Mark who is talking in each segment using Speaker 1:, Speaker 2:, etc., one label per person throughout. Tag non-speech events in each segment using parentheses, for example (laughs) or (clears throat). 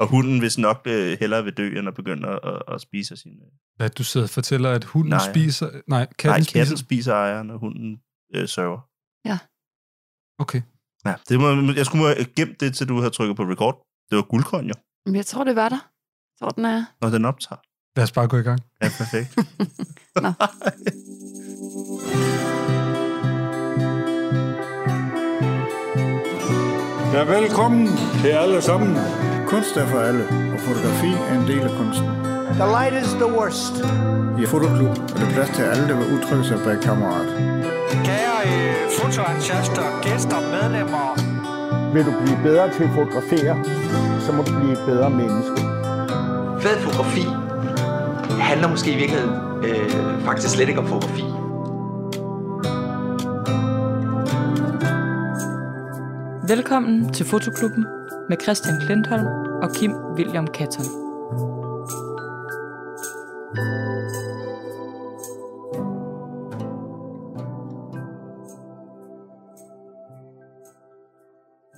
Speaker 1: og hunden hvis nok øh, hellere vil dø, end at begynde at, at, at spise af sine...
Speaker 2: Hvad du sidder og fortæller, at hunden
Speaker 1: Nej.
Speaker 2: nej. spiser... Nej, katten,
Speaker 1: Nej, katten
Speaker 2: spiser...
Speaker 1: spiser ejeren, og hunden øh, sørger.
Speaker 2: Okay.
Speaker 1: Ja, det må, jeg skulle have gemt det, til du havde trykket på record. Det var guldkorn, jo,
Speaker 3: Men jeg tror, det var der. Jeg tror, den er...
Speaker 1: når den optager.
Speaker 2: Lad os bare gå i gang.
Speaker 1: Ja, perfekt.
Speaker 3: Nå.
Speaker 4: Ja, velkommen til alle sammen. Kunst er for alle, og fotografi er en del af kunsten.
Speaker 5: The light is the worst.
Speaker 4: I Fotoklub er der plads til alle, der vil udtrykke sig bag kammerat.
Speaker 5: Kære øh, fotoentusiaster, gæster, medlemmer.
Speaker 6: Vil du blive bedre til at fotografere, så må du blive et bedre menneske.
Speaker 7: Fed fotografi handler måske i virkeligheden øh, faktisk slet ikke om fotografi.
Speaker 8: Velkommen til Fotoklubben med Christian Klintholm og Kim William Katton.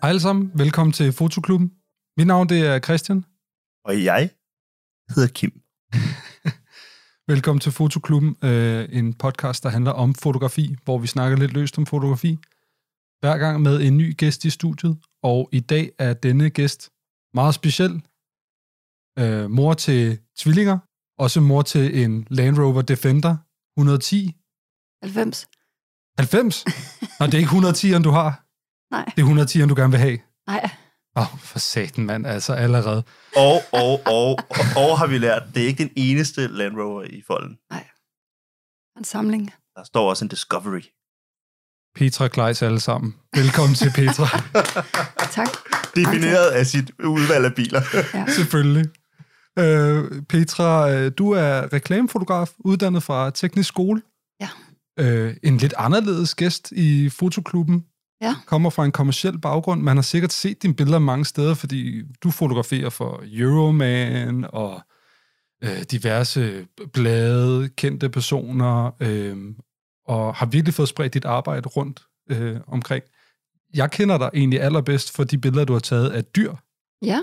Speaker 2: Hej alle sammen. Velkommen til Fotoklubben. Mit navn det er Christian.
Speaker 1: (laughs) og jeg hedder Kim.
Speaker 2: Velkommen til Fotoklubben, øh, en podcast, der handler om fotografi, hvor vi snakker lidt løst om fotografi. Hver gang med en ny gæst i studiet, og i dag er denne gæst meget speciel. Øh, mor til tvillinger, også mor til en Land Rover Defender 110,
Speaker 3: 90.
Speaker 2: 90? Nå, det er ikke 110'eren, du har.
Speaker 3: Nej.
Speaker 2: Det er 110'eren, du gerne vil have.
Speaker 3: Nej,
Speaker 2: Åh, oh, for satan, mand, altså allerede.
Speaker 1: Og, og, og, og, og har vi lært, det er ikke den eneste Land Rover i folden.
Speaker 3: en samling.
Speaker 1: Der står også en Discovery.
Speaker 2: Petra Kleis alle sammen. Velkommen til Petra,
Speaker 3: Tak.
Speaker 1: Defineret af sit udvalg af biler.
Speaker 3: Ja.
Speaker 2: selvfølgelig. Øh, Petra, øh, du er reklamefotograf, uddannet fra Teknisk Skole.
Speaker 3: Ja.
Speaker 2: Øh, en lidt anderledes gæst i fotoklubben.
Speaker 3: Ja.
Speaker 2: Kommer fra en kommersiel baggrund. Man har sikkert set dine billeder mange steder, fordi du fotograferer for Euroman og øh, diverse blade, kendte personer, øh, og har virkelig fået spredt dit arbejde rundt øh, omkring. Jeg kender dig egentlig allerbedst for de billeder, du har taget af dyr.
Speaker 3: Ja.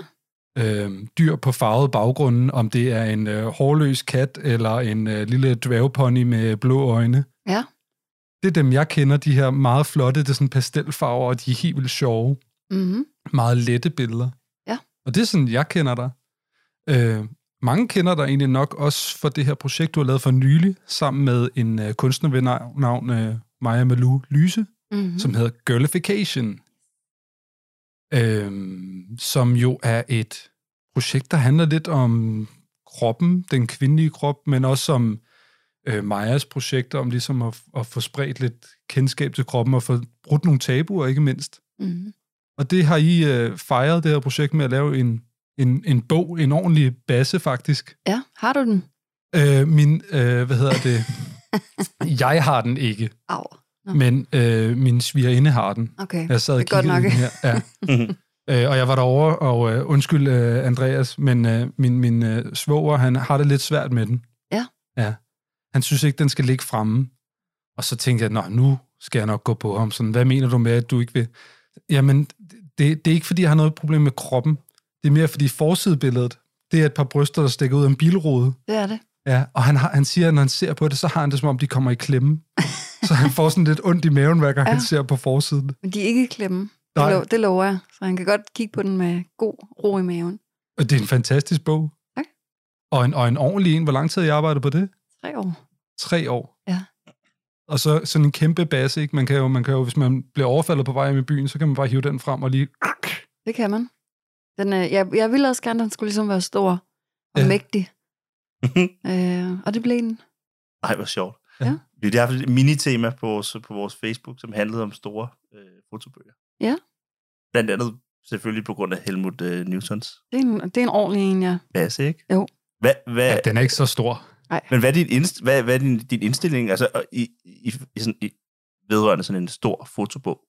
Speaker 2: Øh, dyr på farvet baggrunden, om det er en øh, hårløs kat eller en øh, lille dværgpony med blå øjne.
Speaker 3: Ja.
Speaker 2: Det er dem, jeg kender, de her meget flotte, det er sådan pastelfarver, og de er helt vildt sjove
Speaker 3: Mm-hmm.
Speaker 2: meget lette billeder.
Speaker 3: Ja.
Speaker 2: Og det er sådan, jeg kender dig. Øh, mange kender dig egentlig nok også for det her projekt, du har lavet for nylig, sammen med en øh, kunstner ved nav- navn øh, Maja Malou Lyse, mm.
Speaker 3: Mm-hmm.
Speaker 2: som hedder Girlification. Øh, som jo er et projekt, der handler lidt om kroppen, den kvindelige krop, men også om øh, Majas projekter, om ligesom at, at få spredt lidt kendskab til kroppen og få brudt nogle tabuer, ikke mindst.
Speaker 3: Mm-hmm.
Speaker 2: Og det har I øh, fejret, det her projekt, med at lave en, en, en bog, en ordentlig basse faktisk.
Speaker 3: Ja, har du den?
Speaker 2: Øh, min, øh, hvad hedder det? Jeg har den ikke,
Speaker 3: Au.
Speaker 2: men øh, min svigerinde har den.
Speaker 3: Okay.
Speaker 2: Jeg sad og
Speaker 3: Det er godt
Speaker 2: kiggede i
Speaker 3: nok.
Speaker 2: den her. Ja. Øh, og jeg var derovre, og øh, undskyld øh, Andreas, men øh, min, min øh, svoger, han har det lidt svært med den.
Speaker 3: Ja.
Speaker 2: Ja. Han synes ikke, den skal ligge fremme. Og så tænkte jeg, nå, nu skal jeg nok gå på ham. Sådan, hvad mener du med, at du ikke vil? Jamen, det, det er ikke, fordi jeg har noget problem med kroppen. Det er mere, fordi forsidebilledet, det er et par bryster, der stikker ud af en bilrude.
Speaker 3: Det er det.
Speaker 2: Ja, og han, har, han siger, at når han ser på det, så har han det, som om de kommer i
Speaker 3: (laughs)
Speaker 2: klemme. så han får sådan lidt ondt i maven, hver gang ja. han
Speaker 3: Ja.
Speaker 2: ser på forsiden.
Speaker 3: Men de er ikke i klemme. Det,
Speaker 2: Nej.
Speaker 3: lo- det lover jeg. Så han kan godt kigge på den med god ro i maven.
Speaker 2: Og det er en fantastisk bog.
Speaker 3: Tak.
Speaker 2: Og en, og en ordentlig en. Hvor lang tid har I arbejdet på det?
Speaker 3: Tre år.
Speaker 2: Tre år.
Speaker 3: Ja.
Speaker 2: Og så sådan en kæmpe basse, ikke? Man kan, jo, man kan jo, hvis man bliver overfaldet på vej hjem i byen, så kan man bare hive den frem og lige...
Speaker 3: Det kan man. Den, øh, jeg, jeg ville også gerne, at den skulle ligesom være stor og
Speaker 2: Ja.
Speaker 3: ja.
Speaker 2: (laughs)
Speaker 3: mægtig. øh, og det blev den.
Speaker 1: Nej, hvor sjovt.
Speaker 3: Ja.
Speaker 1: Vi har haft et minitema på vores, på vores Facebook, som handlede om store øh, fotobøger.
Speaker 3: Ja.
Speaker 1: Blandt andet selvfølgelig på grund af Helmut øh, Newtons
Speaker 3: Det er, en, det er en ordentlig en, ja.
Speaker 1: basse, ikke?
Speaker 3: Jo.
Speaker 1: Hvad, hvad,
Speaker 2: den er ikke så stor.
Speaker 1: men hvad er din, indst- hvad, hvad er din, din indstilling altså, og i, i, i, sådan, i, vedrørende sådan en stor fotobog?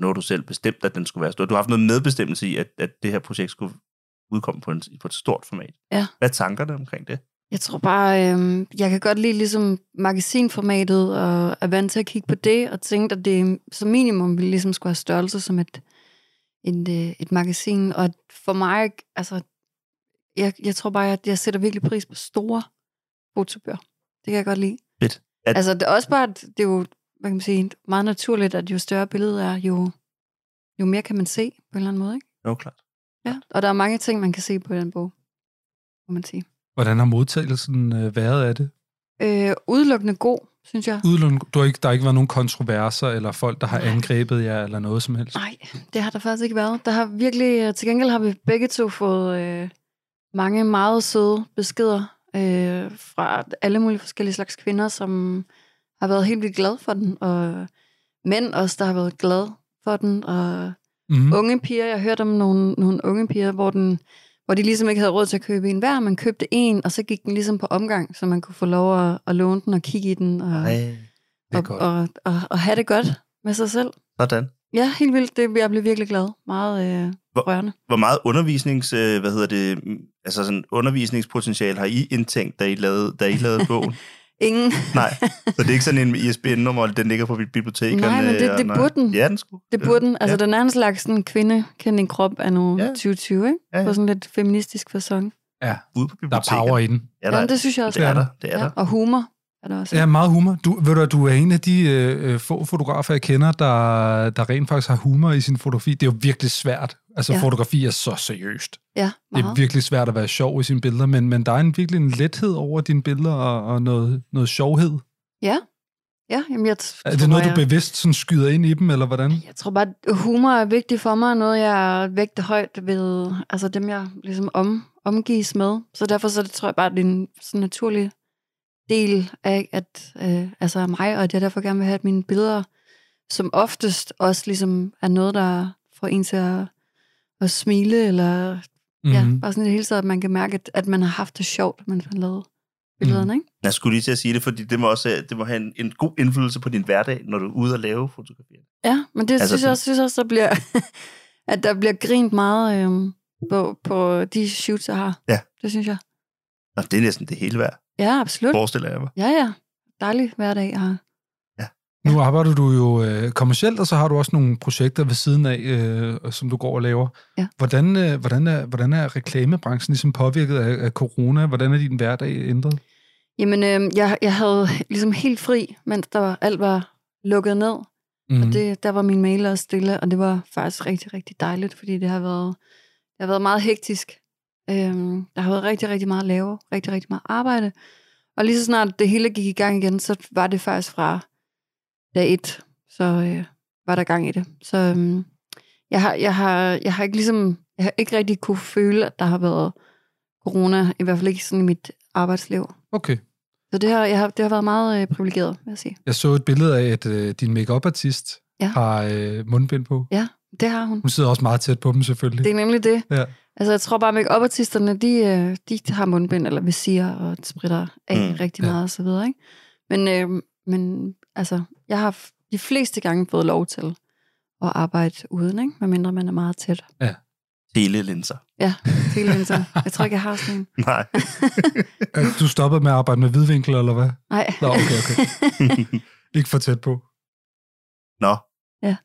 Speaker 1: Nu har du selv bestemt, at den skulle være stor. Du har haft noget medbestemmelse i, at, at det her projekt skulle udkomme på, en, på et stort format.
Speaker 3: Ja.
Speaker 1: Hvad er tankerne omkring det?
Speaker 3: Jeg tror bare, øhm, jeg kan godt lide ligesom magasinformatet, og er vant til at kigge på det, og tænke, at det som minimum ville ligesom skulle have størrelse som et, et, øh, et magasin, og for mig, altså, jeg, jeg tror bare, at jeg sætter virkelig pris på store fotobøger. Det kan jeg godt lide.
Speaker 1: Fedt. At-
Speaker 3: At... Altså, det er også bare, at det er jo, hvad kan man sige, meget naturligt, at jo større billedet er, jo, jo mere kan man se på en eller anden måde, ikke?
Speaker 1: Jo, klart.
Speaker 3: Ja. Og der er mange ting, man kan se på den bog, må man sige.
Speaker 2: Hvordan har modtagelsen øh, været af det?
Speaker 3: Øh, udelukkende god, synes jeg.
Speaker 2: Udelukkende, du har ikke, der har ikke været nogen kontroverser, eller folk, der har
Speaker 3: Nej.
Speaker 2: angrebet jer, eller noget som helst?
Speaker 3: Nej, det har der faktisk ikke været. Der har virkelig, øh, til gengæld har vi begge to fået øh, mange meget søde beskeder øh, fra alle mulige forskellige slags kvinder, som har været helt vildt glade for den, og mænd også, der har været glade for den, og
Speaker 2: Mm.
Speaker 3: unge piger, jeg hørte om nogle, nogle unge piger, hvor, den, hvor de ligesom ikke havde råd til at købe en hver, man købte en, og så gik den ligesom på omgang, så man kunne få lov at, at låne den og kigge i den, og,
Speaker 2: det er
Speaker 3: og,
Speaker 2: godt.
Speaker 3: og, og, og have det godt med sig selv.
Speaker 1: Sådan.
Speaker 3: Ja, helt vildt. Det, jeg blev virkelig glad. Meget øh,
Speaker 1: Hvor-
Speaker 3: rørende.
Speaker 1: Hvor meget undervisnings, øh, hvad hedder det, mm, altså sådan undervisningspotentiale har I indtænkt, da I lavede, da I lavede
Speaker 3: (laughs)
Speaker 1: bogen?
Speaker 3: Ingen.
Speaker 1: Nej, så det er ikke sådan en E ISBN-nummer, den ligger på mit bibliotek.
Speaker 3: Nej, men det- det burde den.
Speaker 1: Ja, den skulle.
Speaker 3: Det burde den. Altså, ja. den er en slags sådan, kvinde kendt en krop af nu
Speaker 1: Ja.
Speaker 3: ja. 2020, ikke?
Speaker 1: Ja, ja.
Speaker 3: På sådan lidt feministisk façon.
Speaker 1: Ude på
Speaker 2: Der er power i den.
Speaker 1: Ja, der,
Speaker 3: Jamen,
Speaker 1: det,
Speaker 3: det synes jeg også.
Speaker 1: det er
Speaker 3: godt.
Speaker 1: der. Det er
Speaker 3: Ja.
Speaker 1: der.
Speaker 3: Og humor er der også.
Speaker 2: Ja, meget humor. Du, ved du, hvad, du er en af de øh, øh, få fotografer, jeg kender, der, der rent faktisk har humor i sin fotografi. Det er jo virkelig svært. Altså, ja.
Speaker 3: Ja.
Speaker 2: fotografi er så seriøst.
Speaker 3: ja
Speaker 2: Det
Speaker 3: meget.
Speaker 2: er virkelig svært at være sjov i sine billeder, men, men der er en, virkelig en lethed over dine billeder og, og noget, noget sjovhed.
Speaker 3: Ja. Ja, jamen, jeg t-
Speaker 2: Er
Speaker 3: tror,
Speaker 2: det noget,
Speaker 3: jeg...
Speaker 2: du bevidst sådan skyder ind i dem, eller hvordan?
Speaker 3: Jeg tror bare, at humor er vigtigt for mig, og noget jeg vægter højt ved altså dem, jeg ligesom om, omgives med. Så derfor så tror jeg bare, at det er en sådan naturlig del af at, øh, altså af mig, og at jeg derfor gerne vil have, at mine billeder som oftest også ligesom er noget, der får en til at, at smile, eller mm-hmm.
Speaker 2: Mhm.
Speaker 3: ja, bare sådan i det hele taget, at man kan mærke, at, at man har haft det sjovt, mens man lavede billederne, ikke?
Speaker 1: Jeg skulle lige til at sige det, fordi det må også øh, det må have en, en god indflydelse på din hverdag, når du er ude og lave fotografier.
Speaker 3: Ja, men det
Speaker 1: Altså
Speaker 3: altså, synes
Speaker 1: sådan-
Speaker 3: jeg også, synes også der bliver, (laughs) at der bliver grint meget øhm, på, på de shoots, jeg har.
Speaker 1: Ja.
Speaker 3: Det synes jeg.
Speaker 1: Nå, det er næsten det hele værd,
Speaker 3: Ja, absolut.
Speaker 1: forestiller jeg mig.
Speaker 3: Ja, ja. Dejlig hverdag, jeg har.
Speaker 2: Nu arbejder du jo øh, kommercielt, og så har du også nogle projekter ved siden af, øh, som du går og laver.
Speaker 3: Ja.
Speaker 2: Hvordan, øh, hvordan, er, hvordan er reklamebranchen ligesom påvirket af, af corona? Hvordan er din hverdag ændret?
Speaker 3: Jamen, øhm, jeg, jeg havde ligesom helt fri, mens der var, alt var lukket ned. Mm.
Speaker 2: Mm.
Speaker 3: Og det, der var min mail også stille, og det var faktisk rigtig, rigtig dejligt, fordi det har været, det har været meget hektisk. Øhm, der har været rigtig, rigtig meget at lave, rigtig, rigtig meget arbejde. Og lige så snart det hele gik i gang igen, så var det faktisk fra dag et, så øh, var der gang i det. Så øhm, jeg, har, jeg, har, jeg har ikke ligesom, jeg har ikke rigtig kunne føle, at der har været corona, i hvert fald ikke sådan i mit arbejdsliv.
Speaker 2: Okay.
Speaker 3: Så det har, jeg har, det har været meget øh, privilegeret, vil jeg sige.
Speaker 2: Jeg så et billede af, at øh, din makeup artist ja.
Speaker 3: Ja.
Speaker 2: har øh, mundbind på.
Speaker 3: Ja, det har hun.
Speaker 2: Hun sidder også meget tæt på dem, selvfølgelig.
Speaker 3: Det
Speaker 2: Det...
Speaker 3: er nemlig det.
Speaker 2: Ja.
Speaker 3: Altså, jeg tror bare, at make-up-artisterne, de, øh, de har mundbind eller visirer og spritter af
Speaker 1: Mm,
Speaker 3: mm, rigtig
Speaker 2: ja.
Speaker 3: meget og så videre, ikke? Men, øh, men altså, jeg har f- de fleste gange fået lov til at arbejde uden, ikke? Medmindre man er meget tæt.
Speaker 1: Telelinser. (laughs)
Speaker 3: Ja, hele vinteren.
Speaker 2: (laughs)
Speaker 3: Jeg tror ikke, jeg har sådan en.
Speaker 1: Nej.
Speaker 2: Du stoppede med at arbejde med hvidvinkel, eller hvad?
Speaker 3: Nej.
Speaker 2: Nå, okay, okay. (laughs) Ikke for tæt på.
Speaker 1: Nå.
Speaker 3: Ja.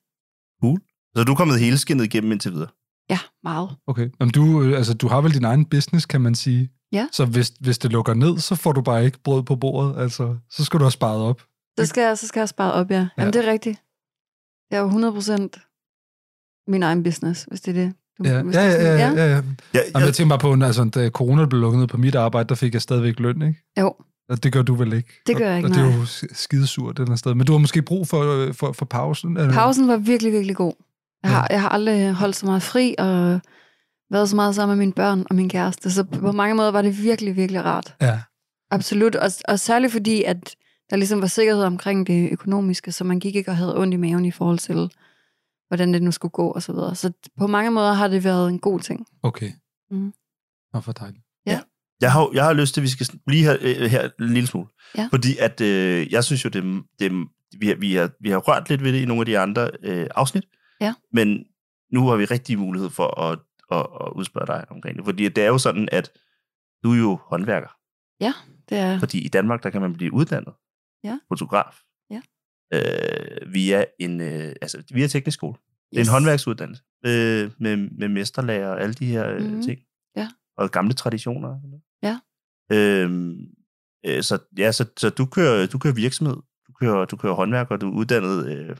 Speaker 1: Cool. Så du er kommet hele skinnet igennem indtil videre.
Speaker 3: Ja, meget.
Speaker 2: Okay. Jamen, du, øh, altså, du har vel din egen business, kan man sige.
Speaker 3: Ja.
Speaker 2: Så hvis, hvis det lukker ned, så får du bare ikke brød på bordet. Altså, så skal du have sparet op.
Speaker 3: Så skal jeg, så skal jeg spare op, ja. Jamen,
Speaker 2: Ja.
Speaker 3: det er rigtigt. Jeg er jo 100% min egen business, hvis det er det. Du,
Speaker 2: Ja,
Speaker 3: hvis
Speaker 2: ja,
Speaker 3: det er sådan-
Speaker 2: ja. ja, ja.
Speaker 1: Ja,
Speaker 2: Jamen,
Speaker 1: jeg,
Speaker 2: jeg tænker bare på, altså, da corona blev lukket ned på mit arbejde, der fik jeg stadigvæk løn, ikke?
Speaker 3: Jo.
Speaker 2: Og det gør du vel ikke?
Speaker 3: Det gør jeg ikke,
Speaker 2: Og, og det er jo skidesurt den her sted. Men du har måske brug for, øh, for, for pausen?
Speaker 1: Mm.
Speaker 2: Eller?
Speaker 3: Pausen var virkelig, virkelig god. Jeg har,
Speaker 2: Ja.
Speaker 3: jeg har aldrig holdt så meget fri og været så meget sammen med mine børn og min kæreste. Så på mange måder var det virkelig, virkelig rart.
Speaker 2: Ja.
Speaker 3: Absolut. Og, og særligt fordi, at der ligesom var sikkerhed omkring det økonomiske, så man gik ikke og havde ondt i maven i forhold til, hvordan det nu skulle gå og så videre. Så på mange måder har det været en god ting.
Speaker 2: Okay.
Speaker 3: Mhm.
Speaker 2: Nå, for dejligt.
Speaker 1: jeg, har, jo- jeg har lyst til, at vi skal sådan blive her, øh, her en lille smule.
Speaker 3: Ja.
Speaker 1: Fordi at, øh, jeg synes jo, det, er- det, er- vi, har, vi, har, vi har rørt lidt ved det i nogle af de andre øh, afsnit.
Speaker 3: Ja.
Speaker 1: Men nu har vi rigtig mulighed for at, at, at udspørge dig omkring det. Fordi det er jo sådan, at du er jo håndværker.
Speaker 3: Det er,
Speaker 1: Fordi i Danmark, der kan man blive uddannet
Speaker 3: Ja.
Speaker 1: fotograf
Speaker 3: Ja.
Speaker 1: øh, via en øh, altså via teknisk skole. Det er en håndværksuddannelse øh, med, med mesterlærer og alle de her øh,
Speaker 3: Mhm.
Speaker 1: mm-hmm. ting.
Speaker 3: Ja.
Speaker 1: Og gamle traditioner. og sådan noget.
Speaker 3: Ja.
Speaker 1: Øhm, øh, så ja, så, så du, kører, du kører virksomhed, du kører, du kører håndværk, og du er uddannet øh,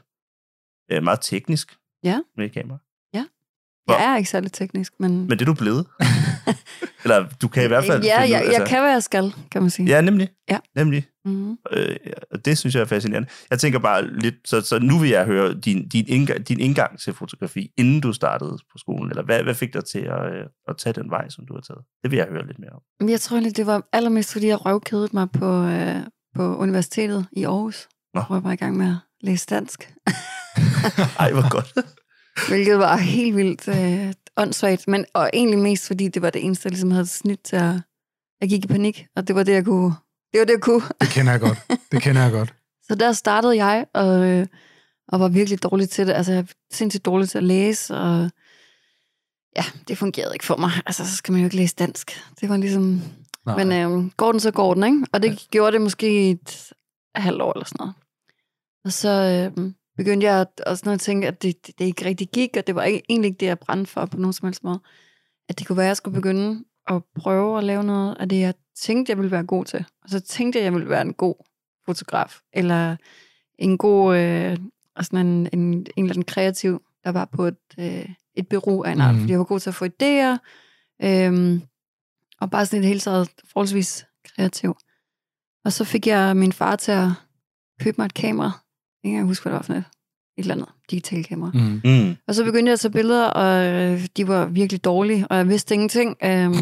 Speaker 1: øh, meget teknisk
Speaker 3: Ja.
Speaker 1: med kamera.
Speaker 3: Jeg er ikke særlig teknisk, men...
Speaker 1: Men det er du
Speaker 3: (laughs)
Speaker 1: blevet. Eller du kan i hvert fald...
Speaker 3: Ja,
Speaker 1: finde ud-
Speaker 3: jeg, jeg kan, hvad jeg skal, kan man sige.
Speaker 1: Ja, nemlig.
Speaker 3: Ja.
Speaker 1: Nemlig.
Speaker 3: Mm-hmm.
Speaker 1: Øh, og det synes jeg er fascinerende. Jeg tænker bare lidt, så, så nu vil jeg høre din, din, indgang, din indgang til fotografi, inden du startede på skolen, eller hvad, hvad fik dig til at, øh, at tage den vej, som du har taget? Det vil jeg høre lidt mere om.
Speaker 3: Men Jeg tror egentlig, det var allermest, fordi jeg røvkedede mig på, øh, på universitetet i Aarhus,
Speaker 1: Nå.
Speaker 3: hvor jeg var i gang med at læse dansk,
Speaker 1: Ej, hvor godt.
Speaker 3: hvilket var helt vildt øh, åndssvagt, men og egentlig mest, fordi det var det eneste, jeg ligesom havde snit til at... Jeg gik i panik, og det var det, jeg kunne. Det var det, jeg kunne.
Speaker 2: Det kender jeg godt. Det kender jeg godt.
Speaker 3: Så der startede jeg, og, øh, og var virkelig dårlig til det. Altså, jeg var sindssygt dårlig til at læse, og ja, det fungerede ikke for mig. Altså, så skal man jo ikke læse dansk. Det var ligesom...
Speaker 2: Nej.
Speaker 3: Men øh, går den, så går den, ikke? Og det ja. gjorde det måske i et halvt år eller sådan noget. Og så øh, begyndte jeg at, også sådan at tænke, at det, det, det ikke rigtig gik, og det var ikke, egentlig ikke det, jeg brændte for på nogen som helst måde. At det kunne være, at jeg skulle begynde at prøve at lave noget af det, jeg tænkte, jeg ville være god til. Og så tænkte jeg, at jeg ville være en god fotograf, eller en god, øh, og sådan en, en, en eller anden kreativ, der var på et, øh, et bureau af en art,
Speaker 2: Mhm.
Speaker 3: mm. fordi jeg var god til at få idéer, øhm, og bare sådan i det hele taget forholdsvis kreativ. Og så fik jeg min far til at købe mig et kamera. Jeg kan ikke engang huske, hvad det var for noget. Et eller andet digitalt kamera. Mm.
Speaker 2: Mm.
Speaker 1: Mm.
Speaker 3: Og så begyndte jeg at tage billeder, og øh, de var virkelig dårlige, og jeg vidste ingenting. Øhm,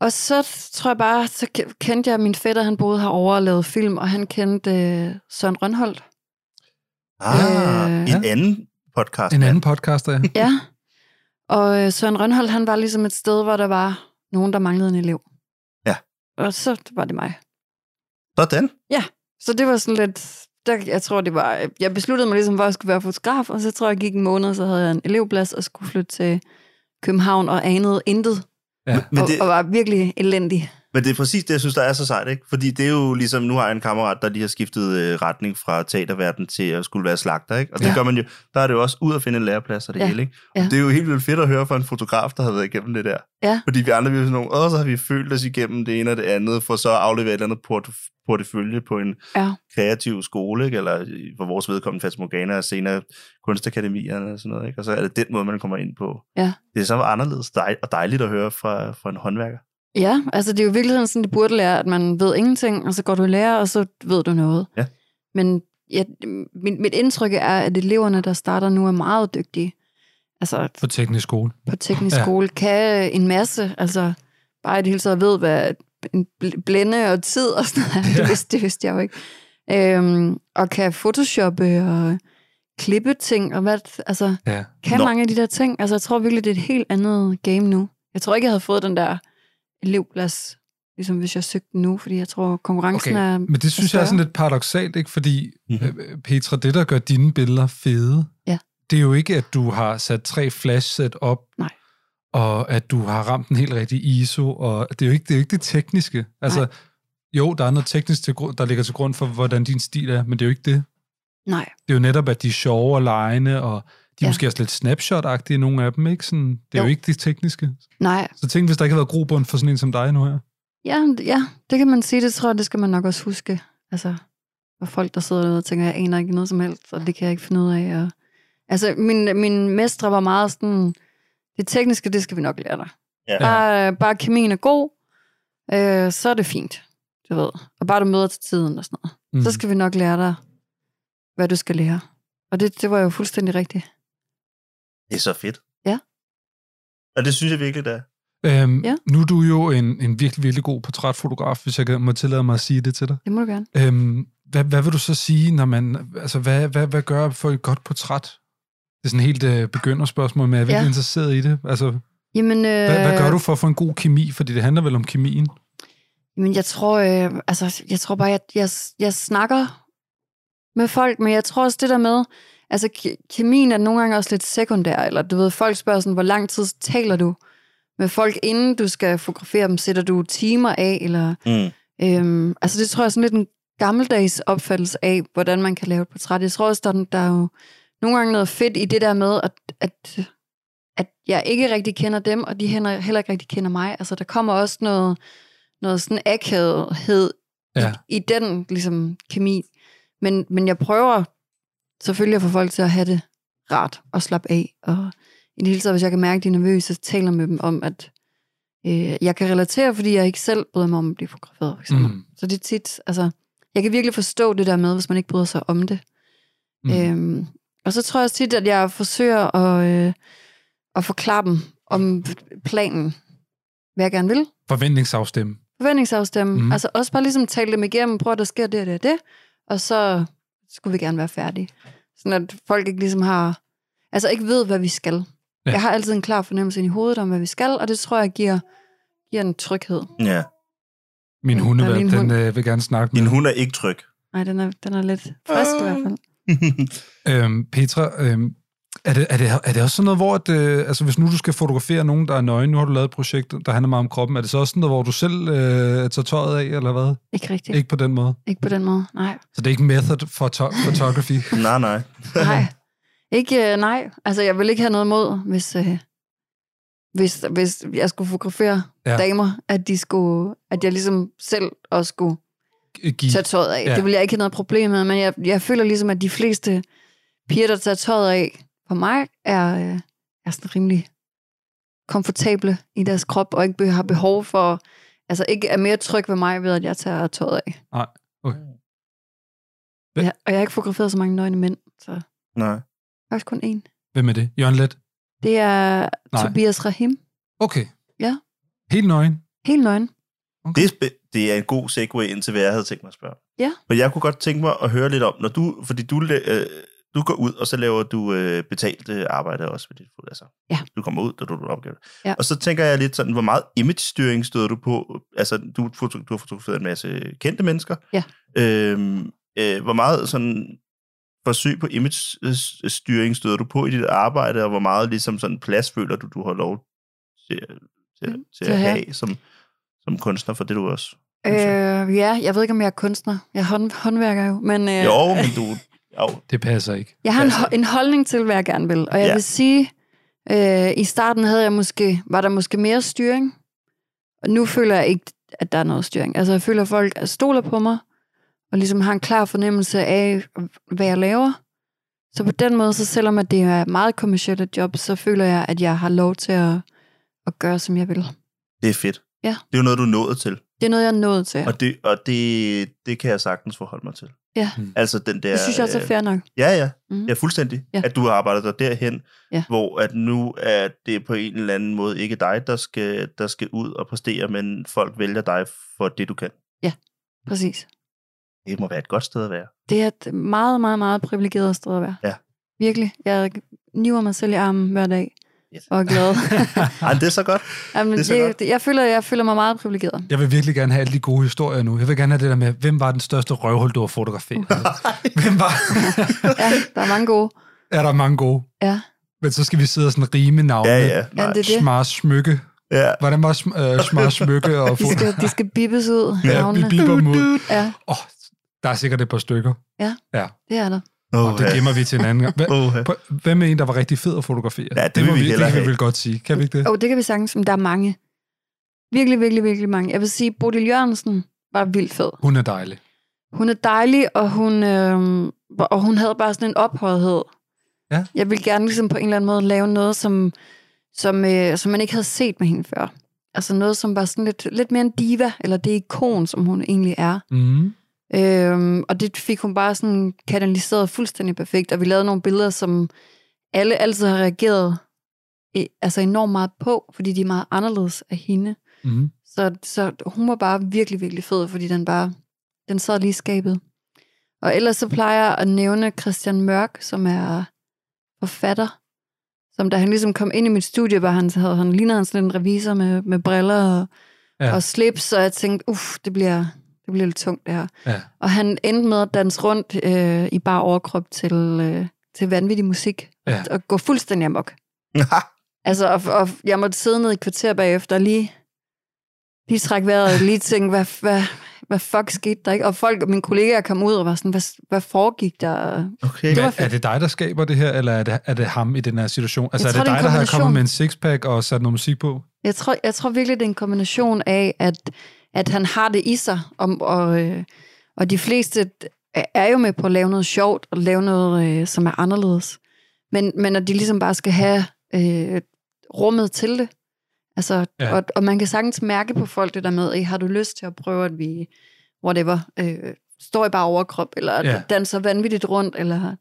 Speaker 3: og så tror jeg bare, så ke- kendte jeg min fætter, han boede herovre og lavede film, og han kendte øh, Søren Rønholdt.
Speaker 1: Ah,
Speaker 3: Øh,
Speaker 1: en anden podcast.
Speaker 2: En anden podcaster, ja.
Speaker 3: Ja. Og øh, Søren Rønholdt, han var ligesom et sted, hvor der var nogen, der manglede en elev.
Speaker 1: Ja.
Speaker 3: Og så var det mig.
Speaker 1: Sådan.
Speaker 3: Så det var sådan lidt... Der, jeg tror, det var... Jeg besluttede mig ligesom, hvor jeg skulle være fotograf, og så tror jeg, jeg gik en måned, så havde jeg en elevplads og skulle flytte til København og anede intet,
Speaker 2: Ja.
Speaker 1: Men,
Speaker 3: og,
Speaker 1: det,
Speaker 3: og var virkelig elendig.
Speaker 1: men det er præcis det, jeg synes, der er så sejt, ikke? Fordi det er jo ligesom, nu har jeg en kammerat, der lige har skiftet øh, retning fra teaterverden til at skulle være slagter, ikke? Og det
Speaker 3: Ja.
Speaker 1: ja. gør man jo, der er det jo også ud at finde en læreplads og det
Speaker 3: Ja.
Speaker 1: ja. hele, ikke? Og
Speaker 3: Ja.
Speaker 1: ja. det er jo helt vildt fedt at høre fra en fotograf, der har været igennem det der.
Speaker 3: Ja.
Speaker 1: Fordi vi andre, vi er sådan nogle, åh, så har vi følt os igennem det ene og det andet, for så at aflevere et eller andet port portefølje på en
Speaker 3: Ja.
Speaker 1: kreativ skole, ikke? eller i- for vores vedkommende Fats Morgana og senere kunstakademierne og sådan noget. Ikke? Og så er det den måde, man kommer ind på.
Speaker 3: Ja.
Speaker 1: Det er så anderledes dej- og dejligt at høre fra, fra en håndværker.
Speaker 3: Ja, altså det er jo i virkeligheden sådan, det burde lære, at man ved ingenting, og så går du i lære, og så ved du noget.
Speaker 1: Ja.
Speaker 3: Men ja, mit, mit indtryk er, at eleverne, der starter nu, er meget dygtige. Altså
Speaker 2: På teknisk skole.
Speaker 3: på teknisk
Speaker 2: Ja.
Speaker 3: ja. skole, kan en masse, altså bare i det hele taget ved, hvad en bl- blænde og tid og sådan noget, ja.
Speaker 2: Ja.
Speaker 3: (laughs) det, vidste, det vidste jeg jo ikke. Øhm, og kan photoshoppe og klippe ting, og hvad, altså
Speaker 2: Ja.
Speaker 3: kan
Speaker 1: Nå.
Speaker 3: Nå. mange af de der ting. Altså, jeg tror virkelig, det er et helt andet game nu. Jeg tror ikke, jeg havde fået den der elevplads, ligesom hvis jeg søgte den nu, fordi jeg tror, konkurrencen okay. er...
Speaker 2: Men det synes jeg er sådan lidt paradoxalt, ikke? Fordi,
Speaker 1: Mhm.
Speaker 2: øh, Petra, det der gør dine billeder fede,
Speaker 3: Ja.
Speaker 2: det er jo ikke, at du har sat tre flashsæt op,
Speaker 3: Nej.
Speaker 2: og at du har ramt den helt rigtige ISO, og det er jo ikke det, er jo ikke det tekniske. Altså,
Speaker 3: Nej.
Speaker 2: jo, der er noget teknisk, til grund, der ligger til grund for, hvordan din stil er, men det er jo ikke det.
Speaker 3: Nej,
Speaker 2: Det er jo netop, at de er sjove og lejende, og de er ja.
Speaker 3: Ja.
Speaker 2: måske også lidt snapshot-agtige, nogle af dem, ikke? Sådan, det er jo,
Speaker 3: Jo.
Speaker 2: jo ikke det tekniske.
Speaker 3: nej.
Speaker 2: Så tænk, hvis der ikke havde været grobund for sådan en som dig nu her.
Speaker 3: Ja, ja, det kan man sige, det tror jeg, det skal man nok også huske. Altså, og folk, der sidder derude og tænker, jeg aner ikke noget som helst, og det kan jeg ikke finde ud af. Og... Altså, min, min mestre var meget sådan, det tekniske, det skal vi nok lære dig.
Speaker 1: Ja.
Speaker 3: Bare, bare kemien er god, øh, så er det fint, du ved. Og bare du møder til tiden og sådan noget.
Speaker 2: Mm.
Speaker 3: så skal vi nok lære dig, hvad du skal lære. Og det, det var jo fuldstændig rigtigt.
Speaker 1: Det er så fedt.
Speaker 3: Ja.
Speaker 1: Og det synes jeg virkelig, det er.
Speaker 2: Øhm,
Speaker 3: Ja.
Speaker 2: Nu er du jo en, en virkelig, virkelig god portrætfotograf, hvis jeg kan- må tillade mig at sige det til dig.
Speaker 3: Det må du gerne.
Speaker 2: Øhm, hvad, hvad vil du så sige, når man... Altså, hvad, hvad, hvad gør for et godt portræt? Det er sådan helt øh, begynderspørgsmål, men jeg er virkelig ja.
Speaker 3: Ja.
Speaker 2: interesseret i det. Altså, hvad,
Speaker 3: Jamen, øh,
Speaker 2: øh... hvad gør du for at få en god kemi? Fordi det handler vel om kemien.
Speaker 3: Jamen, jeg tror, øh, altså, jeg tror bare, jeg, jeg, jeg snakker med folk, men jeg tror også det der med, altså ke- kemien er nogle gange også lidt sekundær, eller du ved, folk spørger sådan, hvor lang tid taler du med folk, inden du skal fotografere dem, sætter du timer af, eller
Speaker 1: Mm.
Speaker 3: Øhm, altså det tror jeg er sådan lidt en gammeldags opfattelse af, hvordan man kan lave et portræt. Jeg tror også, der, er- der er jo nogle gange noget fedt i det der med, at, at, at jeg ikke rigtig kender dem, og de heller, heller ikke rigtig kender mig. Altså, der kommer også noget, noget sådan akavethed
Speaker 2: Ja.
Speaker 3: i den ligesom, kemi. Men, men jeg prøver selvfølgelig at få folk til at have det rart og slappe af. Og i det hele taget, hvis jeg kan mærke, at de er nervøse, så taler jeg med dem om, at øh, jeg kan relatere, fordi jeg ikke selv bryder mig om at blive fotograferet. For eksempel. Mm.
Speaker 2: Mm.
Speaker 3: Så det er tit, altså, jeg kan virkelig forstå det der med, hvis man ikke bryder sig om det.
Speaker 2: Mm.
Speaker 3: Mm. Øhm, og så tror jeg også tit, at jeg forsøger at, øh, at forklare dem om planen, hvad jeg gerne vil
Speaker 2: Forventningsafstemme.
Speaker 3: forventningsafstemme.
Speaker 2: Mhm.
Speaker 3: Mm. Altså også bare ligesom tale dem igennem, prøv at der sker det og det og det, og så skulle vi gerne være færdige. Sådan at folk ikke ligesom har, altså ikke ved, hvad vi skal.
Speaker 2: Ja.
Speaker 3: Ja. Jeg har altid en klar fornemmelse ind i hovedet om, hvad vi skal, og det tror jeg giver, giver en tryghed.
Speaker 1: Ja.
Speaker 2: Min
Speaker 3: Ja,
Speaker 2: hundevalg,
Speaker 3: min
Speaker 2: den
Speaker 3: hund.
Speaker 2: øh, vil gerne snakke med.
Speaker 1: Din hund er ikke tryg.
Speaker 3: Nej, den er, den er lidt frisk i hvert fald.
Speaker 2: Øhm, Petra, øhm, er, det, er, det, er det også sådan noget, hvor... At, øh, altså, hvis nu du skal fotografere nogen, der er nøgen, nu har du lavet et projekt, der handler meget om kroppen, er det så også sådan noget, hvor du selv øh, tager tøjet af, eller hvad?
Speaker 3: Ikke rigtigt. Ikke.
Speaker 2: Ikke på den måde.
Speaker 3: ikke på den måde, (laughs) nej.
Speaker 2: Så det er ikke method for to-
Speaker 3: (laughs)
Speaker 2: photography.
Speaker 1: nej, nej.
Speaker 3: Nej. Ikke, øh, nej. Altså, jeg vil ikke have noget mod, hvis, øh, hvis, hvis jeg skulle fotografere
Speaker 2: Ja.
Speaker 3: ja. damer, at, de skulle, at jeg ligesom selv også skulle
Speaker 2: Give.
Speaker 3: tage tøjet af.
Speaker 2: Ja.
Speaker 3: Ja. Det vil jeg ikke have noget problem med, men jeg, jeg føler ligesom, at de fleste piger, der tager tøjet af for mig, er, øh, er sådan rimelig komfortable i deres krop, og ikke be- har behov for, altså ikke er mere tryg ved mig, ved at jeg tager tøjet af.
Speaker 2: Nej, okay.
Speaker 3: Ja, og jeg har ikke fotograferet så mange nøgne mænd, så
Speaker 1: Nej.
Speaker 3: faktisk kun én.
Speaker 2: Hvem er det? Jørgen Let?
Speaker 3: Det er
Speaker 2: Nej.
Speaker 3: Nej. Tobias Rahim.
Speaker 2: Okay.
Speaker 3: Ja.
Speaker 2: Helt nøgen?
Speaker 3: Helt nøgen.
Speaker 1: Det er, spæ- det er en god segue ind til, hvad jeg havde tænkt mig at spørge.
Speaker 3: Ja.
Speaker 1: Men jeg kunne godt tænke mig at høre lidt om, når du, fordi du, la- øh, du går ud, og så laver du øh, betalt øh, arbejde også ved dit fod. Altså,
Speaker 3: Ja.
Speaker 1: Du kommer ud, og du, du opgave.
Speaker 3: Ja.
Speaker 1: Og så tænker jeg lidt sådan, hvor meget image-styring støder du på? Altså, du, foto- du har fotograferet en masse kendte mennesker.
Speaker 3: Ja.
Speaker 1: Øhm, øh, hvor meget sådan forsøg på image-styring støder du på i dit arbejde, og hvor meget ligesom sådan plads føler du, du har lov til, til, til,
Speaker 3: Mm,
Speaker 1: til at have som, som kunstner, for det er du også
Speaker 3: Øh, ja, jeg ved ikke, om jeg er kunstner. Jeg er hånd, håndværker jo. Men, øh,
Speaker 1: Jo, men du... Jo,
Speaker 2: Det passer ikke.
Speaker 3: Jeg har en,
Speaker 1: Altså-
Speaker 3: ho- en holdning til, hvad jeg gerne vil. Og jeg
Speaker 1: Ja.
Speaker 3: ja. vil sige, øh, i starten havde jeg måske, var der måske mere styring. Og nu føler jeg ikke, at der er noget styring. Altså jeg føler, at folk stoler på mig, og ligesom har en klar fornemmelse af, øh, hvad jeg laver. Så på den måde, så selvom at det er meget kommersielle job, så føler jeg, at jeg har lov til at, at gøre, som jeg vil.
Speaker 1: det er fedt.
Speaker 3: Ja.
Speaker 1: Det er jo noget, du er nået til.
Speaker 3: Det er noget, jeg er nået til.
Speaker 1: Og, det, og det, det kan jeg sagtens forholde mig til.
Speaker 3: Ja.
Speaker 2: Mm.
Speaker 1: Altså den der...
Speaker 3: Det synes jeg også er
Speaker 1: øh,
Speaker 3: fair nok.
Speaker 1: Ja, ja.
Speaker 3: Mhm.
Speaker 1: Ja, fuldstændig.
Speaker 3: Ja.
Speaker 1: At du har arbejdet dig derhen,
Speaker 3: Ja.
Speaker 1: hvor at nu er det på en eller anden måde ikke dig, der skal, der skal ud og præstere, men folk vælger dig for det, du kan.
Speaker 3: Præcis.
Speaker 1: Det må være et godt sted at være.
Speaker 3: Det er et meget, meget, meget privilegeret sted at være.
Speaker 1: Ja.
Speaker 3: Virkelig. Jeg niver mig selv i armen hver dag.
Speaker 1: Yes.
Speaker 3: Og er
Speaker 1: (laughs)
Speaker 3: glad.
Speaker 2: Ah.
Speaker 1: Ej, det er så godt. Det
Speaker 3: Jamen,
Speaker 1: er
Speaker 3: det
Speaker 1: så godt.
Speaker 3: det, jeg, føler, jeg føler mig meget privilegeret.
Speaker 2: Jeg vil virkelig gerne have alle de gode historier nu. Jeg vil gerne have det der med, hvem var den største røvhul, du har
Speaker 3: (laughs)
Speaker 2: fotograferet? hvem var... (laughs)
Speaker 3: Ja, der er mange gode.
Speaker 2: er der mange gode?
Speaker 3: Ja.
Speaker 2: Men så skal vi sidde og sådan rime navne.
Speaker 1: Ja, ja.
Speaker 3: Ja,
Speaker 1: Nej.
Speaker 3: det er det.
Speaker 2: Smart smykke.
Speaker 1: Ja.
Speaker 2: Hvordan var sm-
Speaker 3: (laughs)
Speaker 2: øh, smart smykke og
Speaker 3: De
Speaker 2: foto?
Speaker 3: skal, de skal bippes
Speaker 2: (laughs)
Speaker 3: ud.
Speaker 2: Ja, vi
Speaker 3: navnene.
Speaker 2: biber dem ud.
Speaker 3: Ja,
Speaker 2: Oh, der er sikkert et par stykker.
Speaker 3: det er der.
Speaker 2: Oh, det gemmer vi til en anden gang. Hva-
Speaker 1: Åh, ja. (laughs)
Speaker 2: på- Hvad med en, der var rigtig fed at fotografere?
Speaker 1: Ja, det vil
Speaker 2: må
Speaker 1: vi hellere
Speaker 2: det kan vi
Speaker 1: have.
Speaker 2: vel godt sige. Kan vi ikke det?
Speaker 3: Og det kan vi sagtens, men der er mange. Virkelig, virkelig, virkelig mange. Jeg vil sige, Bodil Jørgensen var vildt fed.
Speaker 2: Hun er dejlig.
Speaker 3: Hun er dejlig, og hun, øh, og hun havde bare sådan en ophøjethed.
Speaker 2: Ja.
Speaker 3: Jeg ville gerne ligesom på en eller anden måde lave noget, som, som, øh, som man ikke havde set med hende før. Altså noget, som var sådan lidt, lidt mere en diva, eller det ikon, som hun egentlig er.
Speaker 2: Mm.
Speaker 3: Øhm, og det fik hun bare sådan kanaliseret fuldstændig perfekt, og vi lavede nogle billeder, som alle altid har reageret e- altså enormt meget på, fordi de er meget anderledes af hende.
Speaker 2: Mm.
Speaker 3: Så, så hun var bare virkelig, virkelig fed, fordi den bare, den sad lige i skabet. Og ellers så plejer jeg at nævne Christian Mørk, som er forfatter, som da han ligesom kom ind i mit studie, var han, så havde han ligner han sådan en revisor med, med briller og,
Speaker 2: Ja.
Speaker 3: ja. og slips, og jeg tænkte, uff, det bliver, det bliver lidt tungt det her.
Speaker 2: Ja.
Speaker 3: Og han endte med at danse rundt øh, i bare overkrop til, øh, til vanvittig musik,
Speaker 2: Ja.
Speaker 3: og, og gå fuldstændig amok. Altså, og, og jeg måtte sidde ned i et kvarter bagefter og lige, lige trække vejret og lige tænke, hvad, hvad, hvad fuck skete der ikke? Og folk og mine kollegaer kom ud og var sådan, hvad, hvad foregik der?
Speaker 1: Okay.
Speaker 3: Det var
Speaker 2: Er
Speaker 3: fedt.
Speaker 2: det dig, der skaber det her, eller er det, er det ham i den her situation? Altså,
Speaker 3: Jeg
Speaker 2: er
Speaker 3: tror,
Speaker 2: det
Speaker 3: det er
Speaker 2: dig,
Speaker 3: en
Speaker 2: der har kommet
Speaker 3: kombination.
Speaker 2: med en sixpack og sat noget musik på?
Speaker 3: Jeg tror, jeg tror virkelig, det er en kombination af, at, at han har det i sig, og, og, øh, og de fleste er jo med på at lave noget sjovt, og lave noget, øh, som er anderledes. Men, men at de ligesom bare skal have øh, rummet til det. Altså,
Speaker 2: Ja.
Speaker 3: ja. og, og man kan sagtens mærke på folk det der med, "Ey, har du lyst til at prøve, at vi whatever, øh, står i bare overkrop, eller
Speaker 2: Ja.
Speaker 3: ja. danser vanvittigt rundt, eller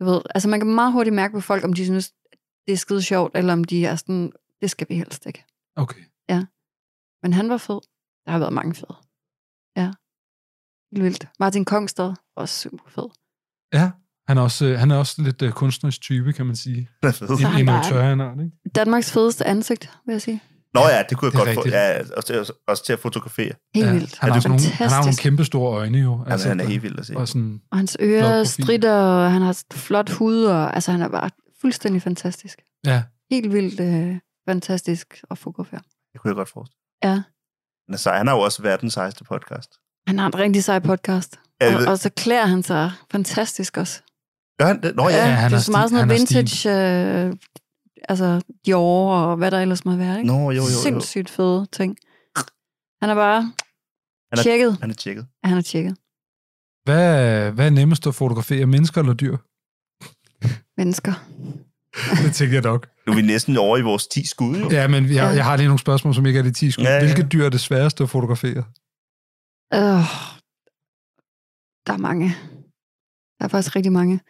Speaker 3: du ved, altså man kan meget hurtigt mærke på folk, om de synes, det er skide sjovt, eller om de er sådan, det skal vi helst ikke.
Speaker 2: Okay.
Speaker 3: Men han var fed. Der har været mange fede. Ja. Helt vildt. Martin Kongstad, også super fed.
Speaker 2: Ja, han er også, øh, han er også lidt øh, kunstnerisk type, kan man sige.
Speaker 3: Så er
Speaker 2: En,
Speaker 3: han
Speaker 2: en
Speaker 3: bare-
Speaker 2: autør, han har, ikke?
Speaker 3: Danmarks fedeste ansigt, vil jeg sige.
Speaker 1: (laughs) Nå ja, det kunne jeg
Speaker 2: Det er
Speaker 1: godt
Speaker 2: rigtigt.
Speaker 1: få. Ja, også, til, også til at fotografere.
Speaker 3: Helt
Speaker 2: Ja,
Speaker 3: ja, vildt.
Speaker 2: Han, har
Speaker 1: Er
Speaker 2: også nogle, han har nogle
Speaker 3: Fantastisk.
Speaker 2: kæmpe store øjne, jo.
Speaker 1: Altså, han er helt vild at se.
Speaker 2: Og sådan,
Speaker 3: Og hans
Speaker 2: flot
Speaker 3: ører
Speaker 2: profil.
Speaker 3: strider, og han har et flot hud, og altså han er bare fuldstændig fantastisk.
Speaker 2: ja,
Speaker 3: Helt vildt øh, fantastisk at fotografere.
Speaker 1: Det kunne jeg godt forestille.
Speaker 3: Ja.
Speaker 1: Han er sej. Han har jo også verdens sejeste podcast.
Speaker 3: Han har en rigtig sej podcast.
Speaker 1: Ja, jeg ved-
Speaker 3: Og, og så klæder han sig fantastisk også.
Speaker 1: Gør han det? Nå ja.
Speaker 3: Ja,
Speaker 1: ja.
Speaker 2: han
Speaker 3: det
Speaker 2: har
Speaker 3: er så meget
Speaker 2: stil-
Speaker 3: sådan noget
Speaker 2: han har
Speaker 3: vintage, øh, altså Dior og hvad der ellers må være,
Speaker 1: Nå,
Speaker 3: ikke?
Speaker 1: jo, jo, jo.
Speaker 3: Sindssygt fede ting. Han er bare
Speaker 1: Han
Speaker 3: han
Speaker 1: er-
Speaker 3: er, tjekket.
Speaker 1: Han er tjekket.
Speaker 3: Han er tjekket.
Speaker 2: Hvad, hvad er nemmest at fotografere, mennesker eller dyr? (laughs)
Speaker 3: Mennesker.
Speaker 2: Det tænker jeg nok.
Speaker 1: Nu er vi næsten over i vores 10 skud, jo.
Speaker 2: Ja, men jeg,
Speaker 3: Ja.
Speaker 2: jeg har lige nogle spørgsmål, som ikke er de 10 skud.
Speaker 1: Ja,
Speaker 2: Ja,
Speaker 1: ja.
Speaker 2: ja. Hvilke dyr er det sværeste at fotografere?
Speaker 3: Øh, der er mange. Der er faktisk rigtig mange.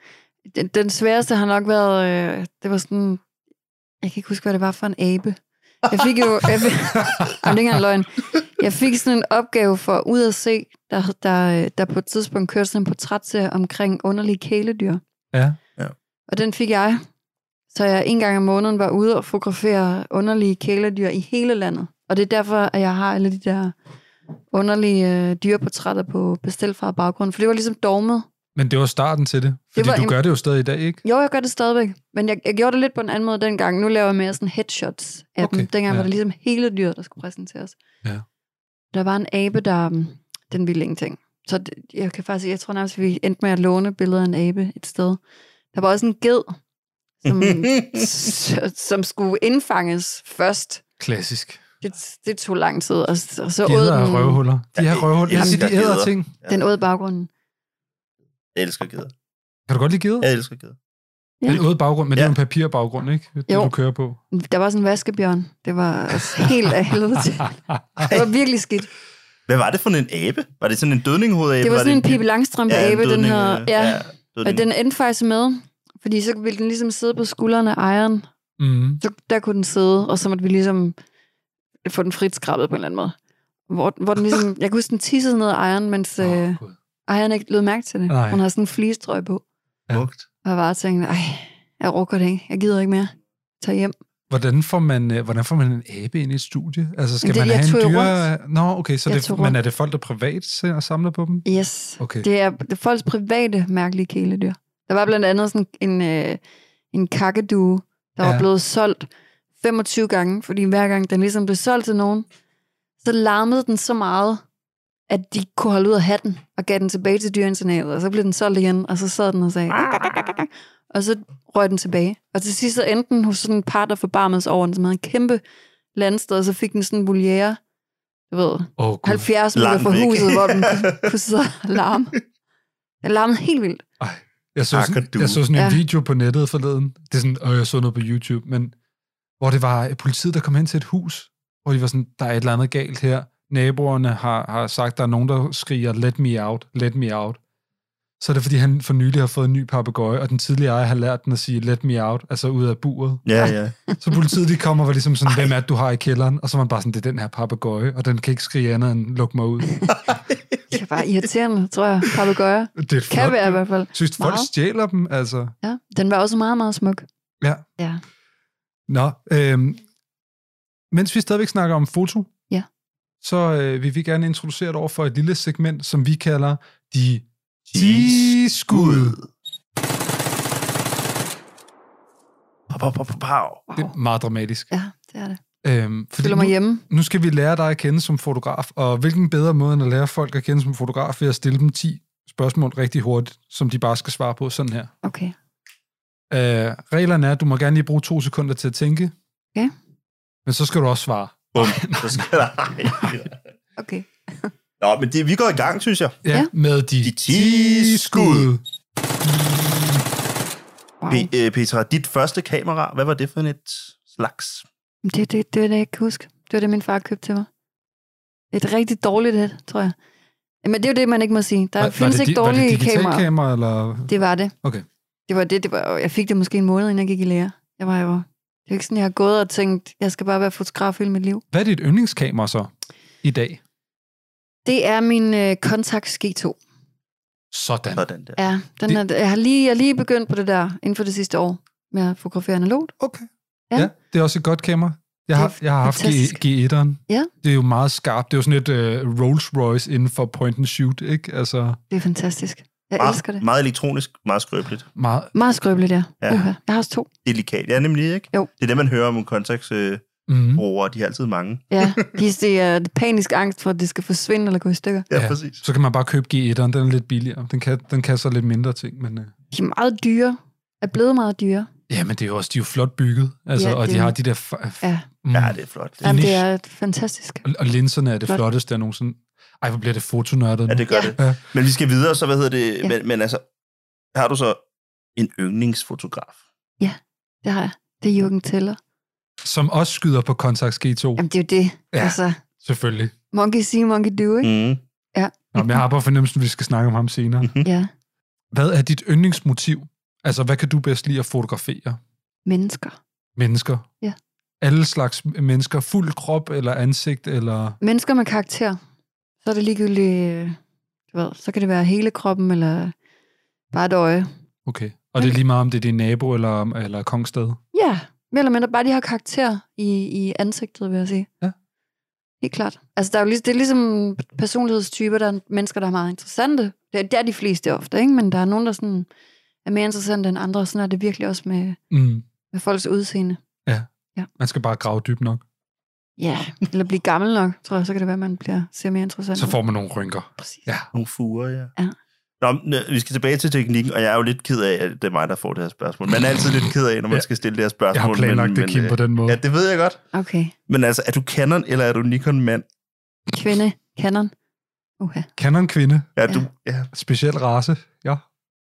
Speaker 3: Den, den sværeste har nok været, øh, det var sådan, jeg kan ikke huske, hvad det var for en abe. Jeg fik jo, jeg fik, (laughs) Jamen, det er ikke engang løgn. Jeg fik sådan en opgave for ud at se, der, der, øh, der på et tidspunkt kørte sådan en portrætserie omkring underlige kæledyr.
Speaker 2: Ja.
Speaker 3: Og den fik jeg. Så jeg en gang om måneden var ude og fotografere underlige kæledyr i hele landet. Og det er derfor, at jeg har alle de der underlige øh, dyreportrætter på bestil fra baggrund. For det var ligesom dogmet.
Speaker 2: Men det var starten til det. Fordi
Speaker 3: var
Speaker 2: det du
Speaker 3: en-
Speaker 2: gør det jo stadig i dag, ikke?
Speaker 3: Jo, jeg gør det stadigvæk. Men jeg, jeg gjorde det lidt på en anden måde dengang. Nu laver jeg mere sådan headshots af okay,
Speaker 2: Okay,
Speaker 3: dem. Dengang ja.
Speaker 2: ja.
Speaker 3: var det ligesom hele dyret, der skulle præsenteres.
Speaker 2: Ja.
Speaker 3: Der var en abe, der... mm, Den ville ingenting. Så det, jeg kan faktisk... Jeg tror nærmest, vi endte med at låne billeder af en abe et sted. Der var også en ged,
Speaker 2: (laughs)
Speaker 3: som, s- som skulle indfanges først.
Speaker 2: Klassisk.
Speaker 3: Det, det tog lang tid, og, s- og så
Speaker 2: De
Speaker 3: åd
Speaker 2: æder
Speaker 3: den,
Speaker 2: røvhuller. De
Speaker 1: Ja,
Speaker 2: her
Speaker 1: jeg
Speaker 2: røvhuller. Jeg siger, de
Speaker 1: elsker
Speaker 2: æder
Speaker 1: geder.
Speaker 2: ting.
Speaker 3: den åd baggrunden.
Speaker 1: Jeg elsker geder.
Speaker 2: Kan du godt lide geder?
Speaker 1: Jeg elsker geder.
Speaker 3: Ja.
Speaker 2: Men ude baggrund, men det er
Speaker 1: Ja.
Speaker 2: jo en papirbaggrund, ikke? Det,
Speaker 3: Jo.
Speaker 2: du kører på.
Speaker 3: Der var sådan en vaskebjørn. Det var altså helt af helvede til. Det var virkelig skidt.
Speaker 1: Hvad var det for en abe? Var det sådan en dødninghovedabe?
Speaker 3: Det var sådan en Pippi
Speaker 1: Ja, en
Speaker 3: Langstrømpe-abe, den
Speaker 1: dødning,
Speaker 3: her.
Speaker 1: øh,
Speaker 3: Ja,
Speaker 1: dødning.
Speaker 3: og den endte faktisk med, fordi så ville den ligesom sidde på skuldrene af ejeren.
Speaker 2: Mm.
Speaker 3: Så der kunne den sidde, og så måtte vi ligesom få den frit skrabet på en eller anden måde. Hvor, hvor den ligesom, jeg kan huske, den tissede ned af ejeren, mens
Speaker 2: Åh,
Speaker 3: øh,
Speaker 2: Gud.
Speaker 3: ejeren ikke lød mærke til det.
Speaker 2: Nej.
Speaker 3: Hun har sådan en flistrøg på.
Speaker 1: Smukt.
Speaker 3: Og jeg bare tænkte, ej, jeg rukker det ikke. Jeg gider ikke mere. Tag hjem.
Speaker 2: Hvordan får man, øh, hvordan får man en abe ind i et studie? Altså, skal
Speaker 3: Men det-
Speaker 2: man
Speaker 3: jeg
Speaker 2: have en
Speaker 3: tog jo
Speaker 2: dyre... Nå, okay, så
Speaker 3: Jeg
Speaker 2: det,
Speaker 3: tog
Speaker 2: men
Speaker 3: rundt.
Speaker 2: er det folk, der privat ser og samler på dem?
Speaker 3: Yes.
Speaker 2: Okay.
Speaker 3: Det er, det er folks private mærkelige kæledyr. Der var blandt andet sådan en, øh, en kakadue, der ja.
Speaker 2: Ja.
Speaker 3: var blevet solgt 25 gange, fordi hver gang den ligesom blev solgt til nogen, så larmede den så meget, at de kunne holde ud af hatten og gav den tilbage til dyreinternatet, og så blev den solgt igen, og så sad den og sagde... Og så røg den tilbage. Og til sidst så endte den hos sådan en par, der forbarmede sig over den, som havde en kæmpe landsted, og så fik den sådan en voliere, du ved,
Speaker 2: Åh, Gud.
Speaker 3: 70 meter
Speaker 1: Langt
Speaker 3: fra
Speaker 1: væk.
Speaker 3: huset, hvor den kunne sidde og larme. Den larmede helt vildt.
Speaker 2: Jeg så, sådan,
Speaker 1: Kakadu.
Speaker 2: jeg så sådan en
Speaker 3: Ja.
Speaker 2: video på nettet forleden. Det er sådan, og jeg så noget på YouTube, men hvor det var øh, politiet, der kom hen til et hus, hvor de var sådan, der er et eller andet galt her. Naboerne har, har sagt, der er nogen, der skriger, let me out, let me out. Så er det, fordi han for nylig har fået en ny papegøje, og den tidligere ejer har lært den at sige, let me out, altså ud af buret.
Speaker 1: (laughs) Ja, ja.
Speaker 3: (laughs)
Speaker 2: Så politiet de kommer og var ligesom sådan, hvem er det, du har i kælderen? Og så var man bare sådan, det er den her papegøje, og den kan ikke skrige andet end, luk mig ud.
Speaker 3: Det var irriterende, tror jeg. Papagøjer.
Speaker 2: Det er et
Speaker 3: Kan
Speaker 2: flot.
Speaker 3: være i hvert fald.
Speaker 2: Synes folk
Speaker 3: Meget.
Speaker 2: stjæler dem, altså?
Speaker 3: Ja. Den var også meget, meget smuk.
Speaker 2: Ja.
Speaker 3: Ja.
Speaker 2: Nå, øhm, mens vi stadigvæk snakker om foto,
Speaker 3: Ja.
Speaker 2: så øh, vil vi gerne introducere dig over for et lille segment, som vi kalder de 10
Speaker 1: Ti
Speaker 2: skud.
Speaker 1: Pow, pow, pow, pow, pow.
Speaker 2: Det er meget dramatisk.
Speaker 3: Ja, det er det.
Speaker 2: Øhm, fordi
Speaker 3: Føler mig
Speaker 2: nu,
Speaker 3: hjemme.
Speaker 2: nu skal vi lære dig at kende som fotograf, og hvilken bedre måde end at lære folk at kende som fotograf ved at stille dem 10 spørgsmål rigtig hurtigt, som de bare skal svare på sådan her.
Speaker 3: Okay.
Speaker 2: Øh, reglerne er, at du må gerne lige bruge to sekunder til at tænke.
Speaker 3: Ja.
Speaker 2: Men så skal du også svare.
Speaker 1: Bum, så skal der... (laughs)
Speaker 3: Okay.
Speaker 1: Nå, men det, vi går i gang, synes jeg.
Speaker 2: Ja,
Speaker 3: Ja.
Speaker 2: med de,
Speaker 1: De 10 skud.
Speaker 3: Wow.
Speaker 1: Pe- øh, Petra, dit første kamera, hvad var det for et slags?
Speaker 3: Det, det, det er det, jeg kan huske. Det var det, min far købte til mig. Et rigtig dårligt et, tror jeg. Men det er jo det, man ikke må sige. Der
Speaker 2: Var- var
Speaker 3: findes
Speaker 2: det
Speaker 3: ikke
Speaker 2: di- var
Speaker 3: dårlige
Speaker 2: det
Speaker 3: kameraer.
Speaker 2: kameraer. kamera, eller...
Speaker 3: Det var det.
Speaker 2: Okay.
Speaker 3: Det var det, det var, og jeg fik det måske en måned, inden jeg gik i lære. Jeg var jo... Det er jo ikke sådan, jeg har gået og tænkt, jeg skal bare være fotograf hele mit liv.
Speaker 2: Hvad er dit yndlingskamera så i dag?
Speaker 3: Det er min øh, Contax G2.
Speaker 2: Sådan.
Speaker 1: Sådan der.
Speaker 3: Ja, den
Speaker 2: Det-
Speaker 3: er, jeg, har lige, jeg er lige begyndt på det der inden for det sidste år med at fotografere analogt.
Speaker 2: Okay. Ja.
Speaker 3: Ja.
Speaker 2: ja, det er også et godt kamera. Jeg har, jeg har haft
Speaker 3: fantastisk.
Speaker 2: G, G1'eren.
Speaker 3: Ja.
Speaker 2: Det er jo meget skarpt. Det er jo sådan et uh, Rolls Royce inden for point and shoot, ikke? Altså
Speaker 3: Det er fantastisk. Jeg elsker det.
Speaker 1: Meget, meget elektronisk, meget skrøbeligt.
Speaker 2: meget...
Speaker 3: Meget skrøbeligt, ja.
Speaker 1: Ja.
Speaker 3: ja. Uha. Jeg har også to.
Speaker 1: Delikat. Ja, nemlig, ikke?
Speaker 3: Jo.
Speaker 1: Det er det, man hører om kontaktsbrugere. Øh,
Speaker 2: Mm.
Speaker 1: brugere. de har altid mange.
Speaker 3: Ja, de, det er panisk angst for, at det skal forsvinde eller gå i stykker.
Speaker 1: Ja,
Speaker 2: Ja.
Speaker 1: ja. præcis.
Speaker 2: Så kan man bare købe G1'eren. Den er lidt billigere. Den kan, den kan så lidt mindre ting, men... Uh...
Speaker 3: De er meget dyre. Er blevet meget dyre.
Speaker 2: Ja, men det er jo også... De er jo flot bygget. Altså,
Speaker 3: Ja,
Speaker 2: og de
Speaker 3: det-
Speaker 2: har de der... F-
Speaker 3: Ja.
Speaker 2: Mm.
Speaker 1: Ja, det er flot. Det,
Speaker 3: Jamen, det
Speaker 2: niche.
Speaker 3: er fantastisk.
Speaker 2: Og- Og linserne er det
Speaker 3: Flot.
Speaker 2: flotteste, jeg nogensinde... Ej, hvor bliver det fotonørdet
Speaker 1: ja,
Speaker 2: nu.
Speaker 1: det gør
Speaker 3: Ja.
Speaker 1: det.
Speaker 2: Ja.
Speaker 1: Men vi skal videre, så hvad hedder det?
Speaker 3: Ja.
Speaker 1: Men, men altså, har du så en yndlingsfotograf?
Speaker 3: Det har jeg. Det er Jürgen Teller.
Speaker 2: Som også skyder på Contax G2,
Speaker 3: Jamen, det er jo det.
Speaker 2: Ja.
Speaker 3: Ja. Altså,
Speaker 2: selvfølgelig.
Speaker 3: monkey see, monkey do, ikke?
Speaker 1: Mm.
Speaker 2: Nå, men jeg har bare fornemmelsen, at vi skal snakke om ham senere.
Speaker 3: Mm. (laughs) Ja.
Speaker 2: Hvad er dit yndlingsmotiv? Altså, hvad kan du bedst lide at fotografere?
Speaker 3: Mennesker.
Speaker 2: Mennesker?
Speaker 3: Ja.
Speaker 2: Alle slags mennesker? Fuld krop eller ansigt? Eller...
Speaker 3: Mennesker med karakter. Så er det ligegyldigt... øh, Du ved, så kan det være hele kroppen, eller bare et øje.
Speaker 2: Okay. Og det er lige meget, om det er din nabo eller, eller Kongsted?
Speaker 3: Ja, mere eller mindre bare de har karakter i, i ansigtet, vil jeg sige.
Speaker 2: Ja.
Speaker 3: Helt klart. Altså, der er jo lige, det er ligesom personlighedstyper, der er mennesker, der er meget interessante. Det er, det er de fleste ofte, ikke? Men der er nogen, der sådan er mere interessante end andre, og sådan er det virkelig også med,
Speaker 2: Mm.
Speaker 3: med folks udseende.
Speaker 2: Man skal bare grave dybt nok.
Speaker 3: Ja, eller blive gammel nok, tror jeg, så kan det være, at man bliver, ser mere interessant.
Speaker 2: Så
Speaker 3: ud.
Speaker 2: får man nogle rynker.
Speaker 3: Præcis.
Speaker 2: Ja.
Speaker 1: Nogle fuger, ja.
Speaker 3: Ja.
Speaker 1: Nå, men, øh, vi skal tilbage til teknikken, og jeg er jo lidt ked af, at det er mig, der får det her spørgsmål. Man er altid lidt ked af, når man
Speaker 2: Ja.
Speaker 1: skal stille det her spørgsmål.
Speaker 2: Jeg har planlagt det, Kim,
Speaker 1: øh,
Speaker 2: på den måde.
Speaker 1: Ja, det ved jeg godt.
Speaker 3: Okay,
Speaker 1: Men altså, er du Canon, eller er du Nikon-mand?
Speaker 3: kvinde, kanon. Uha.
Speaker 2: Kan en kvinde?
Speaker 1: Ja, du... Ja.
Speaker 2: Speciel race? Ja.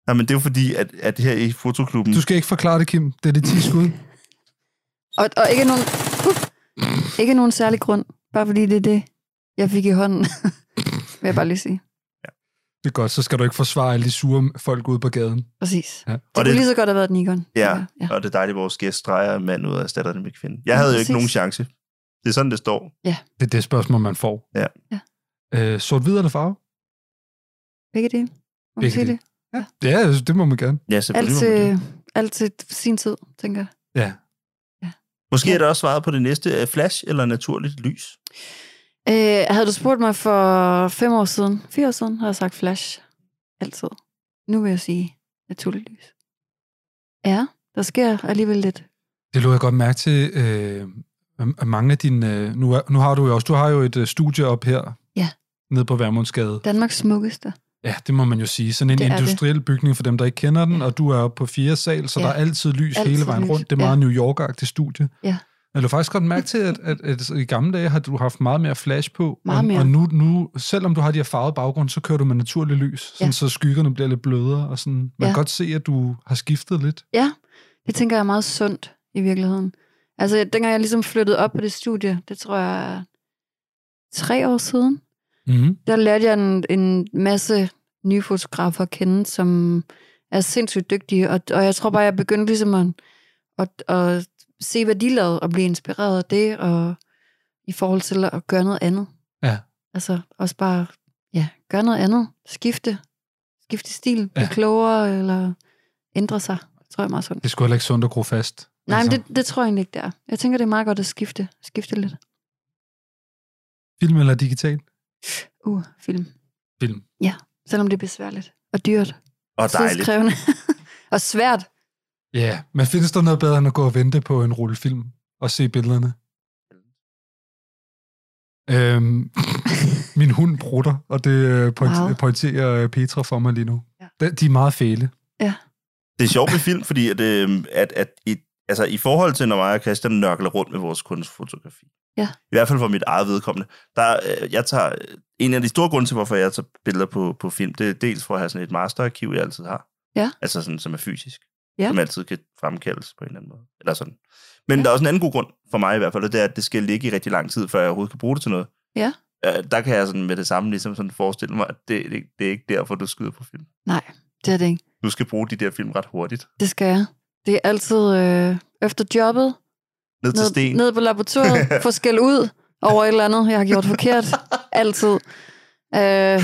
Speaker 1: Nej, men det er jo fordi, at, at det her i fotoklubben...
Speaker 2: Du skal ikke forklare det, Kim. Det er det 10 skud.
Speaker 3: Og, og ikke nogen... Uf, ikke nogen særlig grund, bare fordi det er det, jeg fik i hånden, (laughs) vil jeg bare lige sige.
Speaker 2: Det er godt, så skal du ikke forsvare alle de sure folk ude på gaden.
Speaker 3: Præcis.
Speaker 2: Ja.
Speaker 3: Ja.
Speaker 1: Og
Speaker 3: Det kunne
Speaker 1: det-
Speaker 3: lige så godt have været Nikon.
Speaker 1: Ja,
Speaker 3: ja.
Speaker 1: ja, og det er dejligt, at vores gæst streger mand ud og erstatter det med kvinde. Jeg
Speaker 3: Ja,
Speaker 1: havde jo ikke
Speaker 3: præcis.
Speaker 1: nogen chance. Det er sådan, det står.
Speaker 2: Det er det spørgsmål, man får.
Speaker 1: Ja.
Speaker 3: Ja.
Speaker 2: Øh, Sort-hvid eller farve?
Speaker 3: Begge dele. Må man
Speaker 2: Begge
Speaker 3: sige
Speaker 2: dele.
Speaker 3: det?
Speaker 2: Ja. ja, det må man gerne.
Speaker 1: Ja, selvfølgelig.
Speaker 3: Alt øh,
Speaker 1: må
Speaker 3: til,
Speaker 1: man det.
Speaker 3: alt til sin tid, tænker jeg.
Speaker 2: Ja.
Speaker 1: Måske er der også svaret på det næste. øh, Flash eller naturligt lys?
Speaker 3: Øh, havde du spurgt mig for fem år siden, fire år siden, havde jeg sagt flash. Altid. Nu vil jeg sige naturligt lys. Ja, der sker alligevel lidt.
Speaker 2: Det lå jeg godt mærke til, øh, at mange af dine... Øh, nu, er, nu har du jo også... Du har jo et øh, studie op her.
Speaker 3: Ja.
Speaker 2: Nede på Værmundsgade.
Speaker 3: Danmarks smukkeste.
Speaker 2: Ja, det må man jo sige. Sådan en
Speaker 3: Det er det.
Speaker 2: industriel det. bygning for dem, der ikke kender den, og du er oppe på fjerde sal, så ja.
Speaker 3: Ja.
Speaker 2: der er altid lys altid
Speaker 3: Altid
Speaker 2: hele vejen
Speaker 3: lys,
Speaker 2: rundt. Det er meget New York-agtigt studie.
Speaker 3: Ja.
Speaker 2: Jeg lå faktisk godt mærke til, at, at, at, i gamle dage har du haft meget mere flash på,
Speaker 3: Meget
Speaker 2: og,
Speaker 3: mere.
Speaker 2: og nu, nu, selvom du har de her farvede baggrund, så kører du med naturlig lys, sådan,
Speaker 3: Ja.
Speaker 2: så skyggerne bliver lidt blødere, og sådan. man
Speaker 3: Ja.
Speaker 2: kan godt se, at du har skiftet lidt.
Speaker 3: Ja, det tænker jeg er meget sundt i virkeligheden. Altså, dengang jeg ligesom flyttede op på det studie, det tror jeg er tre år siden,
Speaker 2: Mm-hmm.
Speaker 3: der lærte jeg en, en masse nye fotografer at kende, som er sindssygt dygtige, og, og jeg tror bare, jeg begyndte ligesom at, at, at se, hvad de lavede, og blive inspireret af det, og i forhold til at gøre noget andet.
Speaker 2: Ja.
Speaker 3: Altså også bare, ja, gøre noget andet. Skifte. Skifte stil. Blive
Speaker 2: Ja.
Speaker 3: ja. klogere, eller ændre sig. Det tror jeg er meget sundt.
Speaker 2: Det altså- skulle heller ikke sundt at gro fast.
Speaker 3: Nej, men det, det tror jeg egentlig ikke, det er. Jeg tænker, det er meget godt at skifte, skifte lidt.
Speaker 2: Film eller digital?
Speaker 3: Uh, film.
Speaker 2: Film.
Speaker 3: Selvom det er besværligt og dyrt.
Speaker 1: Og dejligt.
Speaker 3: tidskrævende. (laughs) og svært.
Speaker 2: Ja, yeah. men findes der noget bedre end at gå og vente på en rulle film og se billederne? Øhm, (laughs) min hund brutter, og det øh, point-
Speaker 3: Wow.
Speaker 2: wow. pointerer øh, Petra for mig lige nu.
Speaker 3: Ja.
Speaker 2: Ja. De er meget fæle.
Speaker 1: Det er sjovt med film, fordi at, øh, at, at i, altså, i forhold til, når mig og Christian nørkler rundt med vores kunstfotografi,
Speaker 3: Ja.
Speaker 1: i hvert fald for mit eget vedkommende, der, øh, jeg tager, en af de store grunde til, hvorfor jeg tager billeder på, på film, det er dels for at have sådan et masterarkiv, jeg altid har.
Speaker 3: Ja.
Speaker 1: Altså sådan, som er fysisk.
Speaker 3: Ja.
Speaker 1: Som altid kan fremkaldes på en eller anden måde. Eller sådan. Men ja. der er også en anden god grund, for mig i hvert fald, og det er, at det skal ligge i rigtig lang tid, før jeg overhovedet kan bruge det til noget.
Speaker 3: Ja.
Speaker 1: Øh, der kan jeg sådan med det samme ligesom sådan forestille mig, at det, det, det er ikke derfor, du skyder på film.
Speaker 3: Nej, det er det ikke.
Speaker 1: Du skal bruge de der film ret hurtigt.
Speaker 3: Det skal jeg. Det er altid øh, efter jobbet,
Speaker 1: Ned til
Speaker 3: ned,
Speaker 1: sten.
Speaker 3: ned på
Speaker 1: (laughs)
Speaker 3: laboratoriet, få skæld ud over et eller andet, jeg har gjort forkert. Altid. Øh,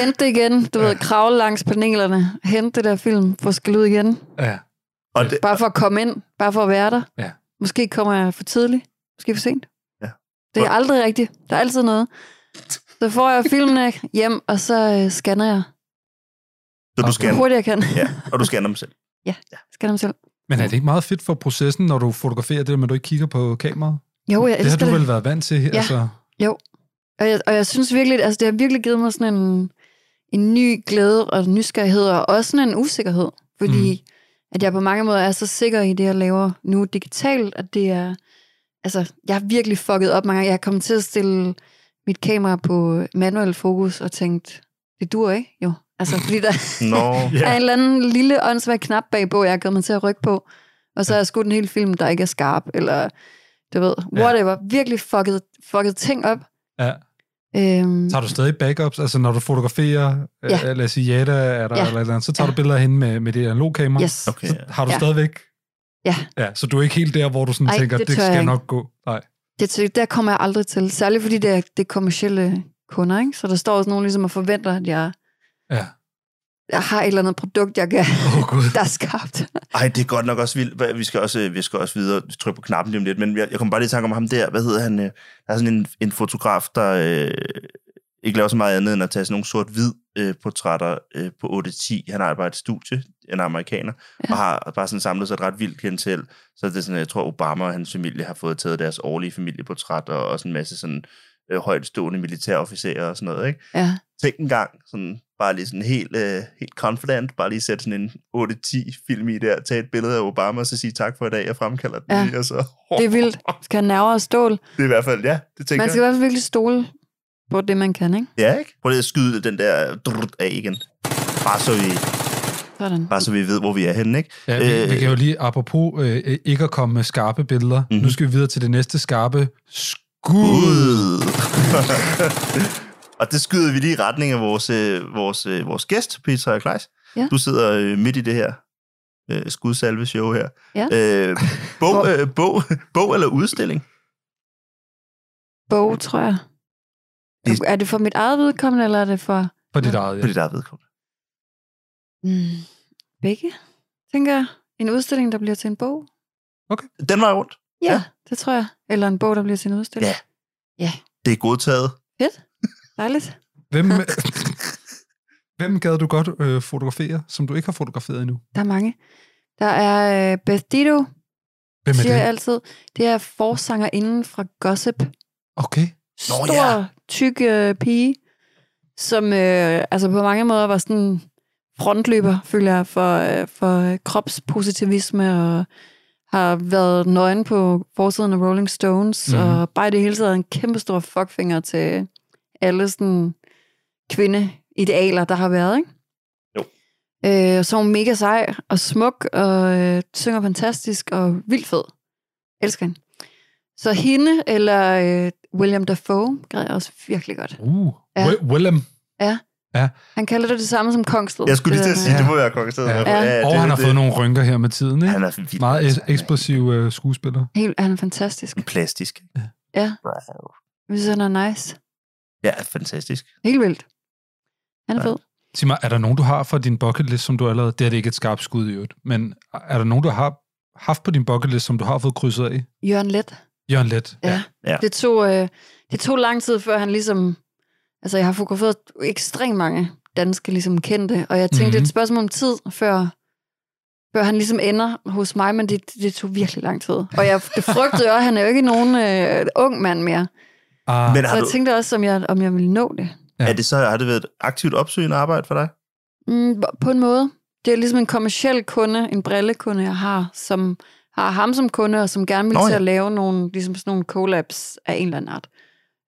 Speaker 3: hent det igen. Du ved, kravle langs panelerne. Hent det der film. Få skæld ud igen.
Speaker 2: Ja.
Speaker 1: Og det,
Speaker 3: Bare for at komme ind. Bare for at være der.
Speaker 2: Ja.
Speaker 3: Måske kommer jeg for tidligt. Måske for sent.
Speaker 1: Ja.
Speaker 3: Det er aldrig rigtigt. Der er altid noget. Så får jeg filmene hjem, og så øh, scanner jeg.
Speaker 1: så du
Speaker 3: Så
Speaker 1: scanner,
Speaker 3: hurtigt jeg kan.
Speaker 1: ja, og du scanner dem selv.
Speaker 3: Scanner mig selv.
Speaker 2: Men er det ikke meget fedt for processen, når du fotograferer det, men du ikke kigger på kameraet?
Speaker 3: Jo, jeg
Speaker 2: Det har
Speaker 3: elsker
Speaker 2: du
Speaker 3: det.
Speaker 2: vel været vant til her, altså.
Speaker 3: Ja.
Speaker 2: så...
Speaker 3: Og jeg, og jeg synes virkelig, altså det har virkelig givet mig sådan en, en ny glæde og nysgerrighed, og også sådan en usikkerhed, fordi mm. at jeg på mange måder er så sikker i det, jeg laver nu digitalt, at det er, altså jeg har virkelig fucket op mange gange. Jeg er kommet til at stille mit kamera på manuel fokus og tænkt, det dur ikke, jo. Altså, fordi der
Speaker 1: Nå,
Speaker 3: er en eller anden lille åndssvag knap bagpå, jeg er kommet til at rykke på, og så har jeg skudt en hel film, der ikke er skarp, eller du ved, whatever. Virkelig fucket, fucket ting op.
Speaker 2: Ja.
Speaker 3: Øhm,
Speaker 2: Tager du stadig backups? Altså når du fotograferer,
Speaker 3: Ja.
Speaker 2: ja. lad os sige, Jada er der,
Speaker 3: Ja.
Speaker 2: ja. eller, et eller andet, så tager ja.
Speaker 3: Ja.
Speaker 2: du billeder af hende med, med det analogkamera?
Speaker 3: Yes.
Speaker 1: okay. ja.
Speaker 2: Har du
Speaker 3: Ja.
Speaker 2: ja. stadigvæk...
Speaker 3: Ja.
Speaker 2: ja. Så du er ikke helt der, hvor du sådan
Speaker 3: Ej,
Speaker 2: Ej, tænker, det,
Speaker 3: det
Speaker 2: det
Speaker 3: tør jeg
Speaker 2: skal
Speaker 3: ikke."
Speaker 2: nok gå. Nej.
Speaker 3: Det, det, der kommer jeg aldrig til. Særligt fordi det er, det er kommersielle kunder, ikke? Så der står også nogen ligesom og forventer, at jeg,
Speaker 2: Ja.
Speaker 3: jeg har et eller andet produkt, jeg kan, (laughs)
Speaker 2: Åh, oh, Gud.
Speaker 3: der er skarpt.
Speaker 1: Ej, det er godt nok også vildt. Hvad- Vi skal også, øh, vi skal også videre trykke på knappen lige om lidt, men jeg, jeg kommer bare lige i tanke om ham der. Hvad hedder han? øh, Der er sådan en, en fotograf, der øh, ikke laver så meget andet end at tage sådan nogle sort-hvid øh, portrætter øh, på 8-10. Han har bare et studie, en amerikaner, ja. og har bare sådan samlet sig et ret vildt klientel. Så det er sådan, jeg tror, Obama og hans familie har fået taget deres årlige familieportræt, og også en masse sådan øh, højtstående militærofficerer og sådan noget, ikke?
Speaker 3: Ja.
Speaker 1: tænk en gang, sådan, bare lige sådan helt, øh, helt confident, bare lige sætte sådan en 8-10 film i der, tage et billede af Obama, og så sige tak for i dag, jeg fremkalder den
Speaker 3: Ja.
Speaker 1: ja. lige, og så...
Speaker 3: Det er vildt. Skal have nerver og stål.
Speaker 1: Det er i hvert fald, ja, det tænker
Speaker 3: Man skal i
Speaker 1: jeg.
Speaker 3: hvert fald virkelig stole på det, man kan, ikke?
Speaker 1: Ja, ikke? Prøv lige at skyde den der drut af igen. Bare så, vi,
Speaker 3: Sådan.
Speaker 1: bare så vi ved, hvor vi er henne, ikke?
Speaker 2: Ja, vi, øh, vi
Speaker 1: Øh,
Speaker 2: kan jo lige, apropos øh, øh, ikke at komme med skarpe billeder,
Speaker 1: Mhm.
Speaker 2: mm-hmm. nu skal vi videre til det næste skarpe
Speaker 3: Mm.
Speaker 2: skud.
Speaker 1: Gud! (laughs) og det skyder vi lige i retning af vores, øh, vores, øh, vores gæst, Peter Kleis.
Speaker 3: Ja.
Speaker 1: Du sidder øh, midt i det her øh, skudsalve-show her.
Speaker 3: Ja.
Speaker 1: Øh, bog, øh, bog, bog eller udstilling?
Speaker 3: Bog, tror jeg.
Speaker 1: Det-
Speaker 3: Er det for mit eget vedkommende, eller er det for
Speaker 2: For dit eget,
Speaker 1: På
Speaker 2: ja.
Speaker 1: dit eget vedkommende.
Speaker 3: mm, begge, tænker jeg? En udstilling, der bliver til en bog?
Speaker 1: Den var rundt.
Speaker 3: Ja,
Speaker 1: Ja.
Speaker 3: ja, det tror jeg. Eller en bog, der bliver til en udstilling.
Speaker 1: Ja. Det er godtaget.
Speaker 3: Dejligt.
Speaker 1: (laughs)
Speaker 2: Hvem, hvem gad du godt øh, fotografere, som du ikke har fotograferet endnu?
Speaker 3: Der er mange. Der er øh, Beth Ditto,
Speaker 2: Hvem er
Speaker 3: siger jeg
Speaker 2: det?
Speaker 3: altid. Det er forsangerinden fra Gossip.
Speaker 2: Okay.
Speaker 1: Nå,
Speaker 3: Stor,
Speaker 1: ja.
Speaker 3: tyk øh, pige, som øh, altså på mange måder var sådan frontløber, føler jeg, for, øh, for øh, kropspositivisme og har været nøgen på forsiden af Rolling Stones, mm.
Speaker 2: Mhm.
Speaker 3: og bare i det hele taget en kæmpe stor fuckfinger til alle sådan kvindeidealer, der har været, ikke?
Speaker 1: Jo.
Speaker 3: Øh, så er hun mega sej og smuk og øh, synger fantastisk og vildt fed. Elsker hende. Så hende eller øh, William Dafoe gad jeg også virkelig godt.
Speaker 2: Uh,
Speaker 3: Ja.
Speaker 2: ja. Willem.
Speaker 3: Han kalder det det samme som Kongsted.
Speaker 1: Jeg skulle lige til
Speaker 3: Det
Speaker 1: at
Speaker 3: der
Speaker 1: sige,
Speaker 3: med-
Speaker 1: det må være kongesteret.
Speaker 2: Ja.
Speaker 3: Ja,
Speaker 2: Og han har fået nogle rynker her med tiden, ikke?
Speaker 1: Han er vildt.
Speaker 2: Meget es- ekspressiv øh, skuespiller.
Speaker 3: Helt, han er fantastisk.
Speaker 1: Plastisk.
Speaker 3: Ja.
Speaker 1: Wow.
Speaker 3: Jeg synes, han er nice.
Speaker 1: Ja, fantastisk.
Speaker 3: Helt vildt. Han er
Speaker 1: Ja.
Speaker 3: fed.
Speaker 2: Sig mig, er der nogen, du har fra din bucket list, som du allerede... Det er det ikke et skarpt skud i øvrigt, men er der nogen, du har haft på din bucket list, som du har fået krydset af?
Speaker 3: Jørgen Let.
Speaker 2: Jørgen Let.
Speaker 3: Ja.
Speaker 1: Ja.
Speaker 3: Det, tog, øh, det tog lang tid, før han ligesom... Altså, jeg har fotograferet ekstremt mange danske ligesom kendte, og jeg tænkte, mm-hmm. det er et
Speaker 2: Mhm.
Speaker 3: spørgsmål om tid, før, før han ligesom ender hos mig, men det, det tog virkelig lang tid. Og jeg det frygtede jo, at han er jo ikke nogen øh, ung mand mere.
Speaker 2: Ah,
Speaker 1: Men
Speaker 2: Men,
Speaker 1: har
Speaker 3: Så jeg
Speaker 1: du,
Speaker 3: tænkte også, om jeg, om jeg ville nå det.
Speaker 1: er det så, har det været et aktivt opsøgende arbejde for dig?
Speaker 3: Mm, på- på en måde. Det er ligesom en kommersiel kunde, en brillekunde, jeg har, som har ham som kunde, og som gerne vil
Speaker 1: Nå
Speaker 3: til
Speaker 1: ja.
Speaker 3: at lave nogle, ligesom sådan nogle collabs af en eller anden art.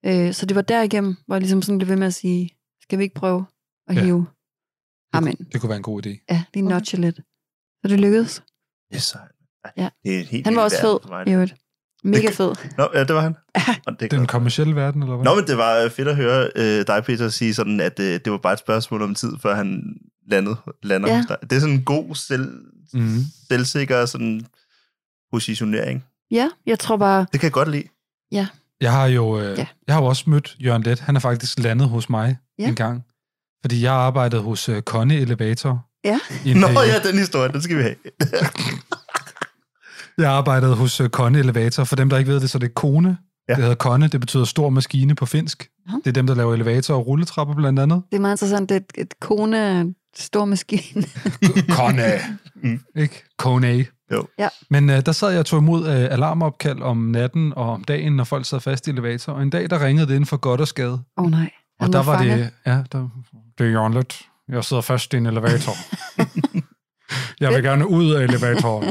Speaker 3: Øh, så det var derigennem, hvor jeg ligesom sådan blev ved med at sige, skal vi ikke prøve at
Speaker 2: Ja.
Speaker 3: ja. hive ham ind?
Speaker 2: det kunne være en god idé.
Speaker 3: Ja, lige notche lidt. Så det lykkedes.
Speaker 1: Det er sejt. Ej,
Speaker 3: Ja.
Speaker 1: Det er en helt
Speaker 3: Han var
Speaker 1: vild
Speaker 3: også
Speaker 1: verden
Speaker 3: fed,
Speaker 1: for mig.
Speaker 3: i øvrigt. Mega fed.
Speaker 1: Nå, ja, det var han. Og det er
Speaker 2: Den
Speaker 1: godt.
Speaker 2: kommercielle verden, eller hvad?
Speaker 1: Nå, men det var øh, fedt at høre øh, dig, Peter, sige sådan, at øh, det var bare et spørgsmål om tid, før han landede, lander
Speaker 3: Ja.
Speaker 1: ja. hos dig. Det er sådan en god, selv,
Speaker 2: Mhm.
Speaker 1: mm. selvsikker sådan, positionering.
Speaker 3: Ja, jeg tror bare,
Speaker 1: Det kan jeg godt lide.
Speaker 2: Jeg har jo øh, ja.
Speaker 3: Ja.
Speaker 2: jeg har jo også mødt Jørgen Let. Han er faktisk landet hos mig ja.
Speaker 3: Ja.
Speaker 2: en gang. Fordi jeg arbejdede hos øh, Conne Elevator.
Speaker 3: Ja.
Speaker 2: i en
Speaker 1: Nå
Speaker 2: periode.
Speaker 1: ja, den historie, den skal vi have.
Speaker 2: Jeg arbejdede hos øh, Conne Elevator. For dem, der ikke ved det, så er det Kone. Ja.
Speaker 1: Ja.
Speaker 2: Det hedder Conne. Det betyder stor maskine på finsk.
Speaker 3: Ja.
Speaker 2: Det er dem, der laver elevatorer og rulletrapper blandt andet.
Speaker 3: det er meget interessant, det er et, et kone er en stor maskine.
Speaker 2: Conne.
Speaker 1: Mm.
Speaker 2: (laughs) Ikke? Conne.
Speaker 1: Jo.
Speaker 3: Ja.
Speaker 2: Men øh, der sad jeg og tog imod øh, alarmopkald om natten og om dagen, når folk sad fast i elevator. Og en dag, der ringede det inden for godt og skade.
Speaker 3: Åh oh, nej.
Speaker 2: Og
Speaker 3: Han
Speaker 2: der var
Speaker 3: fanget.
Speaker 2: det, ja, der, det er Jørgen Let. Jeg sidder fast i en
Speaker 3: (laughs)
Speaker 2: elevator. jeg vil gerne ud af elevatoren.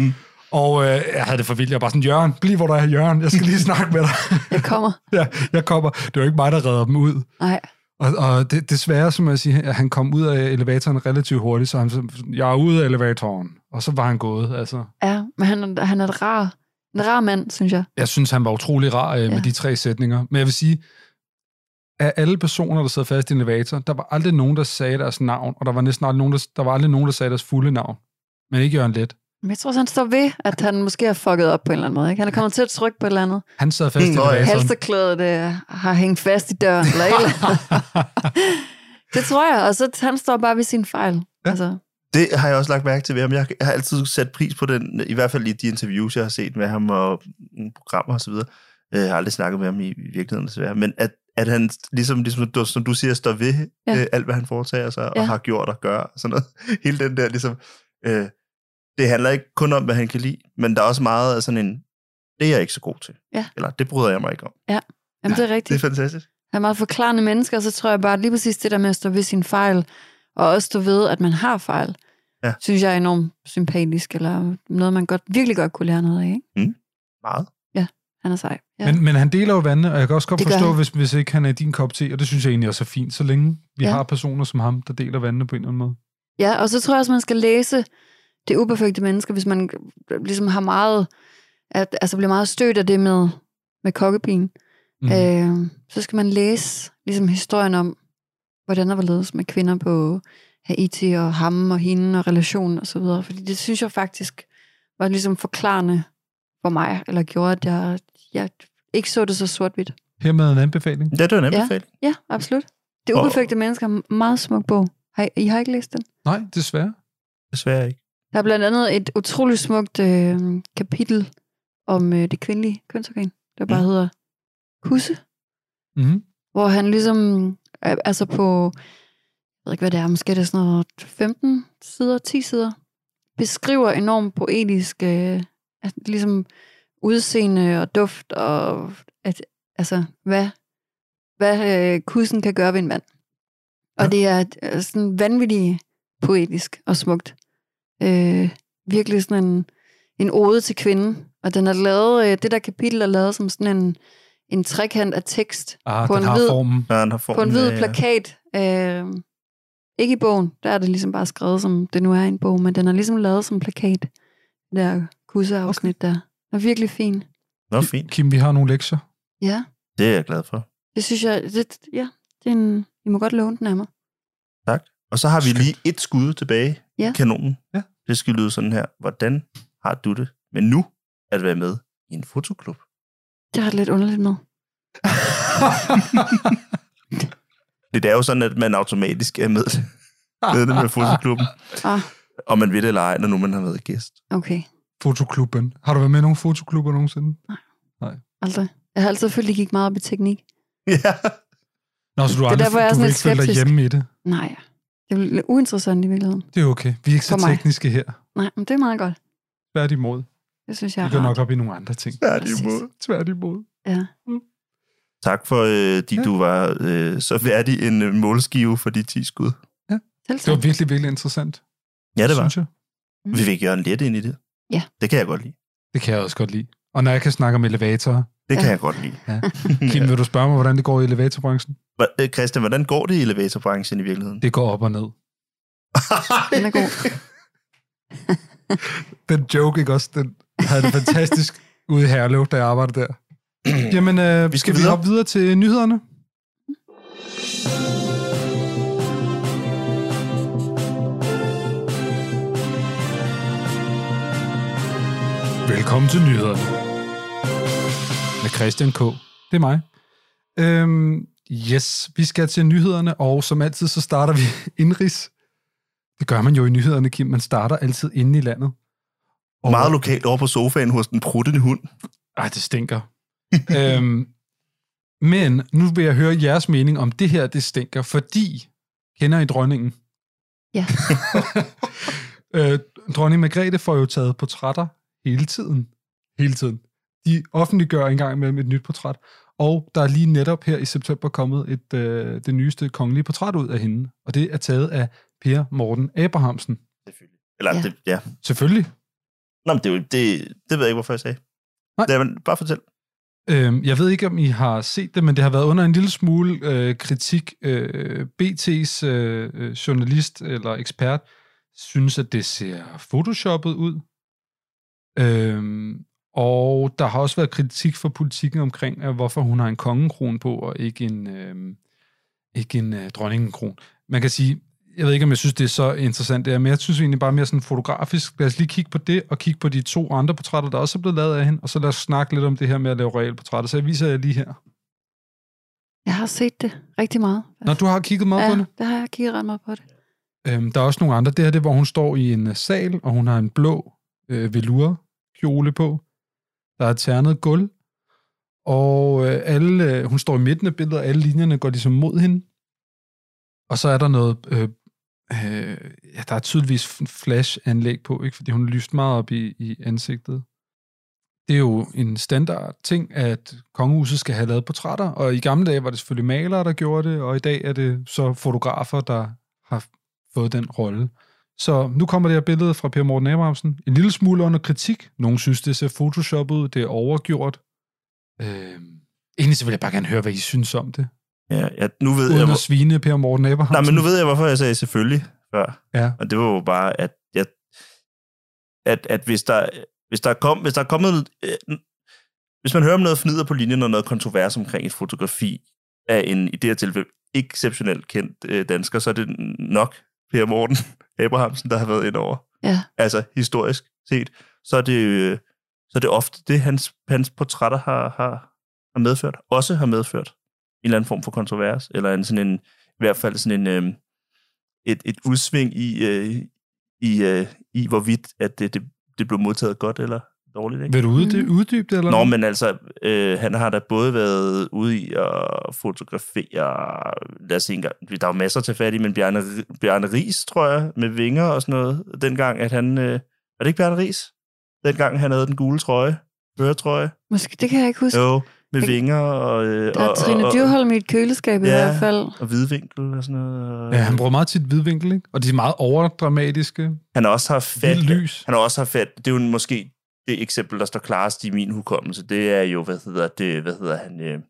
Speaker 1: (laughs)
Speaker 2: og øh, jeg havde det for vildt. Jeg var bare sådan, Jørgen, bliv hvor du er, Jørgen. Jeg skal lige snakke med dig.
Speaker 3: Jeg kommer.
Speaker 2: (laughs) ja, jeg kommer. Det var ikke mig, der redder dem ud.
Speaker 3: Nej.
Speaker 2: Og, og det, desværre, som jeg siger, at han kom ud af elevatoren relativt hurtigt, så han sådan, jeg er ude af elevatoren. Og så var han gået, altså.
Speaker 3: Ja, men han, er- han er et rar, en rar mand, synes jeg.
Speaker 2: Jeg synes, han var utrolig rar øh, med
Speaker 3: Ja.
Speaker 2: de tre sætninger. Men jeg vil sige, af alle personer, der sad fast i en elevator, der var aldrig nogen, der sagde deres navn, og der var næsten aldrig nogen, der, der, var aldrig nogen, der sagde deres fulde navn. Men ikke Jørgen Let.
Speaker 3: Men jeg tror også, han står ved, at han måske har fucket op på en eller anden måde. Ikke? Han er kommet til at trykke på et eller andet.
Speaker 2: Han sad fast i
Speaker 1: Nå ja.
Speaker 2: elevatoren.
Speaker 3: Halsterklædet øh, har hængt fast i døren. Eller et eller andet. det tror jeg. Og så han står bare ved sin fejl.
Speaker 2: Ja.
Speaker 3: Ja. Altså,
Speaker 1: Det har jeg også lagt mærke til ved ham. Jeg har altid sat pris på den, i hvert fald i de interviews, jeg har set med ham og mm, programmer osv. Jeg har aldrig snakket med ham i i virkeligheden desværre, men at, at han ligesom, ligesom du, som du siger, står ved
Speaker 3: Ja.
Speaker 1: ja. øh, alt, hvad han foretager sig ja.
Speaker 3: Ja.
Speaker 1: og har gjort og gør. og Sådan noget. (laughs) Hele den der ligesom, øh, det handler ikke kun om, hvad han kan lide, men der er også meget af sådan en, det er jeg ikke så god til.
Speaker 3: Ja.
Speaker 1: Eller det bryder jeg mig ikke om.
Speaker 3: jamen, det er
Speaker 1: Det er
Speaker 3: rigtigt.
Speaker 1: fantastisk.
Speaker 3: Han er meget forklarende mennesker, og så tror jeg bare, at lige præcis det der med at stå ved sin fejl, og også stå ved, at man har fejl,
Speaker 1: Ja.
Speaker 3: synes jeg er enormt sympatisk, eller noget, man godt, virkelig godt kunne lære noget af. Ikke?
Speaker 1: Meget.
Speaker 3: Han er sej. Ja.
Speaker 2: Men, men han deler jo vandene, og jeg kan også godt
Speaker 3: Det gør
Speaker 2: forstå,
Speaker 3: han.
Speaker 2: hvis, hvis ikke han er din kop te, og det synes jeg egentlig også er fint, så længe vi ja.
Speaker 3: Ja.
Speaker 2: har personer som ham, der deler vandene på en eller anden måde.
Speaker 3: Ja, og så tror jeg også, man skal læse det uperfekte menneske, hvis man ligesom har meget, at, altså bliver meget stødt af det med, med kokkepigen.
Speaker 2: Mm.
Speaker 3: Mm. Øh, så skal man læse ligesom historien om, hvordan der var ledes med kvinder på Haiti, og ham og hende, og relationen og så videre. Fordi det synes jeg faktisk var ligesom forklarende for mig, eller gjorde, at jeg, jeg ikke så det så sort-hvidt.
Speaker 2: Hermed en anbefaling.
Speaker 1: Ja, det var en anbefaling.
Speaker 3: Ja, absolut. Det
Speaker 1: Og-
Speaker 3: uperfekte menneske er en meget smuk bog. Har I, I har ikke læst den?
Speaker 2: Nej, desværre.
Speaker 1: Desværre ikke.
Speaker 3: Der er blandt andet et utroligt smukt øh, kapitel om øh, det kvindelige kønsorgan, der bare
Speaker 1: Mm.
Speaker 3: hedder Kusse,
Speaker 2: Mm.
Speaker 3: hvor han ligesom, øh, altså på, jeg ved ikke hvad det er, måske er det sådan noget 15 sider, 10 sider, beskriver enormt poetisk, øh, at ligesom udseende og duft, og at, altså hvad, hvad øh, kussen kan gøre ved en mand. Og det er øh, sådan vanvittigt poetisk og smukt. Øh, virkelig sådan en, en ode til kvinden. Og den er lavet, øh, det der kapitel er lavet som sådan en, en trekant af tekst,
Speaker 2: Ah,
Speaker 3: På
Speaker 2: den
Speaker 3: en
Speaker 2: har
Speaker 3: hvid-
Speaker 2: formen.
Speaker 1: Når han har formen,
Speaker 3: på en
Speaker 1: af-
Speaker 3: hvid plakat. Øh, ikke i bogen, der er det ligesom bare skrevet, som det nu er i en bog, men den er ligesom lavet som plakat. Det der kusseafsnit okay. der. Den er virkelig fin.
Speaker 1: Nå, fint.
Speaker 2: Kim, vi har nogle lektier.
Speaker 3: (laughs) Ja,
Speaker 1: Det er jeg glad for.
Speaker 3: det synes jeg, det, ja, det er en, I må godt låne den af mig.
Speaker 1: Og så har vi lige et skud tilbage
Speaker 3: Ja.
Speaker 1: i kanonen.
Speaker 2: Ja.
Speaker 1: Det skal lyde sådan her. Hvordan har du det med nu at være med i en fotoklub?
Speaker 3: Det har jeg det lidt underligt med.
Speaker 1: Det er jo sådan, at man automatisk er med (laughs) medlem af fotoklubben.
Speaker 3: (laughs) Ah.
Speaker 1: Og man ved det eller ej, når nu man har været gæst. (laughs)
Speaker 3: Okay,
Speaker 2: Fotoklubben. Har du været med i nogle fotoklubber nogensinde?
Speaker 3: aldrig. Jeg har altid følt, det gik meget op i teknik.
Speaker 1: Ja.
Speaker 2: Nå, så du, har
Speaker 3: Det er
Speaker 2: aldrig,
Speaker 3: derfor, jeg er
Speaker 2: du
Speaker 3: sådan
Speaker 2: vil
Speaker 3: lidt
Speaker 2: ikke føle dig
Speaker 3: skeptisk.
Speaker 2: hjemme i det.
Speaker 3: Nej, det er lidt uinteressant i virkeligheden.
Speaker 2: Det er okay. Vi er ikke så
Speaker 3: For mig.
Speaker 2: tekniske her.
Speaker 3: Nej, men det er meget godt.
Speaker 2: Tværtimod.
Speaker 3: Det synes
Speaker 2: Vi
Speaker 3: jeg er
Speaker 2: går
Speaker 3: rart.
Speaker 2: nok op i nogle andre ting.
Speaker 1: Tværtimod.
Speaker 2: Tværtimod.
Speaker 3: Ja.
Speaker 1: Tak for, øh, de,
Speaker 2: Ja.
Speaker 1: ja. du var øh, så værdig en øh, målskive for de 10 skud.
Speaker 3: Selv
Speaker 2: Det var
Speaker 3: tak.
Speaker 2: virkelig, virkelig interessant,
Speaker 1: Ja, det var.
Speaker 2: synes jeg.
Speaker 3: Mm.
Speaker 1: Vi fik Jørgen Lette ind i det.
Speaker 3: Ja.
Speaker 1: Det kan jeg godt lide.
Speaker 2: Det kan jeg også godt lide. Og når jeg kan snakke om
Speaker 1: (laughs)
Speaker 2: elevatorer,
Speaker 1: Det kan
Speaker 3: Ja.
Speaker 1: jeg godt lide.
Speaker 2: Ja. Kim,
Speaker 1: Kim,
Speaker 2: vil du spørge mig, hvordan det går i elevatorbranchen?
Speaker 1: hva- øh, Christian, hvordan går det i elevatorbranchen i virkeligheden?
Speaker 2: Det går op og ned.
Speaker 3: Den er god.
Speaker 2: Den joke, ikke også? Den havde det (laughs) fantastisk ude i Herlev, da jeg (clears throat) arbejdede der. Jamen, øh,
Speaker 1: skal
Speaker 2: vi skal, skal vi
Speaker 1: videre.
Speaker 2: hoppe videre til nyhederne? Velkommen til nyhederne. Med Christian K. Det er mig. Øhm, yes, vi skal til nyhederne, og som altid, så starter vi (laughs) indrigs. Det gør man jo i nyhederne, Kim. Man starter altid inde i landet. Og-
Speaker 1: Meget lokalt over på sofaen hos den pruttende hund.
Speaker 2: ej, det stinker. (laughs) øhm, men nu vil jeg høre jeres mening om det her, det stinker, fordi kender I dronningen?
Speaker 3: Ja.
Speaker 2: (laughs) øh, dronning Margrethe får jo taget portrætter hele tiden. Hele tiden. De offentliggør engang imellem et nyt portræt, og der er lige netop her i september kommet et, øh, det nyeste kongelige portræt ud af hende, og det er taget af Per Morten Abrahamsen.
Speaker 1: Selvfølgelig. Eller,
Speaker 3: Ja.
Speaker 1: ja. Det, ja.
Speaker 2: Selvfølgelig.
Speaker 1: Nå, men det, er jo- det, det ved jeg ikke, hvorfor jeg sagde.
Speaker 2: Nej.
Speaker 1: Det er, vel- bare fortæl.
Speaker 2: Øhm, jeg ved ikke, om I har set det, men det har været under en lille smule øh, kritik. Øh, BT's øh, øh, journalist eller ekspert synes, at det ser photoshoppet ud. Øhm, og der har også været kritik fra politikken omkring, at hvorfor hun har en kongekron på, og ikke en, øh, ikke en øh, dronningekron. Man kan sige, jeg ved ikke, om jeg synes, det er så interessant det er, men jeg synes egentlig bare mere sådan fotografisk. Lad os lige kigge på det, og kigge på de to andre portrætter, der også er blevet lavet af hende, og så lad os snakke lidt om det her med at lave reelle portrætter. Så jeg viser jer lige her.
Speaker 3: Jeg har set det rigtig meget.
Speaker 2: Når du har kigget meget
Speaker 3: ja,
Speaker 2: på det.
Speaker 3: det har jeg kigget ret meget på det.
Speaker 2: Øhm, der er også nogle andre. Det her det er, hvor hun står i en øh, sal, og hun har en blå øh, velour kjole på. Der er et ternet gulv. Og øh, alle, øh, hun står i midten af billedet, og alle linjerne går ligesom mod hende. Og så er der noget... Øh, øh, ja, der er tydeligvis f- flash-anlæg på, ikke? fordi hun er lyst meget op i, i ansigtet. Det er jo en standard ting, at kongehuset skal have lavet portrætter, og i gamle dage var det selvfølgelig malere, der gjorde det, og i dag er det så fotografer, der har fået den rolle. Så nu kommer det her billede fra Per Morten Abrahamsen. En lille smule under kritik. Nogle synes, det ser photoshoppet ud, det er overgjort. Øh, egentlig så vil jeg bare gerne høre, hvad I synes om det.
Speaker 1: Ja, ja, nu ved jeg,
Speaker 2: Uden at
Speaker 1: hvor...
Speaker 2: svine Per Morten Abrahamsen.
Speaker 1: Nej, men nu ved jeg, hvorfor jeg sagde selvfølgelig før.
Speaker 2: Ja.
Speaker 1: Og det var jo bare, at, jeg, at, at hvis, der, hvis, der kom, hvis der er kommet... Øh, hvis man hører om noget fnider på linjen og noget kontrovers omkring et fotografi af en, i det her tilfælde, exceptionelt kendt øh, dansker, så er det nok Per Morten (laughs) Abrahamsen, der har været ind over.
Speaker 3: Ja.
Speaker 1: Altså historisk set. Så er det, øh, så er det ofte det, hans, hans portrætter har, har, har medført. Også har medført en eller anden form for kontrovers, eller en sådan en, i hvert fald sådan en, øh, et, et udsving i, øh, i, øh, i hvorvidt at det, det, det blev modtaget godt eller dårligt. Ikke?
Speaker 2: Vil du uddy- uddybe det? Eller
Speaker 1: Nå,
Speaker 2: hvad?
Speaker 1: men altså, øh, han har da både været ude i at fotografere, lad os se engang, der er jo masser til fat i, men Bjarne, Bjarne Ries, tror jeg, med vinger og sådan noget, dengang, at han, øh, er det ikke Bjarne Ries? Dengang han havde den gule trøje, høretrøje,
Speaker 3: Måske, det kan jeg ikke huske.
Speaker 1: jo, med
Speaker 3: Jeg-
Speaker 1: vinger og, øh,
Speaker 3: Der er
Speaker 1: og,
Speaker 3: Trine
Speaker 1: og, og,
Speaker 3: Dyrholm i et køleskab i
Speaker 1: Ja.
Speaker 3: hvert fald.
Speaker 1: og hvidvinkel og sådan noget. og-
Speaker 2: Ja, han bruger meget tit hvidvinkel, ikke? Og de er meget overdramatiske.
Speaker 1: Han har også haft fat...
Speaker 2: Vildt lys.
Speaker 1: Han har også haft fat... Det er jo måske det eksempel, der står klarest i min hukommelse. Det er jo, hvad hedder det... Hvad hedder han? Øh,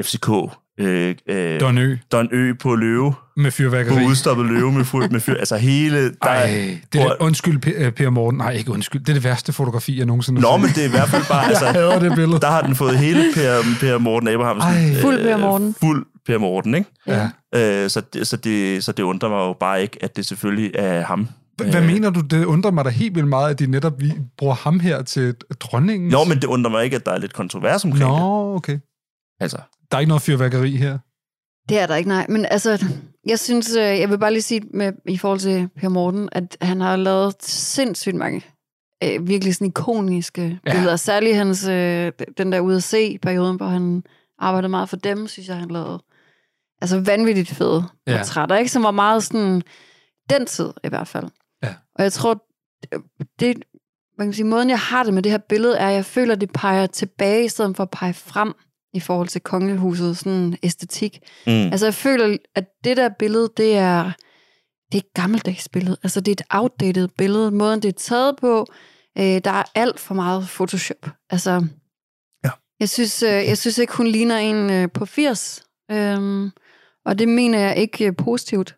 Speaker 1: FCK. Øh, øh, Don.
Speaker 2: Donø
Speaker 1: Don Ø på løve.
Speaker 2: med
Speaker 1: På
Speaker 2: fyrværkeri.
Speaker 1: udstoppet løve med fyr. Med fyr. Altså hele... Der,
Speaker 2: Ej,
Speaker 1: er-
Speaker 2: det er det,
Speaker 1: Hvor-
Speaker 2: undskyld, per, Per Morten. Nej, ikke undskyld. Det er det værste fotografi, jeg nogensinde har
Speaker 1: Nå, men
Speaker 2: set.
Speaker 1: det er i hvert fald bare... Altså,
Speaker 2: (laughs) Jeg hader det billede.
Speaker 1: der har den fået hele Per, per Morten Abrahamsen. Øh,
Speaker 2: Ej.
Speaker 3: Fuld Per Morten.
Speaker 1: Fuld Per Morten, ikke?
Speaker 2: Ja.
Speaker 1: Øh, så, det, så, det, så det undrer mig jo bare ikke, at det selvfølgelig er ham.
Speaker 2: H-
Speaker 1: Øh.
Speaker 2: Hvad mener du? Det undrer mig da helt vildt meget, at de netop vi bruger ham her til dronningen.
Speaker 1: Jo, men det undrer mig ikke, at der er lidt kontrovers omkring det.
Speaker 2: Nå, okay.
Speaker 1: Altså,
Speaker 2: Der er ikke noget fyrværkeri her.
Speaker 3: Det er der ikke, nej. Men altså, jeg synes, øh, jeg vil bare lige sige med, i forhold til Per Morten, at han har lavet sindssygt mange øh, virkelig sådan ikoniske
Speaker 2: Ja.
Speaker 3: ja. billeder. Særligt hans, øh, den der ude at se perioden, hvor han arbejdede meget for dem, synes jeg, han lavede altså vanvittigt fede
Speaker 2: Ja.
Speaker 3: ja. portrætter, ikke? som var meget sådan den tid i hvert fald.
Speaker 2: Ja.
Speaker 3: Og jeg tror, det, man kan sige, måden jeg har det med det her billede, er, at jeg føler, det peger tilbage, i stedet for at pege frem. i forhold til kongehuset, sådan æstetik.
Speaker 1: Mm.
Speaker 3: Altså, jeg føler, at det der billede, det er, det er et gammeldags billede. Altså, det er et outdated billede. Måden, det er taget på, øh, der er alt for meget Photoshop. Altså,
Speaker 1: Ja.
Speaker 3: jeg, synes, øh, jeg synes ikke, hun ligner en øh, på 80. Øhm, og det mener jeg ikke øh, positivt.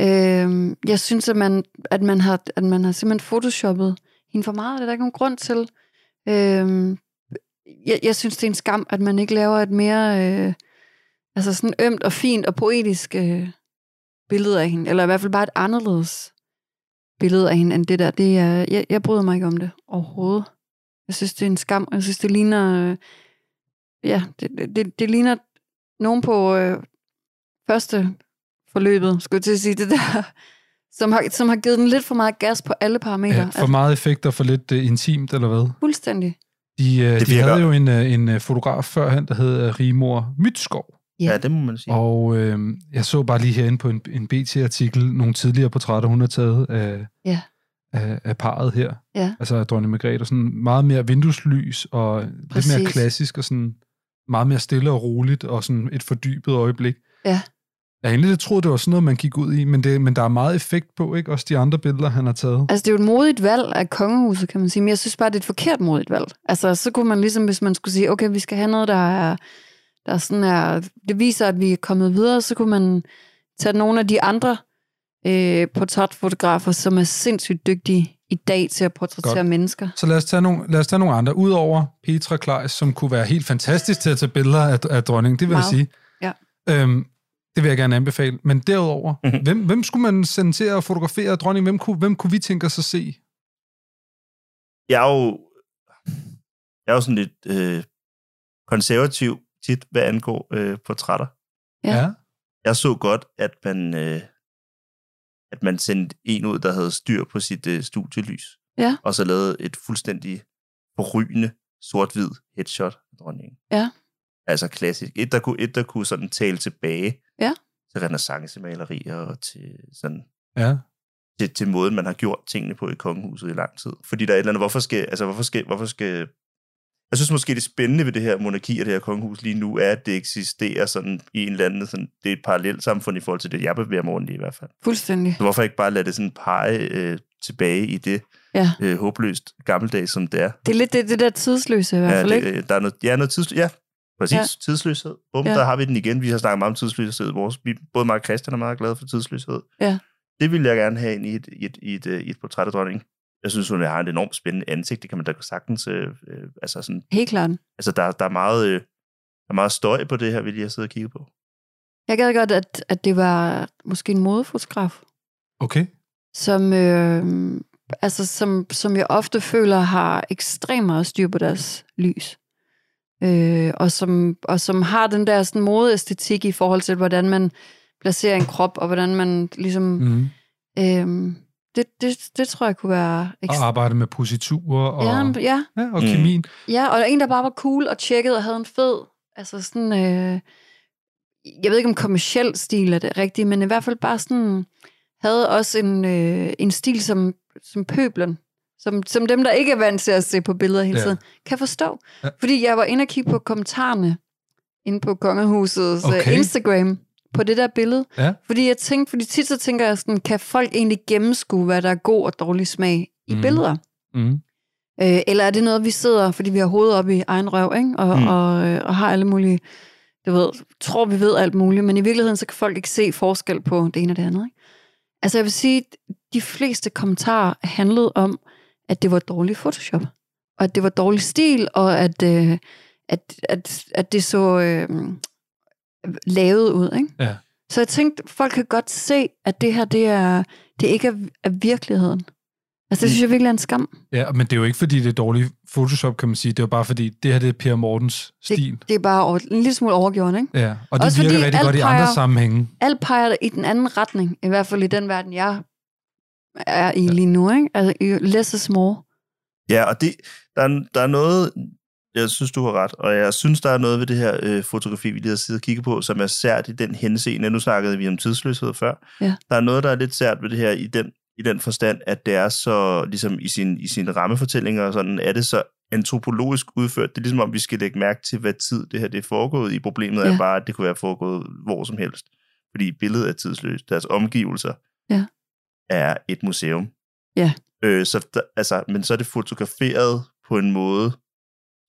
Speaker 3: Øhm, jeg synes, at man, at, man har, at man har simpelthen photoshoppet hende for meget. Det er der ikke nogen grund til. Øhm, jeg, jeg synes, det er en skam, at man ikke laver et mere... Øh, altså sådan ømt og fint og poetisk øh, billede af hende, eller i hvert fald bare et anderledes billede af hende end det der. Det er, jeg, jeg bryder mig ikke om det overhovedet. Jeg synes, det er en skam, og jeg synes, det ligner... Øh, ja, det, det- det, det ligner nogen på øh, første forløbet, skulle jeg til at sige det der, som har, som har givet den lidt for meget gas på alle parametre. Altså,
Speaker 2: Ja, Øh, for meget effekt og for lidt uh, intimt, eller hvad?
Speaker 3: fuldstændig.
Speaker 2: De, uh,
Speaker 1: Det
Speaker 2: de
Speaker 1: virker-
Speaker 2: havde jo en, uh, en øh, fotograf førhen, der hed uh, Rigmor Mytskov,
Speaker 1: Ja.
Speaker 3: Ja.
Speaker 1: ja, det må man sige.
Speaker 2: Og øh, jeg så bare lige herinde på en, en BT-artikel nogle tidligere portrætter, hun har taget af,
Speaker 3: Ja.
Speaker 2: af, af parret her.
Speaker 3: Ja.
Speaker 2: Altså af dronning Margrethe. og Sådan meget mere vindueslys og lidt mere
Speaker 3: Præcis.
Speaker 2: klassisk og sådan meget mere stille og roligt og sådan et fordybet øjeblik.
Speaker 3: Ja.
Speaker 2: Jeg havde egentlig lidt troet, det var sådan noget, man gik ud i, men, det, men der er meget effekt på, ikke? Også de andre billeder, han har taget.
Speaker 3: Altså, det er jo et modigt valg af kongehuset, kan man sige, men jeg synes bare, det er et forkert modigt valg. Altså, så kunne man ligesom, hvis man skulle sige, okay, vi skal have noget, der er, der sådan er, det viser, at vi er kommet videre, så kunne man tage nogle af de andre øh, portrætfotografer, som er sindssygt dygtige i dag til at portrættere
Speaker 2: Godt.
Speaker 3: Godt. mennesker.
Speaker 2: Så lad os, tage nogle, lad os tage nogle andre. Udover Petra Kleis, som kunne være helt fantastisk til at tage billeder af, af dronningen, det vil jeg
Speaker 3: Meget.
Speaker 2: sige.
Speaker 3: Ja.
Speaker 2: Øhm, det vil jeg gerne anbefale. Men derudover,
Speaker 1: Mhm.
Speaker 2: hvem, hvem skulle man sende til at fotografere dronningen? Hvem kunne, hvem kunne vi tænke os at se?
Speaker 1: jeg er jo, jeg er jo sådan lidt øh, konservativ tit, hvad angår øh, portrætter.
Speaker 3: Ja.
Speaker 1: Jeg så godt, at man, øh, at man sendte en ud, der havde styr på sit øh, studielys.
Speaker 3: Ja.
Speaker 1: Og så lavede et fuldstændig forrygende sort-hvid headshot af dronningen.
Speaker 3: Ja.
Speaker 1: Altså klassisk. Et, der kunne, et, der kunne sådan tale tilbage
Speaker 3: Ja.
Speaker 1: til renaissancemalerier og til sådan
Speaker 2: ja.
Speaker 1: til, til måden, man har gjort tingene på i kongehuset i lang tid. Fordi der er et eller andet, hvorfor skal, altså hvorfor skal, hvorfor skal, jeg synes måske det spændende ved det her monarki og det her kongehus lige nu, er, at det eksisterer sådan i en eller anden, sådan, det er et parallelt samfund i forhold til det, jeg bevæger mig rundt i i hvert fald.
Speaker 3: Fuldstændig.
Speaker 1: Så hvorfor ikke bare lade det sådan pege øh, tilbage i det
Speaker 3: Ja.
Speaker 1: øh, håbløst gammeldags, som det er?
Speaker 3: Det er lidt det, det der tidsløse i hvert fald,
Speaker 1: ja,
Speaker 3: ikke?
Speaker 1: det, øh, der er noget, ja, noget tidsløshed. Ja, præcis. Ja.
Speaker 3: Ja.
Speaker 1: Tidsløshed. Bum, ja.
Speaker 3: Ja.
Speaker 1: der har vi den igen. Vi har snakket meget om tidsløshed. Vores, vi, både Mark og Christian er meget glade for tidsløshed.
Speaker 3: Ja. Det
Speaker 1: Det ville jeg gerne have ind i et, i et, i et, øh, i et portræt af dronningen. Jeg synes, hun har et enormt spændende ansigt. Det kan man da sagtens... Øh, øh, altså, sådan,
Speaker 3: Helt klart.
Speaker 1: altså der, der, er meget, øh, der er meget støj på det her, vi lige har siddet og kigget på.
Speaker 3: Jeg gad godt, at, at det var måske en modefotograf,
Speaker 2: Okay.
Speaker 3: som, øh, altså, som, som jeg ofte føler har ekstremt meget styr på deres lys. Øh, og, som, og som har den der sådan, modeæstetik i forhold til, hvordan man placerer en krop, og hvordan man ligesom... Mm.
Speaker 2: Mm.
Speaker 3: Øh, det, det, det tror jeg kunne være...
Speaker 2: Og arbejde med positurer og,
Speaker 3: ja,
Speaker 2: ja,
Speaker 3: en- ja,
Speaker 2: ja, og
Speaker 1: Mm.
Speaker 2: kemien.
Speaker 3: ja, og en, der bare var cool og tjekket og havde en fed... Altså sådan... Øh, jeg ved ikke, om kommersiel stil er det rigtige, men i hvert fald bare sådan... Havde også en, øh, en stil som, som pøblen. Som, som dem, der ikke er vant til at se på billeder hele
Speaker 2: Ja.
Speaker 3: tiden, kan forstå.
Speaker 2: Ja.
Speaker 3: Fordi jeg var inde og kigge på kommentarerne inde på Kongehusets okay.
Speaker 2: Okay.
Speaker 3: Instagram på det der billede.
Speaker 2: Ja.
Speaker 3: Fordi jeg tænkte, fordi tit så tænker jeg sådan, kan folk egentlig gennemskue, hvad der er god og dårlig smag i
Speaker 2: Mhm.
Speaker 3: mm. billeder?
Speaker 2: Mm.
Speaker 3: Øh, eller er det noget, vi sidder, fordi vi har hovedet op i egen røv, ikke? Og,
Speaker 1: Mm.
Speaker 3: mm. og, øh, og har alle mulige, du ved, tror vi ved alt muligt, men i virkeligheden, så kan folk ikke se forskel på det ene og det andet, ikke? Altså jeg vil sige, de fleste kommentarer handlede om, at det var dårlig Photoshop, og at det var dårlig stil, og at, øh, at, at, at det så øh, lavet ud, ikke?
Speaker 2: Ja.
Speaker 3: Så jeg tænkte, folk kan godt se, at det her, det er, det ikke er, er virkeligheden. Altså det synes jeg virkelig er en skam.
Speaker 2: Ja, men det er jo ikke, fordi det er dårlig Photoshop, kan man sige. Det er jo bare, fordi det her det er Per Mortens stil.
Speaker 3: Det er bare over, en lille smule overgjort, ikke?
Speaker 2: Ja, og det
Speaker 3: Også
Speaker 2: virker
Speaker 3: fordi
Speaker 2: rigtig
Speaker 3: alt
Speaker 2: godt i andre
Speaker 3: peger-
Speaker 2: sammenhænge.
Speaker 3: Alt peger i den anden retning, i hvert fald i den verden, jeg er i lige nu, ikke? Altså, i less is more.
Speaker 1: Ja, og det, der, er, der er noget, jeg synes, du har ret, og jeg synes, der er noget ved det her øh, fotografi, vi lige har siddet og kigget på, som er sært i den henseende. Nu snakkede vi om tidsløshed før.
Speaker 3: Ja.
Speaker 1: Der er noget, der er lidt sært ved det her i den, i den forstand, at det er så, ligesom i sin, i sine rammefortællinger og sådan, er det så antropologisk udført. Det er ligesom om, vi skal lægge mærke til, hvad tid det her det er foregået i. Problemet ja.
Speaker 3: Ja.
Speaker 1: er bare, at det kunne være foregået hvor som helst. Fordi billedet er tidsløst. Deres omgivelser
Speaker 3: Ja.
Speaker 1: er et museum.
Speaker 3: Ja.
Speaker 1: Øh, så der, altså, men så er det fotograferet på en måde,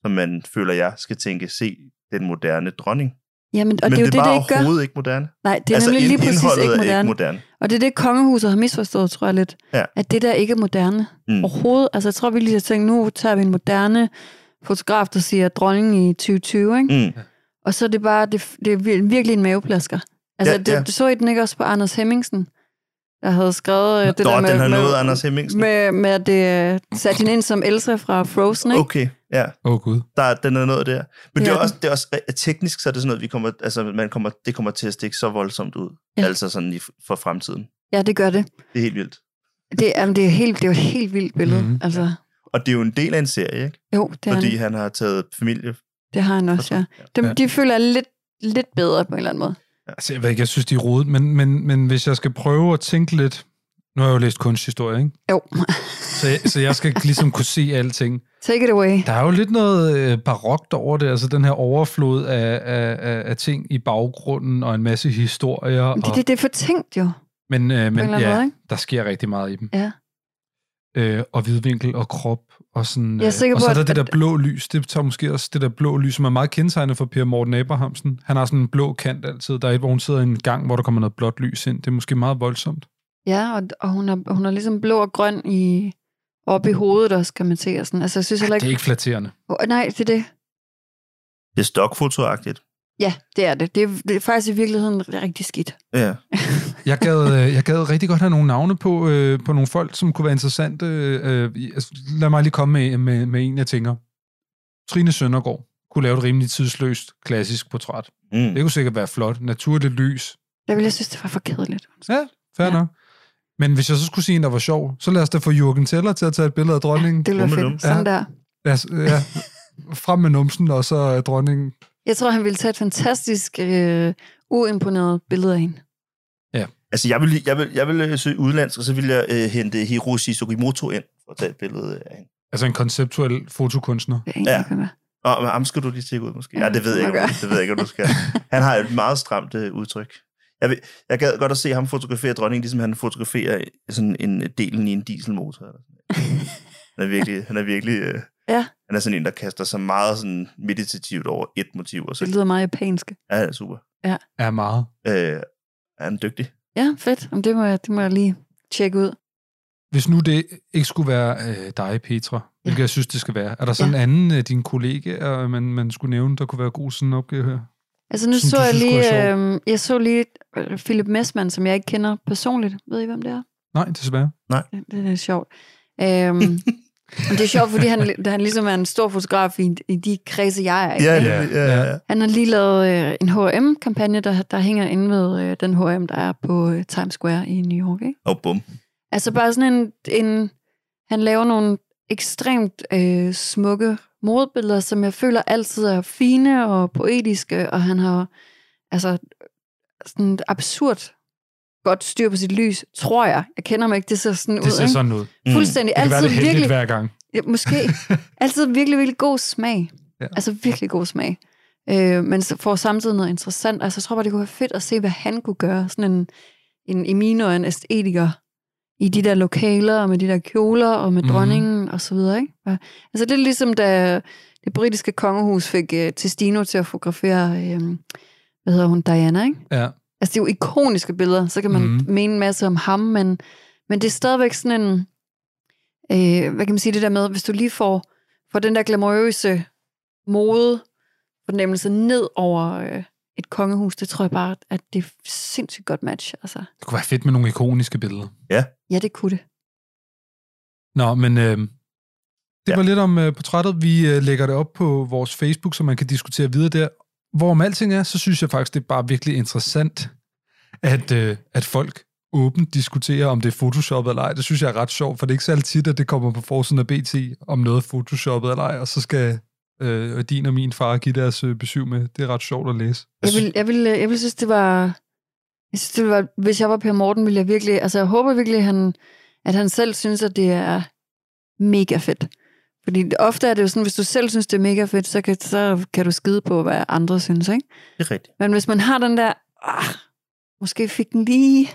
Speaker 1: som man føler, jeg skal tænke, se den moderne dronning.
Speaker 3: Jamen, og
Speaker 1: men
Speaker 3: det er jo
Speaker 1: det
Speaker 3: det,
Speaker 1: er
Speaker 3: det
Speaker 1: bare
Speaker 3: ikke gør.
Speaker 1: overhovedet ikke moderne.
Speaker 3: Nej, det er
Speaker 1: altså,
Speaker 3: altså, nemlig
Speaker 1: ind-
Speaker 3: lige præcis
Speaker 1: indholdet
Speaker 3: ikke
Speaker 1: er
Speaker 3: moderne.
Speaker 1: ikke moderne.
Speaker 3: Og det er det, kongehuset har misforstået, tror jeg lidt.
Speaker 1: Ja.
Speaker 3: At det der ikke er moderne
Speaker 1: Mm.
Speaker 3: mm. overhovedet. Altså, jeg tror, vi lige har tænkt, nu tager vi en moderne fotograf, der siger dronningen i 2020, ikke? Mm.
Speaker 1: Mm.
Speaker 3: Og så er det bare, det, det er vir- virkelig en maveplasker. Altså,
Speaker 1: Ja,
Speaker 3: ja, det,
Speaker 1: ja.
Speaker 3: ja. så I den ikke også på Anders Hemmingsen, der havde skrevet øh, det
Speaker 1: Nå,
Speaker 3: der
Speaker 1: den
Speaker 3: med,
Speaker 1: har
Speaker 3: med,
Speaker 1: nået Anders Hemmingsen.
Speaker 3: med, med, at det øh, satte hende ind som Elsa fra Frozen, ikke?
Speaker 1: Okay, ja.
Speaker 2: Åh, oh, Gud.
Speaker 1: der, er- den er noget der. Men
Speaker 3: Det
Speaker 1: det,
Speaker 3: er
Speaker 1: er
Speaker 3: den.
Speaker 1: også, det er også re- teknisk, så er det sådan noget, vi kommer, altså, man kommer, det kommer til at stikke så voldsomt ud. Ja.
Speaker 3: Ja.
Speaker 1: Altså sådan i, for fremtiden.
Speaker 3: Ja, det gør det.
Speaker 1: Det er helt vildt.
Speaker 3: Det, jamen, det, er, helt, det er jo et helt vildt billede.
Speaker 2: Mhm.
Speaker 3: Mm. Altså,
Speaker 1: Og det er jo en del af en serie, ikke?
Speaker 3: jo, det, er
Speaker 1: Fordi
Speaker 3: han,
Speaker 1: han har taget familie.
Speaker 3: det har han også, ja. Dem,
Speaker 2: Ja.
Speaker 3: ja. De føler jeg lidt, lidt bedre på en eller anden måde.
Speaker 2: Altså, jeg ved ikke, jeg synes, de er rodet, men, men, men hvis jeg skal prøve at tænke lidt... Nu har jeg jo læst kunsthistorie, ikke?
Speaker 3: Jo,
Speaker 2: Så, jeg, så
Speaker 3: (laughs)
Speaker 2: jeg skal ligesom kunne se alting.
Speaker 3: take it away.
Speaker 2: Der er jo lidt noget øh, barokt over det, altså den her overflod af, af, af, af ting i baggrunden og en masse historier.
Speaker 3: Men det,
Speaker 2: og,
Speaker 3: det, det er for tænkt jo.
Speaker 2: men øh, men
Speaker 3: eller anden måde,
Speaker 2: ja,
Speaker 3: ikke?
Speaker 2: der sker rigtig meget i dem.
Speaker 3: Ja.
Speaker 2: Øh, og vidvinkel og krop og sådan. øh,
Speaker 3: Jeg er sikker
Speaker 2: og
Speaker 3: på,
Speaker 2: så er der
Speaker 3: at-
Speaker 2: det der
Speaker 3: at-
Speaker 2: blå lys, det tager måske også det der blå lys, som er meget kendetegnet for Per Morten Abrahamsen. Han har sådan en blå kant altid. Der er et, hvor hun sidder i en gang, hvor der kommer noget blåt lys ind. Det er måske meget voldsomt.
Speaker 3: Ja, og, og hun, er, hun er ligesom blå og grøn i, oppe i hovedet også, kan man se. Og sådan. Altså, jeg synes heller
Speaker 2: Det
Speaker 3: ikke...
Speaker 2: er ikke flatterende.
Speaker 3: Oh, nej, det er det.
Speaker 1: Det er stokfotoagtigt.
Speaker 3: Ja, det er det. Det er, det er faktisk i virkeligheden rigtig skidt.
Speaker 1: Ja.
Speaker 2: Jeg gad, øh, jeg gad rigtig godt have nogle navne på, øh, på nogle folk, som kunne være interessante. Øh, i- altså, lad mig lige komme med, med, med en, jeg tænker. Trine Søndergaard kunne lave et rimelig tidsløst, klassisk portræt.
Speaker 1: Mm.
Speaker 2: Det kunne sikkert være flot. Naturligt lys.
Speaker 3: Der ville jeg synes, det var for kedeligt.
Speaker 2: Ja, fair ja.
Speaker 3: Ja.
Speaker 2: nok. Men hvis jeg så skulle sige en, der var sjov, så lad os da få Jürgen Teller til at tage et billede af dronningen.
Speaker 3: Det ville være
Speaker 1: Bummelum.
Speaker 3: fedt. Sådan
Speaker 2: Ja.
Speaker 3: der.
Speaker 2: Lad os, ja, frem med numsen, og så øh, dronningen.
Speaker 3: Jeg tror, han ville tage et fantastisk øh, uimponeret billede af hende.
Speaker 1: Altså, jeg vil, jeg vil, jeg vil øh, søge udlandsk, og så vil jeg øh, hente Hiroshi Sugimoto ind og tage et billede af hende.
Speaker 2: Altså en konceptuel fotokunstner.
Speaker 3: Det er en,
Speaker 1: Ja.
Speaker 3: der kan være.
Speaker 1: Og men ham skal du lige tjekke ud, måske. Ja, det ved jeg ikke, om-
Speaker 3: Okay.
Speaker 1: det ved jeg ikke, om du skal. Han har et meget stramt øh, udtryk. Jeg, vil, jeg gad godt at se ham fotografere dronningen, ligesom han fotograferer sådan en øh, delen i en dieselmotor. Eller sådan. noget. Han er virkelig, han er virkelig øh,
Speaker 3: Ja.
Speaker 1: han er sådan en, der kaster sig meget sådan meditativt over et motiv, og
Speaker 3: Det
Speaker 1: så
Speaker 3: lyder meget japansk.
Speaker 1: er han super.
Speaker 2: Er meget.
Speaker 1: Øh, er han dygtig?
Speaker 3: Ja, fedt. Jamen, det, må jeg, det må jeg lige tjekke ud.
Speaker 2: Hvis nu det ikke skulle være øh, dig, Petra, hvilket jeg synes, det skal være, er der sådan en anden øh, af dine kollegaer, øh, man, man skulle nævne, der kunne være god til sådan en opgave her?
Speaker 3: Altså nu
Speaker 2: Som
Speaker 3: så
Speaker 2: du
Speaker 3: jeg
Speaker 2: synes kunne
Speaker 3: lige,
Speaker 2: være
Speaker 3: øh, jeg så lige øh, Philip Messmann, som jeg ikke kender personligt. Ved I, hvem det er?
Speaker 2: Nej, desværre.
Speaker 3: Det, det er sjovt.
Speaker 1: (laughs)
Speaker 3: Øhm, det er sjovt, fordi han, han ligesom er en stor fotograf i, i de kredse, jeg er i.
Speaker 1: Ja,
Speaker 2: ikke?
Speaker 1: ja, ja. ja.
Speaker 3: Han har lige lavet øh, en H&M-kampagne, der, der hænger inde ved øh, den H&M, der er på øh, Times Square i New York. Ikke?
Speaker 1: Og bum.
Speaker 3: Altså bare sådan en, en han laver nogle ekstremt øh, smukke modbilleder, som jeg føler altid er fine og poetiske, og han har altså sådan et absurd godt styr på sit lys, tror jeg. Jeg kender mig ikke, det ser sådan ud.
Speaker 2: Det ser
Speaker 3: ikke?
Speaker 2: sådan ud.
Speaker 1: Mm.
Speaker 3: Fuldstændig.
Speaker 2: Det kan være
Speaker 3: altid
Speaker 2: det heldigt
Speaker 3: virkelig,
Speaker 2: hver gang.
Speaker 3: Ja, måske. Altid virkelig, virkelig god smag.
Speaker 2: Ja.
Speaker 3: Ja. Altså virkelig god smag. Øh, men så får samtidig noget interessant. Altså jeg tror bare, det kunne være fedt at se, hvad han kunne gøre. Sådan en, en i mine øjne, æstetiker i de der lokaler, og med de der kjoler, og med
Speaker 2: Mhm.
Speaker 3: dronningen, og så videre. Ikke? Og- Altså lidt ligesom, da det britiske kongehus fik øh, Testino til at fotografere, øh, hvad hedder hun, Diana, ikke?
Speaker 2: Ja.
Speaker 3: Altså, det er jo ikoniske billeder, så kan man
Speaker 2: Mhm.
Speaker 3: mm. mene en masse om ham, men, men det er stadigvæk sådan en, øh, hvad kan man sige det der med, hvis du lige får, får den der glamourøse mode fornemmelse ned over øh, et kongehus, det tror jeg bare, at det er sindssygt godt match. Altså.
Speaker 2: Det kunne være fedt med nogle ikoniske billeder.
Speaker 3: Ja, det kunne det.
Speaker 2: Nå, men øh, det
Speaker 1: Ja.
Speaker 2: var lidt om øh, portrættet. Vi øh, lægger det op på vores Facebook, så man kan diskutere videre der. Hvor om alting er, så synes jeg faktisk, det er bare virkelig interessant, at, øh, at folk åbent diskuterer, om det er photoshoppet eller ej. Det synes jeg er ret sjovt, for det er ikke særlig tit, at det kommer på forsiden af BT, om noget er photoshoppet eller ej, og så skal øh, din og min far give deres øh, besøg med. Det er ret sjovt at læse.
Speaker 3: Jeg
Speaker 1: Altså-
Speaker 3: vil, jeg vil, øh, jeg vil synes, det var... Jeg synes, det var, hvis jeg var Per Morten, ville jeg virkelig... Altså, jeg håber virkelig, han, at han selv synes, at det er mega fedt. Fordi ofte er det jo sådan, hvis du selv synes, det er mega fedt, så kan, så kan du skide på, hvad andre synes, ikke?
Speaker 1: Det er rigtigt.
Speaker 3: Men hvis man har den der, ah, måske fik den lige,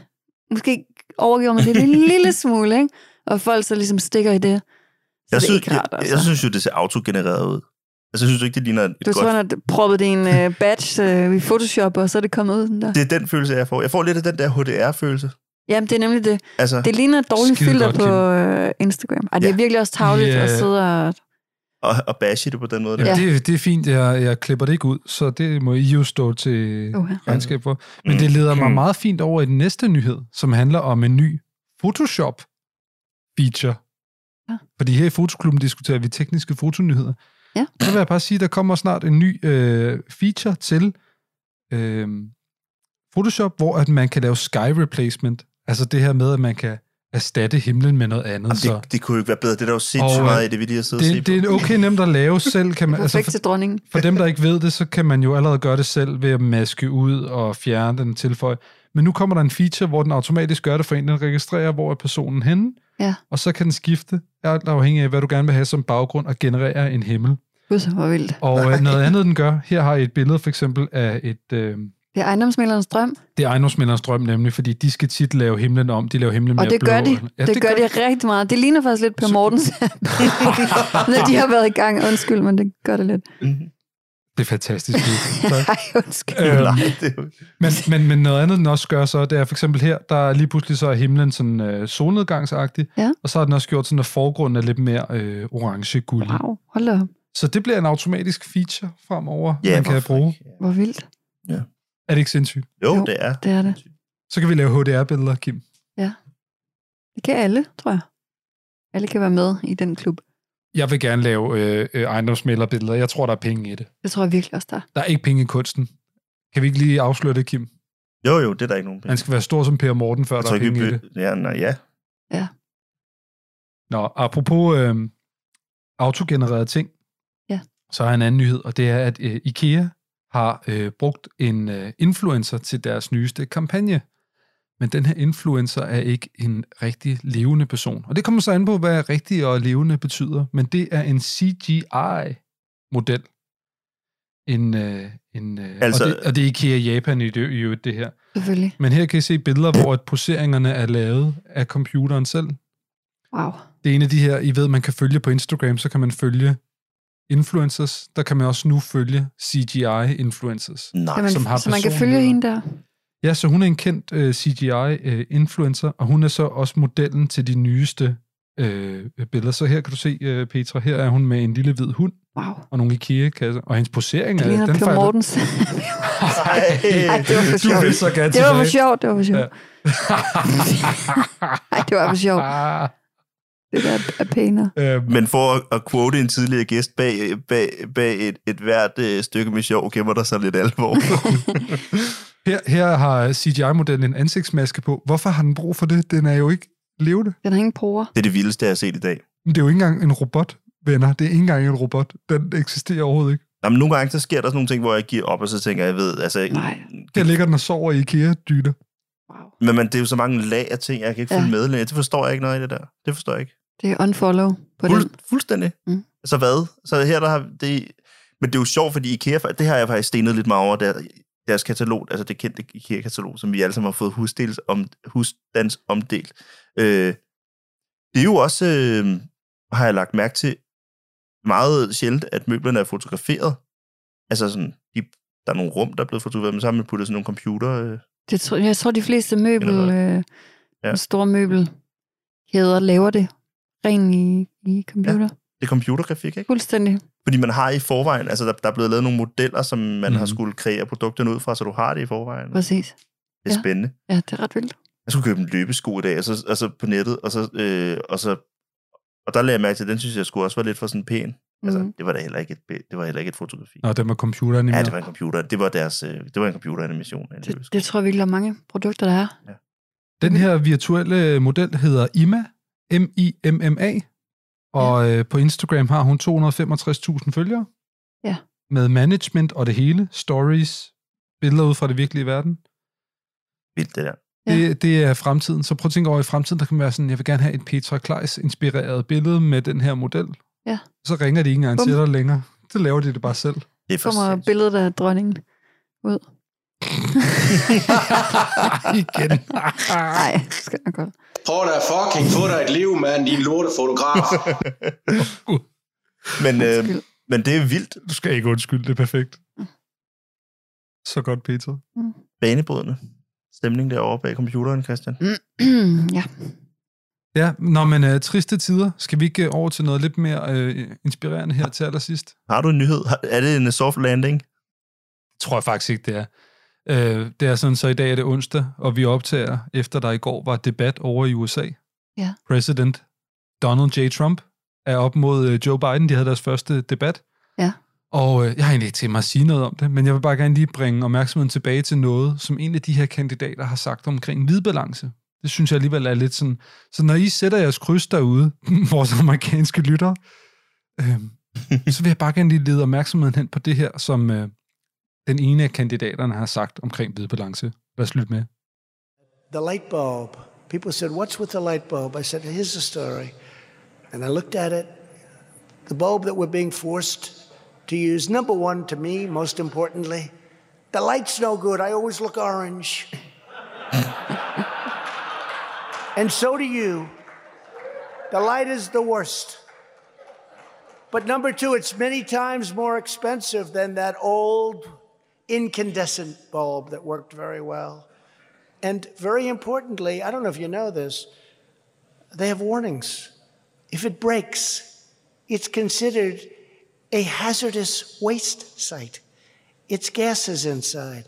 Speaker 3: måske overgjorde man
Speaker 1: (laughs)
Speaker 3: det en lille, lille smule, ikke? Og folk så ligesom stikker i det. Så
Speaker 1: Jeg
Speaker 3: det er
Speaker 1: synes,
Speaker 3: ikke rart,
Speaker 1: jeg,
Speaker 3: altså.
Speaker 1: jeg synes jo, det ser autogenereret ud. Altså, synes du ikke, det ligner et
Speaker 3: du
Speaker 1: godt...
Speaker 3: tror, han har proppet det i en uh, badge uh, i Photoshop, og så er det kommet ud den der.
Speaker 1: Det er den følelse, jeg får. Jeg får lidt af den der HDR-følelse.
Speaker 3: Jamen, det er nemlig det.
Speaker 1: Altså,
Speaker 3: Det ligner et dårligt
Speaker 2: Skide
Speaker 3: filter
Speaker 2: godt,
Speaker 3: på uh, Instagram. Ej, det er
Speaker 1: Ja.
Speaker 3: virkelig også tavligt
Speaker 2: Ja. altså
Speaker 3: at sidde og...
Speaker 1: og, og bashe det på den måde.
Speaker 2: Ja.
Speaker 1: Der.
Speaker 2: Det, det er fint, jeg, jeg klipper det ikke ud, så det må I jo stå til
Speaker 3: Uha.
Speaker 2: regnskab for. Men
Speaker 1: Mm.
Speaker 2: det leder mig meget fint over i den næste nyhed, som handler om en ny Photoshop-feature.
Speaker 3: Ja.
Speaker 2: Fordi her i Fotoklubben diskuterer vi tekniske fotonyheder.
Speaker 3: Ja.
Speaker 2: Så vil jeg bare sige, at der kommer snart en ny øh, feature til øh, Photoshop, hvor at man kan lave sky replacement. Altså det her med, at man kan erstatte himlen med noget andet.
Speaker 1: Jamen,
Speaker 2: så
Speaker 1: det, det kunne jo ikke være bedre. Det er der jo sindssygt
Speaker 2: Altså- Og, øh,
Speaker 1: meget i det, vi lige har siddet og set (laughs)
Speaker 2: det, det er okay nemt at lave selv. Kan man, altså
Speaker 3: Perfekt
Speaker 2: for-
Speaker 3: til dronningen.
Speaker 2: for dem, der ikke ved det, så kan man jo allerede gøre det selv ved at maske ud og fjerne den tilføj. Men nu kommer der en feature, hvor den automatisk gør det for en, den registrerer, hvor er personen henne,
Speaker 3: Ja.
Speaker 2: og så kan den skifte, alt afhængig af, hvad du gerne vil have som baggrund, og generere en himmel.
Speaker 3: Gud, så hvor vildt.
Speaker 2: Og øh, noget andet, den gør, her har I et billede for eksempel af et... Øh,
Speaker 3: Det er ejendomsmælerens drøm,
Speaker 2: det er ejendomsmænderens drøm nemlig, fordi de skal tit lave himlen om. De laver himlen
Speaker 3: og
Speaker 2: mere
Speaker 3: det
Speaker 2: blå.
Speaker 3: gør de. Ja, det, det gør de rigtig meget. Det ligner faktisk lidt på
Speaker 2: (laughs)
Speaker 3: Mortens, når de har været i gang. Undskyld, men det gør det lidt.
Speaker 2: Det er
Speaker 3: (laughs)
Speaker 2: fantastisk. Lyd. Tak.
Speaker 3: Ej, undskyld.
Speaker 2: Øhm,
Speaker 1: Nej, det er jo...
Speaker 2: Men, men, men noget andet, den også gør så, det er for eksempel her, der er lige pludselig så er himlen sådan øh, solnedgangsagtig,
Speaker 3: Ja.
Speaker 2: og så har den også gjort sådan, at forgrunden er lidt mere øh, orange guld. Wow.
Speaker 3: Wow, hold da op.
Speaker 2: Så det bliver en automatisk feature fremover,
Speaker 1: Ja,
Speaker 2: man kan
Speaker 1: hvorfor
Speaker 2: bruge.
Speaker 1: ikke?
Speaker 3: Hvor vildt
Speaker 2: Er det ikke sindssygt?
Speaker 1: Jo,
Speaker 3: Jo.
Speaker 1: det er.
Speaker 3: det er det.
Speaker 2: Så kan vi lave HDR-billeder, Kim.
Speaker 3: Det kan alle, tror jeg. Alle kan være med i den klub.
Speaker 2: Jeg vil gerne lave øh, øh, ejendomsmælerbilleder. Jeg tror, der er penge i det.
Speaker 3: Det tror jeg virkelig også, der er.
Speaker 2: Der er ikke penge i kunsten. Kan vi ikke lige afsløre det, Kim?
Speaker 1: Jo, jo, det er der ikke nogen penge.
Speaker 2: Han skal være stor som Per Morten, før
Speaker 1: Jeg
Speaker 2: der
Speaker 1: tror
Speaker 2: er
Speaker 1: ikke,
Speaker 2: penge
Speaker 1: vi
Speaker 2: i det.
Speaker 1: bliver... Ja, nej, ja.
Speaker 2: Nå, apropos øh, autogenererede ting,
Speaker 3: Ja.
Speaker 2: så er en anden nyhed, og det er, at øh, IKEA har øh, brugt en øh, influencer til deres nyeste kampagne. Men den her influencer er ikke en rigtig levende person. Og det kommer så an på, hvad rigtig og levende betyder. Men det er en CGI-model. En, øh, en, øh,
Speaker 1: Altså-
Speaker 2: altså, og, det, og det er IKEA Japan i det, i øvrigt, det her.
Speaker 3: Selvfølgelig.
Speaker 2: Men her kan I se billeder, hvor at poseringerne er lavet af computeren selv.
Speaker 3: Wow.
Speaker 2: Det er en af de her, I ved, man kan følge på Instagram, så kan man følge influencers. Der kan man også nu følge CGI-influencers.
Speaker 1: Nej.
Speaker 3: Kan man, (laughs)
Speaker 2: som har
Speaker 3: så man kan
Speaker 2: personligheder.
Speaker 3: følge hende der.
Speaker 2: Ja, så hun er en kendt øh, CGI-influencer, og hun er så også modellen til de nyeste øh, billeder. Så her kan du se, øh, Petra, her er hun med en lille hvid hund
Speaker 3: Wow.
Speaker 2: og nogle IKEA-kasser, og hendes posering
Speaker 3: Det
Speaker 2: er...
Speaker 3: ligner
Speaker 2: Den
Speaker 3: Per
Speaker 2: fejler-
Speaker 3: Mortens. Ej, det var for
Speaker 2: Du
Speaker 3: sjovt.
Speaker 2: vil så gerne
Speaker 3: Det var for
Speaker 2: tilbage.
Speaker 3: sjovt, det var for sjovt. (laughs) Ej, det var for sjovt.
Speaker 2: Ah,
Speaker 3: Det der er pænere.
Speaker 2: øhm,
Speaker 1: Men for at, at quote en tidligere gæst, bag, bag, bag et, et hvert øh, stykke med sjov gemmer der sig lidt
Speaker 3: (laughs)
Speaker 1: alvor.
Speaker 2: her, her har CGI-modellen en ansigtsmaske på. Hvorfor har den brug for det? Den er jo ikke levende.
Speaker 3: Den har ingen porer.
Speaker 1: det er det vildeste, jeg har set i dag.
Speaker 2: Men det er jo ikke engang en robot, venner. Det er ikke engang en robot. Den eksisterer overhovedet ikke.
Speaker 1: Jamen, nogle gange, så sker der sådan nogle ting, hvor jeg giver op, og så tænker jeg, jeg ved, altså...
Speaker 3: Nej.
Speaker 2: Der ligger den og sover i IKEA-dyner.
Speaker 3: Wow.
Speaker 1: Men man, det er jo så mange lag af ting, jeg kan ikke
Speaker 3: Ja.
Speaker 1: ja. følge med længere. Det forstår jeg ikke noget i det der. Det forstår jeg ikke.
Speaker 3: Det er unfollow på den.
Speaker 1: Fuld, fuldstændig.
Speaker 3: Mm.
Speaker 1: Mm. Så hvad? Så her der har det... Men det er jo sjovt, fordi IKEA... Det har jeg faktisk stenet lidt meget over, der, deres katalog, altså det kendte IKEA-katalog, som vi alle sammen har fået husdels om, husstands omdelt. Øh, det er jo også, øh, har jeg lagt mærke til, meget sjældent, at møblerne er fotograferet. Altså sådan, de, der er nogle rum, der er blevet fotograferet, men så har man puttet sådan nogle computer... Øh,
Speaker 3: Det tror, jeg tror, de fleste møbel, øh, ja.
Speaker 1: Ja.
Speaker 3: store møbelkæder laver det rent i, i computer. Ja.
Speaker 1: det er computergrafik, ikke?
Speaker 3: Fuldstændig.
Speaker 1: Fordi man har i forvejen, altså der, der er blevet lavet nogle modeller, som man mm. har
Speaker 2: Mhm.
Speaker 1: skulle kreere produkterne ud fra, så du har det i forvejen. Det
Speaker 3: Præcis.
Speaker 1: er
Speaker 3: ja.
Speaker 1: spændende.
Speaker 3: Ja, det er ret vildt.
Speaker 1: Jeg skulle købe en løbesko i dag, og så, og så på nettet, og så, øh, og så og der lagde jeg mærke til, at den synes jeg skulle også var lidt for sådan pæn. Mm. Altså,
Speaker 3: Mm.
Speaker 1: det var da heller ikke et, bi- det var heller ikke et fotografi.
Speaker 2: Nå, den var computeren i
Speaker 1: ja, det var en computer. Det var, deres, øh, det var en computeranimation af en
Speaker 3: Det,
Speaker 1: løbesko.
Speaker 3: det tror jeg virkelig, der er mange produkter, der er.
Speaker 2: Den her virtuelle model hedder Ima, M-I-M-M-A, og ja. øh, på Instagram har hun 265.000 følgere.
Speaker 3: Ja.
Speaker 2: Med management og det hele, stories, billeder ud fra det virkelige verden.
Speaker 1: Vildt, det der.
Speaker 3: Ja.
Speaker 2: Ja. Det, det er fremtiden. Så prøv at tænke over, i fremtiden, der kan man være sådan, jeg vil gerne have et Petra Kleis inspireret billede med den her model.
Speaker 3: Ja.
Speaker 2: Så ringer de ikke engang
Speaker 3: Bum.
Speaker 2: til dig længere. Så laver de det bare selv.
Speaker 1: Det er for
Speaker 3: kommer
Speaker 1: sindssygt.
Speaker 3: billedet af dronningen ud.
Speaker 2: Igen.
Speaker 3: Nej, det skal nok godt.
Speaker 9: Prøv da at fucking få dig et liv, mand, din lortefotograf.
Speaker 1: Men, øh,
Speaker 3: Undskyld. (clears throat)
Speaker 1: men det er vildt.
Speaker 2: Du skal ikke undskylde, det er perfekt. Så godt, Peter.
Speaker 1: Banebrydende stemning derovre bag computeren, Christian.
Speaker 3: ja.
Speaker 2: Ja, nå, men øh, triste tider. Skal vi ikke øh, over til noget lidt mere øh, inspirerende her til allersidst?
Speaker 1: Har du en nyhed? Har- Er det en soft landing?
Speaker 2: tror jeg faktisk ikke, det er. Øh, det er sådan, så i dag er det onsdag, og vi optager, efter der i går var debat over i USA.
Speaker 3: Ja.
Speaker 2: President Donald J. Trump er op mod øh, Joe Biden. De havde deres første debat.
Speaker 3: Ja.
Speaker 2: Og øh, jeg har egentlig ikke til mig at sige noget om det, men jeg vil bare gerne lige bringe opmærksomheden tilbage til noget, som en af de her kandidater har sagt omkring hvidbalance. Det synes jeg alligevel er lidt sådan... Så når I sætter jeres kryds derude, (laughs) vores amerikanske lyttere, øh, så vil jeg bare gerne lige lede opmærksomheden hen på det her, som... Øh, den ene af kandidaterne har sagt omkring hvidbalance. Lad os lytte med.
Speaker 5: The light bulb. People said, What's with the light bulb? I said, Here's the story. And I looked at it. The bulb that we're being forced to use, number one to me, most importantly, the light's no good. I always look orange. (laughs) and so do you. The light is the worst. But number two, it's many times more expensive than that old incandescent bulb that worked very well. And very importantly, I don't know if you know this, they have warnings. If it breaks, it's considered a hazardous waste site. It's gases inside.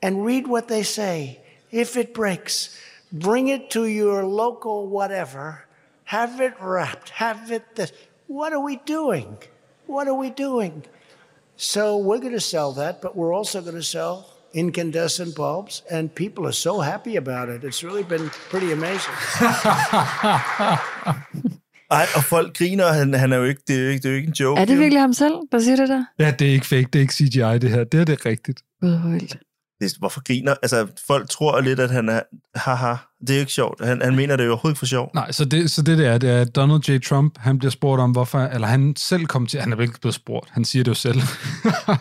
Speaker 5: And read what they say. If it breaks, bring it to your local whatever, have it wrapped, have it this. What are we doing? What are we doing? So we're going to sell that, but we're also going to sell incandescent bulbs, and people are so happy about it. It's really been pretty amazing.
Speaker 1: Ej, og folk griner, og han, han er jo ikke, det er jo ikke, det er jo ikke en joke.
Speaker 3: Er det
Speaker 1: jo-
Speaker 3: virkelig ham selv, der siger det der?
Speaker 2: Ja, det er ikke fake, det er ikke CGI det her. Det er det rigtigt.
Speaker 3: Gud, hvor vildt.
Speaker 1: Det, er- hvorfor griner? Altså, folk tror lidt, at han er, haha, det er jo ikke sjovt. Han, han mener det jo overhovedet ikke for sjovt.
Speaker 2: Nej, så det, så det, det er, det er, at Donald J. Trump, han bliver spurgt om, hvorfor, eller han selv kom til, han er vel ikke blevet spurgt, han siger det jo selv. (laughs)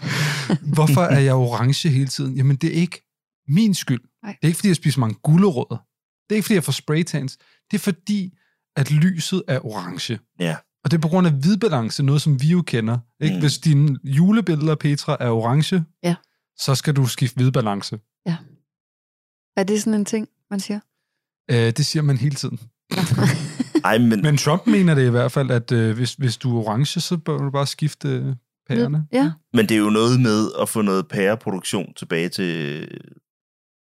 Speaker 2: hvorfor er jeg orange hele tiden? Jamen, det er ikke min skyld.
Speaker 3: Nej.
Speaker 2: Det er ikke, fordi jeg spiser mange gulerødder. Det er ikke, fordi jeg får spraytans. Det er fordi, at lyset er orange.
Speaker 1: Ja.
Speaker 2: Og det er på grund af hvidbalance, noget som vi jo kender. Ikke?
Speaker 1: Mm.
Speaker 2: Mm. Hvis dine julebilleder, Petra, er orange,
Speaker 3: Ja.
Speaker 2: så skal du skifte hvidbalance.
Speaker 3: Er det sådan en ting, man siger?
Speaker 2: Øh, det siger man hele tiden.
Speaker 1: Ej, men, men
Speaker 2: Men Trump mener det i hvert fald, at øh, hvis, hvis du er orange, så bør du bare skifte øh, pærerne.
Speaker 3: Ja,
Speaker 1: Men det er jo noget med at få noget pæreproduktion tilbage til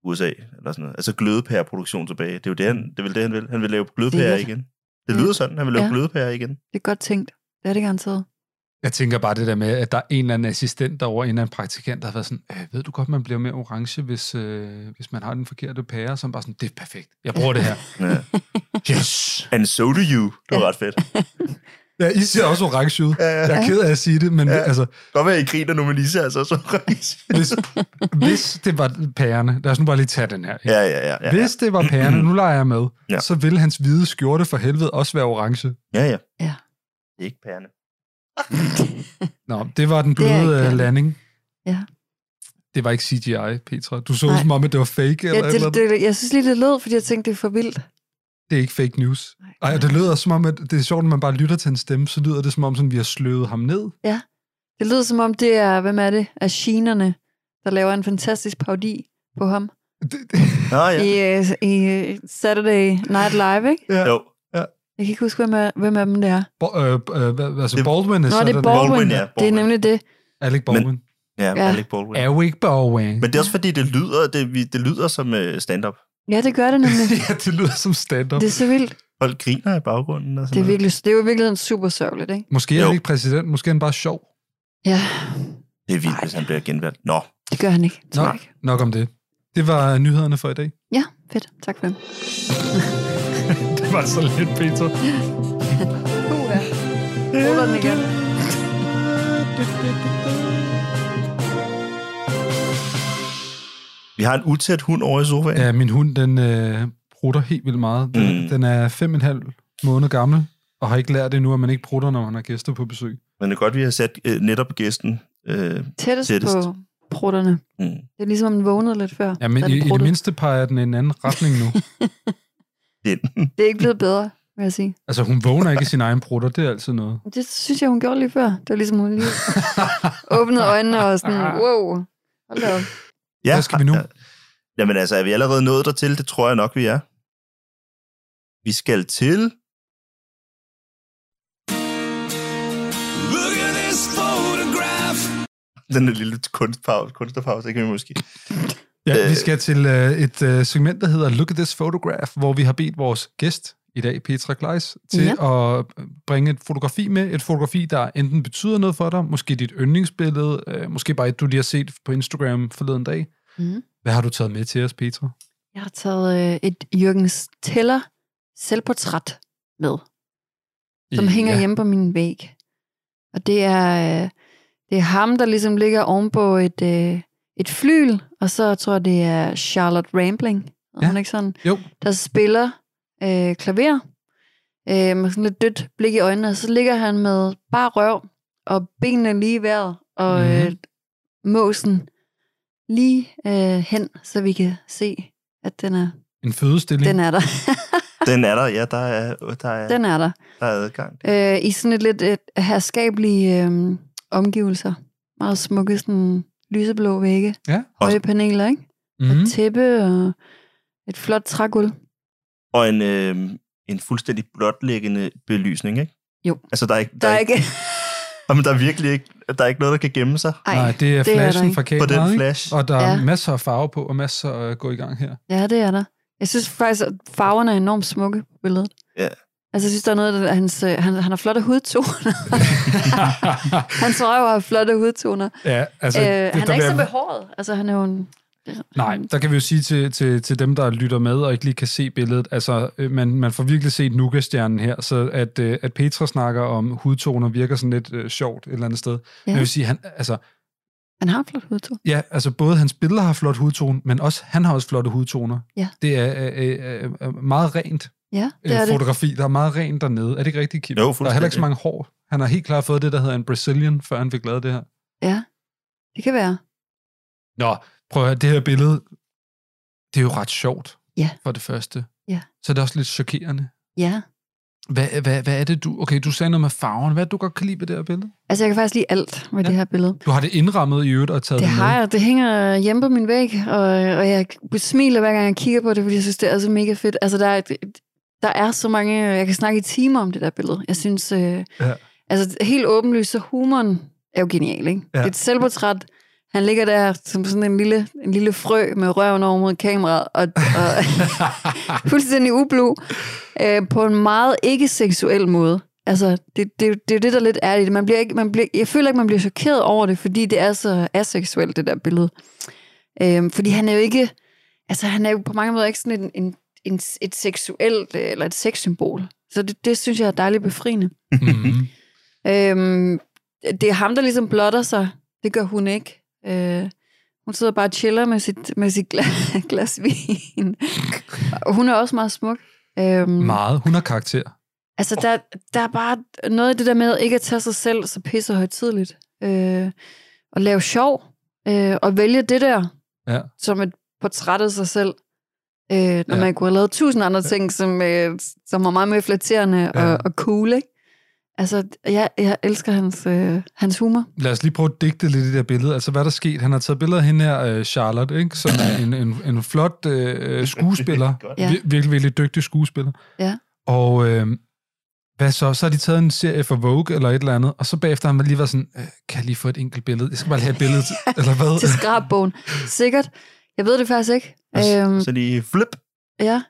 Speaker 1: USA, eller sådan noget. Altså glødepæreproduktion tilbage. Det er jo det, han, det er vel det, han vil. Han vil lave glødepærer
Speaker 3: Det er det.
Speaker 1: igen. Det lyder
Speaker 3: Ja.
Speaker 1: sådan, han vil lave
Speaker 3: Ja.
Speaker 1: glødepærer igen.
Speaker 3: det er godt tænkt. Det er det garanteret.
Speaker 2: Jeg tænker bare det der med, at der er en eller anden assistent derovre, en eller anden praktikant, der har været sådan, øh, ved du godt, man bliver mere orange, hvis, øh, hvis man har den forkerte pære, som bare sådan, det er perfekt. Jeg bruger det her.
Speaker 1: Ja.
Speaker 2: Yes!
Speaker 1: And so do you. Det var ret fedt.
Speaker 2: Ja, I ser også orange ud.
Speaker 1: Ja, ja.
Speaker 2: Jeg er ked af at sige det, men ja. altså,
Speaker 1: Godt være, I griner nu, men Lisa er (laughs) altså så
Speaker 2: hvis, hvis det var pærerne, lad os nu bare lige tage den her. ikke?
Speaker 1: Ja, ja, ja. Ja, ja.
Speaker 2: Hvis det var pærerne, nu leger jeg med,
Speaker 1: Ja.
Speaker 2: ja. så ville hans hvide skjorte for helvede også være orange.
Speaker 1: ja, ja.
Speaker 3: Ja.
Speaker 1: Det er ikke pærerne.
Speaker 2: Nå, det var den
Speaker 3: Det
Speaker 2: bløde
Speaker 3: er ikke
Speaker 2: øh,
Speaker 3: pærerne.
Speaker 2: landing.
Speaker 3: Ja.
Speaker 2: Det var ikke CGI, Petra. Du så ud
Speaker 3: Nej.
Speaker 2: som om, at det var fake.
Speaker 3: Ja,
Speaker 2: Eller,
Speaker 3: det,
Speaker 2: eller, det,
Speaker 3: det, jeg synes lige, det lød, fordi jeg tænkte, det er for vildt.
Speaker 2: det er ikke fake news.
Speaker 3: Nej.
Speaker 2: Ej, og det lyder som om, at det er sjovt, når man bare lytter til en stemme, så lyder det som om, sådan, vi har sløvet ham ned.
Speaker 3: Det lyder som om, det er, hvem er det, af chinerne, der laver en fantastisk parodi på ham
Speaker 2: Det, det, (laughs)
Speaker 1: Nå, ja.
Speaker 3: ja. i, øh, i øh, Saturday Night Live, ikke?
Speaker 2: ja.
Speaker 1: Jo.
Speaker 3: Jeg kan ikke huske, hvem af, hvem af dem det er.
Speaker 2: Bo, øh, øh, hvad- altså
Speaker 1: Det-
Speaker 2: Baldwin er
Speaker 3: Nå, det er
Speaker 2: sådan.
Speaker 3: Baldwin.
Speaker 1: Baldwin, ja,
Speaker 3: Det
Speaker 1: Baldwin.
Speaker 3: er nemlig det.
Speaker 2: Alec Baldwin.
Speaker 1: Ja,
Speaker 3: Ja.
Speaker 1: Alec Baldwin. Ja.
Speaker 2: Alec Baldwin.
Speaker 1: Men det er også fordi, det lyder, det, vi- det lyder som øh, stand-up.
Speaker 3: Ja, det gør det nemlig.
Speaker 2: (laughs) ja, det lyder som stand-up.
Speaker 3: Det er så vildt.
Speaker 1: Folk griner i baggrunden. Og sådan
Speaker 3: Det er,
Speaker 1: noget.
Speaker 3: virkelig, det er jo i virkeligheden super sørgeligt, ikke?
Speaker 2: Måske er
Speaker 1: Jo.
Speaker 2: han ikke præsident, måske er han bare sjov.
Speaker 3: Ja,
Speaker 1: det er vildt, hvis han bliver genvalgt. Nå,
Speaker 3: det gør han ikke. Tror jeg
Speaker 2: Nå,
Speaker 3: ikke.
Speaker 2: nok om det. Det var nyhederne for i dag.
Speaker 3: Ja, fedt. Tak for det.
Speaker 2: Det var så lidt, Peter.
Speaker 3: Uh, ja. Ruller den igen.
Speaker 1: vi har en utæt hund over i sofaen.
Speaker 2: Ja, min hund, den øh, rutter helt vildt meget. Den,
Speaker 1: Mm.
Speaker 2: mm. den er fem og en halv måned gammel, og har ikke lært endnu, at man ikke prutter, når man har gæster på besøg.
Speaker 1: Men det er godt, vi har sat øh, netop gæsten. Øh,
Speaker 3: Tættest,
Speaker 1: Tættest.
Speaker 3: Tættest. på prutterne.
Speaker 1: mm.
Speaker 3: Det er ligesom, om den vågnede lidt før.
Speaker 2: Ja, men
Speaker 3: da
Speaker 2: i,
Speaker 3: den
Speaker 2: i det
Speaker 3: pruttede.
Speaker 2: mindste peger den i en anden retning nu.
Speaker 3: Det er ikke blevet bedre, vil jeg sige.
Speaker 2: (laughs) Altså, hun vågner ikke i sin egen brutter, det er altid noget.
Speaker 3: Men Det synes jeg, hun gjorde lige før. Det var ligesom,
Speaker 2: (laughs)
Speaker 3: hun lige åbnede øjnene og sådan, wow, hold da op.
Speaker 1: Ja,
Speaker 2: Hvad skal vi nu?
Speaker 1: Ja. Jamen altså, er vi allerede nået dertil? Det tror jeg nok, vi er. Vi skal til... Den der lille kunstpause, kunstpause, det kan vi måske.
Speaker 2: Ja,
Speaker 1: Øh.
Speaker 2: vi skal til øh, et øh, segment, der hedder Look at this photograph, hvor vi har bedt vores gæst i dag, Petra Gleis, til ja. at bringe et fotografi med. Et fotografi, der enten betyder noget for dig, måske dit yndlingsbillede, øh, måske bare et, du lige har set på Instagram forleden dag.
Speaker 3: Mhm.
Speaker 2: Hvad har du taget med til os, Petra?
Speaker 3: Jeg har taget øh, et Jørgens Teller selvportræt med, som hænger
Speaker 2: ja.
Speaker 3: hjemme på min væg. Og det er, øh, det er ham, der ligesom ligger ovenpå et, øh, et flyl, og så tror jeg, det er Charlotte Rambling,
Speaker 2: Ja.
Speaker 3: ja. hun ikke sådan,
Speaker 2: Jo.
Speaker 3: der spiller øh, klaver øh, med sådan lidt dødt blik i øjnene, og så ligger han med bare røv og benene lige i vejret, og
Speaker 2: Mhm.
Speaker 3: mm-hmm. øh, måsen lige øh, hen, så vi kan se, at den er
Speaker 2: En fødestilling.
Speaker 3: den er der.
Speaker 1: Den er der, ja, der er, der er,
Speaker 3: Den er der.
Speaker 1: der er adgang.
Speaker 3: Øh, I sådan et lidt et herskabelige øh, omgivelser. Meget smukke, sådan lyseblå vægge.
Speaker 2: Ja.
Speaker 3: Høje paneler, ikke?
Speaker 2: mm-hmm.
Speaker 3: Mm. Tæppe og et flot trægulv.
Speaker 1: Og en, øh, en fuldstændig blotlæggende belysning, ikke?
Speaker 3: Jo.
Speaker 1: Altså, der er, ikke,
Speaker 3: Der er
Speaker 1: ikke,
Speaker 3: ikke...
Speaker 1: (laughs) jamen, der er virkelig ikke, der er ikke noget, der kan gemme sig
Speaker 3: Ej,
Speaker 2: Nej, det er
Speaker 3: det er der
Speaker 2: flashen
Speaker 3: ikke.
Speaker 2: fra
Speaker 1: på den
Speaker 2: kameraet, ikke?
Speaker 1: flash.
Speaker 2: Og der er
Speaker 3: Ja.
Speaker 2: masser af farve på, og masser at gå i gang her.
Speaker 3: ja, det er der. Jeg synes faktisk, at farverne er enormt smukke på billedet.
Speaker 1: Ja.
Speaker 3: Altså, jeg synes, der er noget, at hans, øh, han, han har flotte
Speaker 2: (laughs)
Speaker 3: hudtoner. Hans røv har flotte hudtoner.
Speaker 2: ja, altså,
Speaker 3: Øh, han er
Speaker 2: der
Speaker 3: ikke så
Speaker 2: vil jeg-
Speaker 3: behåret. Altså, han er jo en...
Speaker 2: Nej, der kan vi jo sige til, til, til dem, der lytter med og ikke lige kan se billedet, altså øh, man, man får virkelig set Nuka-stjernen her, så at, øh, at Petra snakker om hudtoner virker sådan lidt øh, sjovt et eller andet sted. Ja. Men jeg vil sige, han, altså,
Speaker 3: Han har en flot hudtone.
Speaker 2: ja, altså både hans billeder har flot hudtone, men også han har også flotte hudtoner.
Speaker 3: Ja.
Speaker 2: Det er øh, øh, øh, meget rent
Speaker 3: Ja,
Speaker 2: øh,
Speaker 3: det er det.
Speaker 2: fotografi, der er meget rent dernede. Er det ikke rigtigt, Kim?
Speaker 1: Jo,
Speaker 2: der er heller ikke så
Speaker 1: fuldstændig.
Speaker 2: mange hår. Han har helt klart fået det, der hedder en Brazilian, før han fik lavet det her.
Speaker 3: Ja, det kan være.
Speaker 2: Nå, prøv at høre, det her billede, det er jo ret sjovt,
Speaker 3: Ja.
Speaker 2: for det første.
Speaker 3: Ja.
Speaker 2: Så er det også lidt chokerende.
Speaker 3: Ja.
Speaker 2: Hvad, hvad, hvad er det, du... Okay, du sagde noget med farven. Hvad er det, du godt kan lide ved det her billede?
Speaker 3: Altså, jeg kan faktisk lide alt med
Speaker 2: Ja.
Speaker 3: ja. det her billede.
Speaker 2: Du har det indrammet i øvrigt og taget
Speaker 3: Det
Speaker 2: det, med.
Speaker 3: har jeg. Det hænger hjemme på min væg, og, og jeg smiler hver gang, jeg kigger på det, fordi jeg synes, det er så mega fedt. Altså, der er, et- der er så mange... Jeg kan snakke i timer om det der billede. Jeg synes... Øh,
Speaker 2: Ja.
Speaker 3: ja. Altså, helt åbenlyst, så humoren er jo genial, ikke?
Speaker 2: Ja.
Speaker 3: Ja. Det er et selvportræt. Han ligger der som sådan en lille, en lille frø med røven over mod kameraet, og, og
Speaker 2: (laughs)
Speaker 3: (laughs) fuldstændig ublu, øh, på en meget ikke-seksuel måde. Altså, det, det, det er jo det, der lidt er i det. Man bliver ikke, man bliver, jeg føler ikke, man bliver chokeret over det, fordi det er så aseksuelt, det der billede. Øh, fordi han er jo ikke... Altså, han er jo på mange måder ikke sådan en, en, en, et seksuelt, øh, eller et sexsymbol. Så det, det synes jeg er dejligt befriende.
Speaker 2: Mm-hmm.
Speaker 3: Øhm, det er ham, der ligesom blotter sig. Det gør hun ikke. Øh, hun sidder bare og chiller med sit, med sit glas, (laughs) glas vin. Og hun er også meget smuk. Øhm,
Speaker 2: Meget. Hun har karakter.
Speaker 3: altså, der, der er bare noget i det der med ikke at tage sig selv så pisse højtidligt. Øh, og lave sjov. Øh, og vælge det der
Speaker 2: Ja.
Speaker 3: som et portræt af sig selv. Øh, når
Speaker 2: Ja.
Speaker 3: ja. man kunne have lavet tusind andre ting, som, øh, som var meget mere flatterende
Speaker 2: Ja.
Speaker 3: ja. og, og cool, ikke? Altså, jeg, jeg elsker hans, øh, hans humor.
Speaker 2: Lad os lige prøve at digte lidt i det her billede. Altså, hvad er der sket? Han har taget billeder af hende her, øh, Charlotte, ikke? som er en, en, en flot
Speaker 1: (laughs)
Speaker 2: øh, skuespiller.
Speaker 1: Godt.
Speaker 2: ja.
Speaker 3: Ja.
Speaker 2: Vir- virkelig, virkelig dygtig skuespiller.
Speaker 3: Ja.
Speaker 2: Og øh, hvad så? Så har de taget en serie for Vogue eller et eller andet, og så bagefter har man lige været sådan, øh, kan jeg lige få et enkelt billede? Jeg skal bare lige have et billede, til- (laughs) eller
Speaker 3: (laughs)
Speaker 2: hvad?
Speaker 3: Til
Speaker 1: (laughs)
Speaker 3: skrabbogen. Sikkert. Jeg ved det faktisk ikke. Øhm,
Speaker 1: Så de flip.
Speaker 3: ja.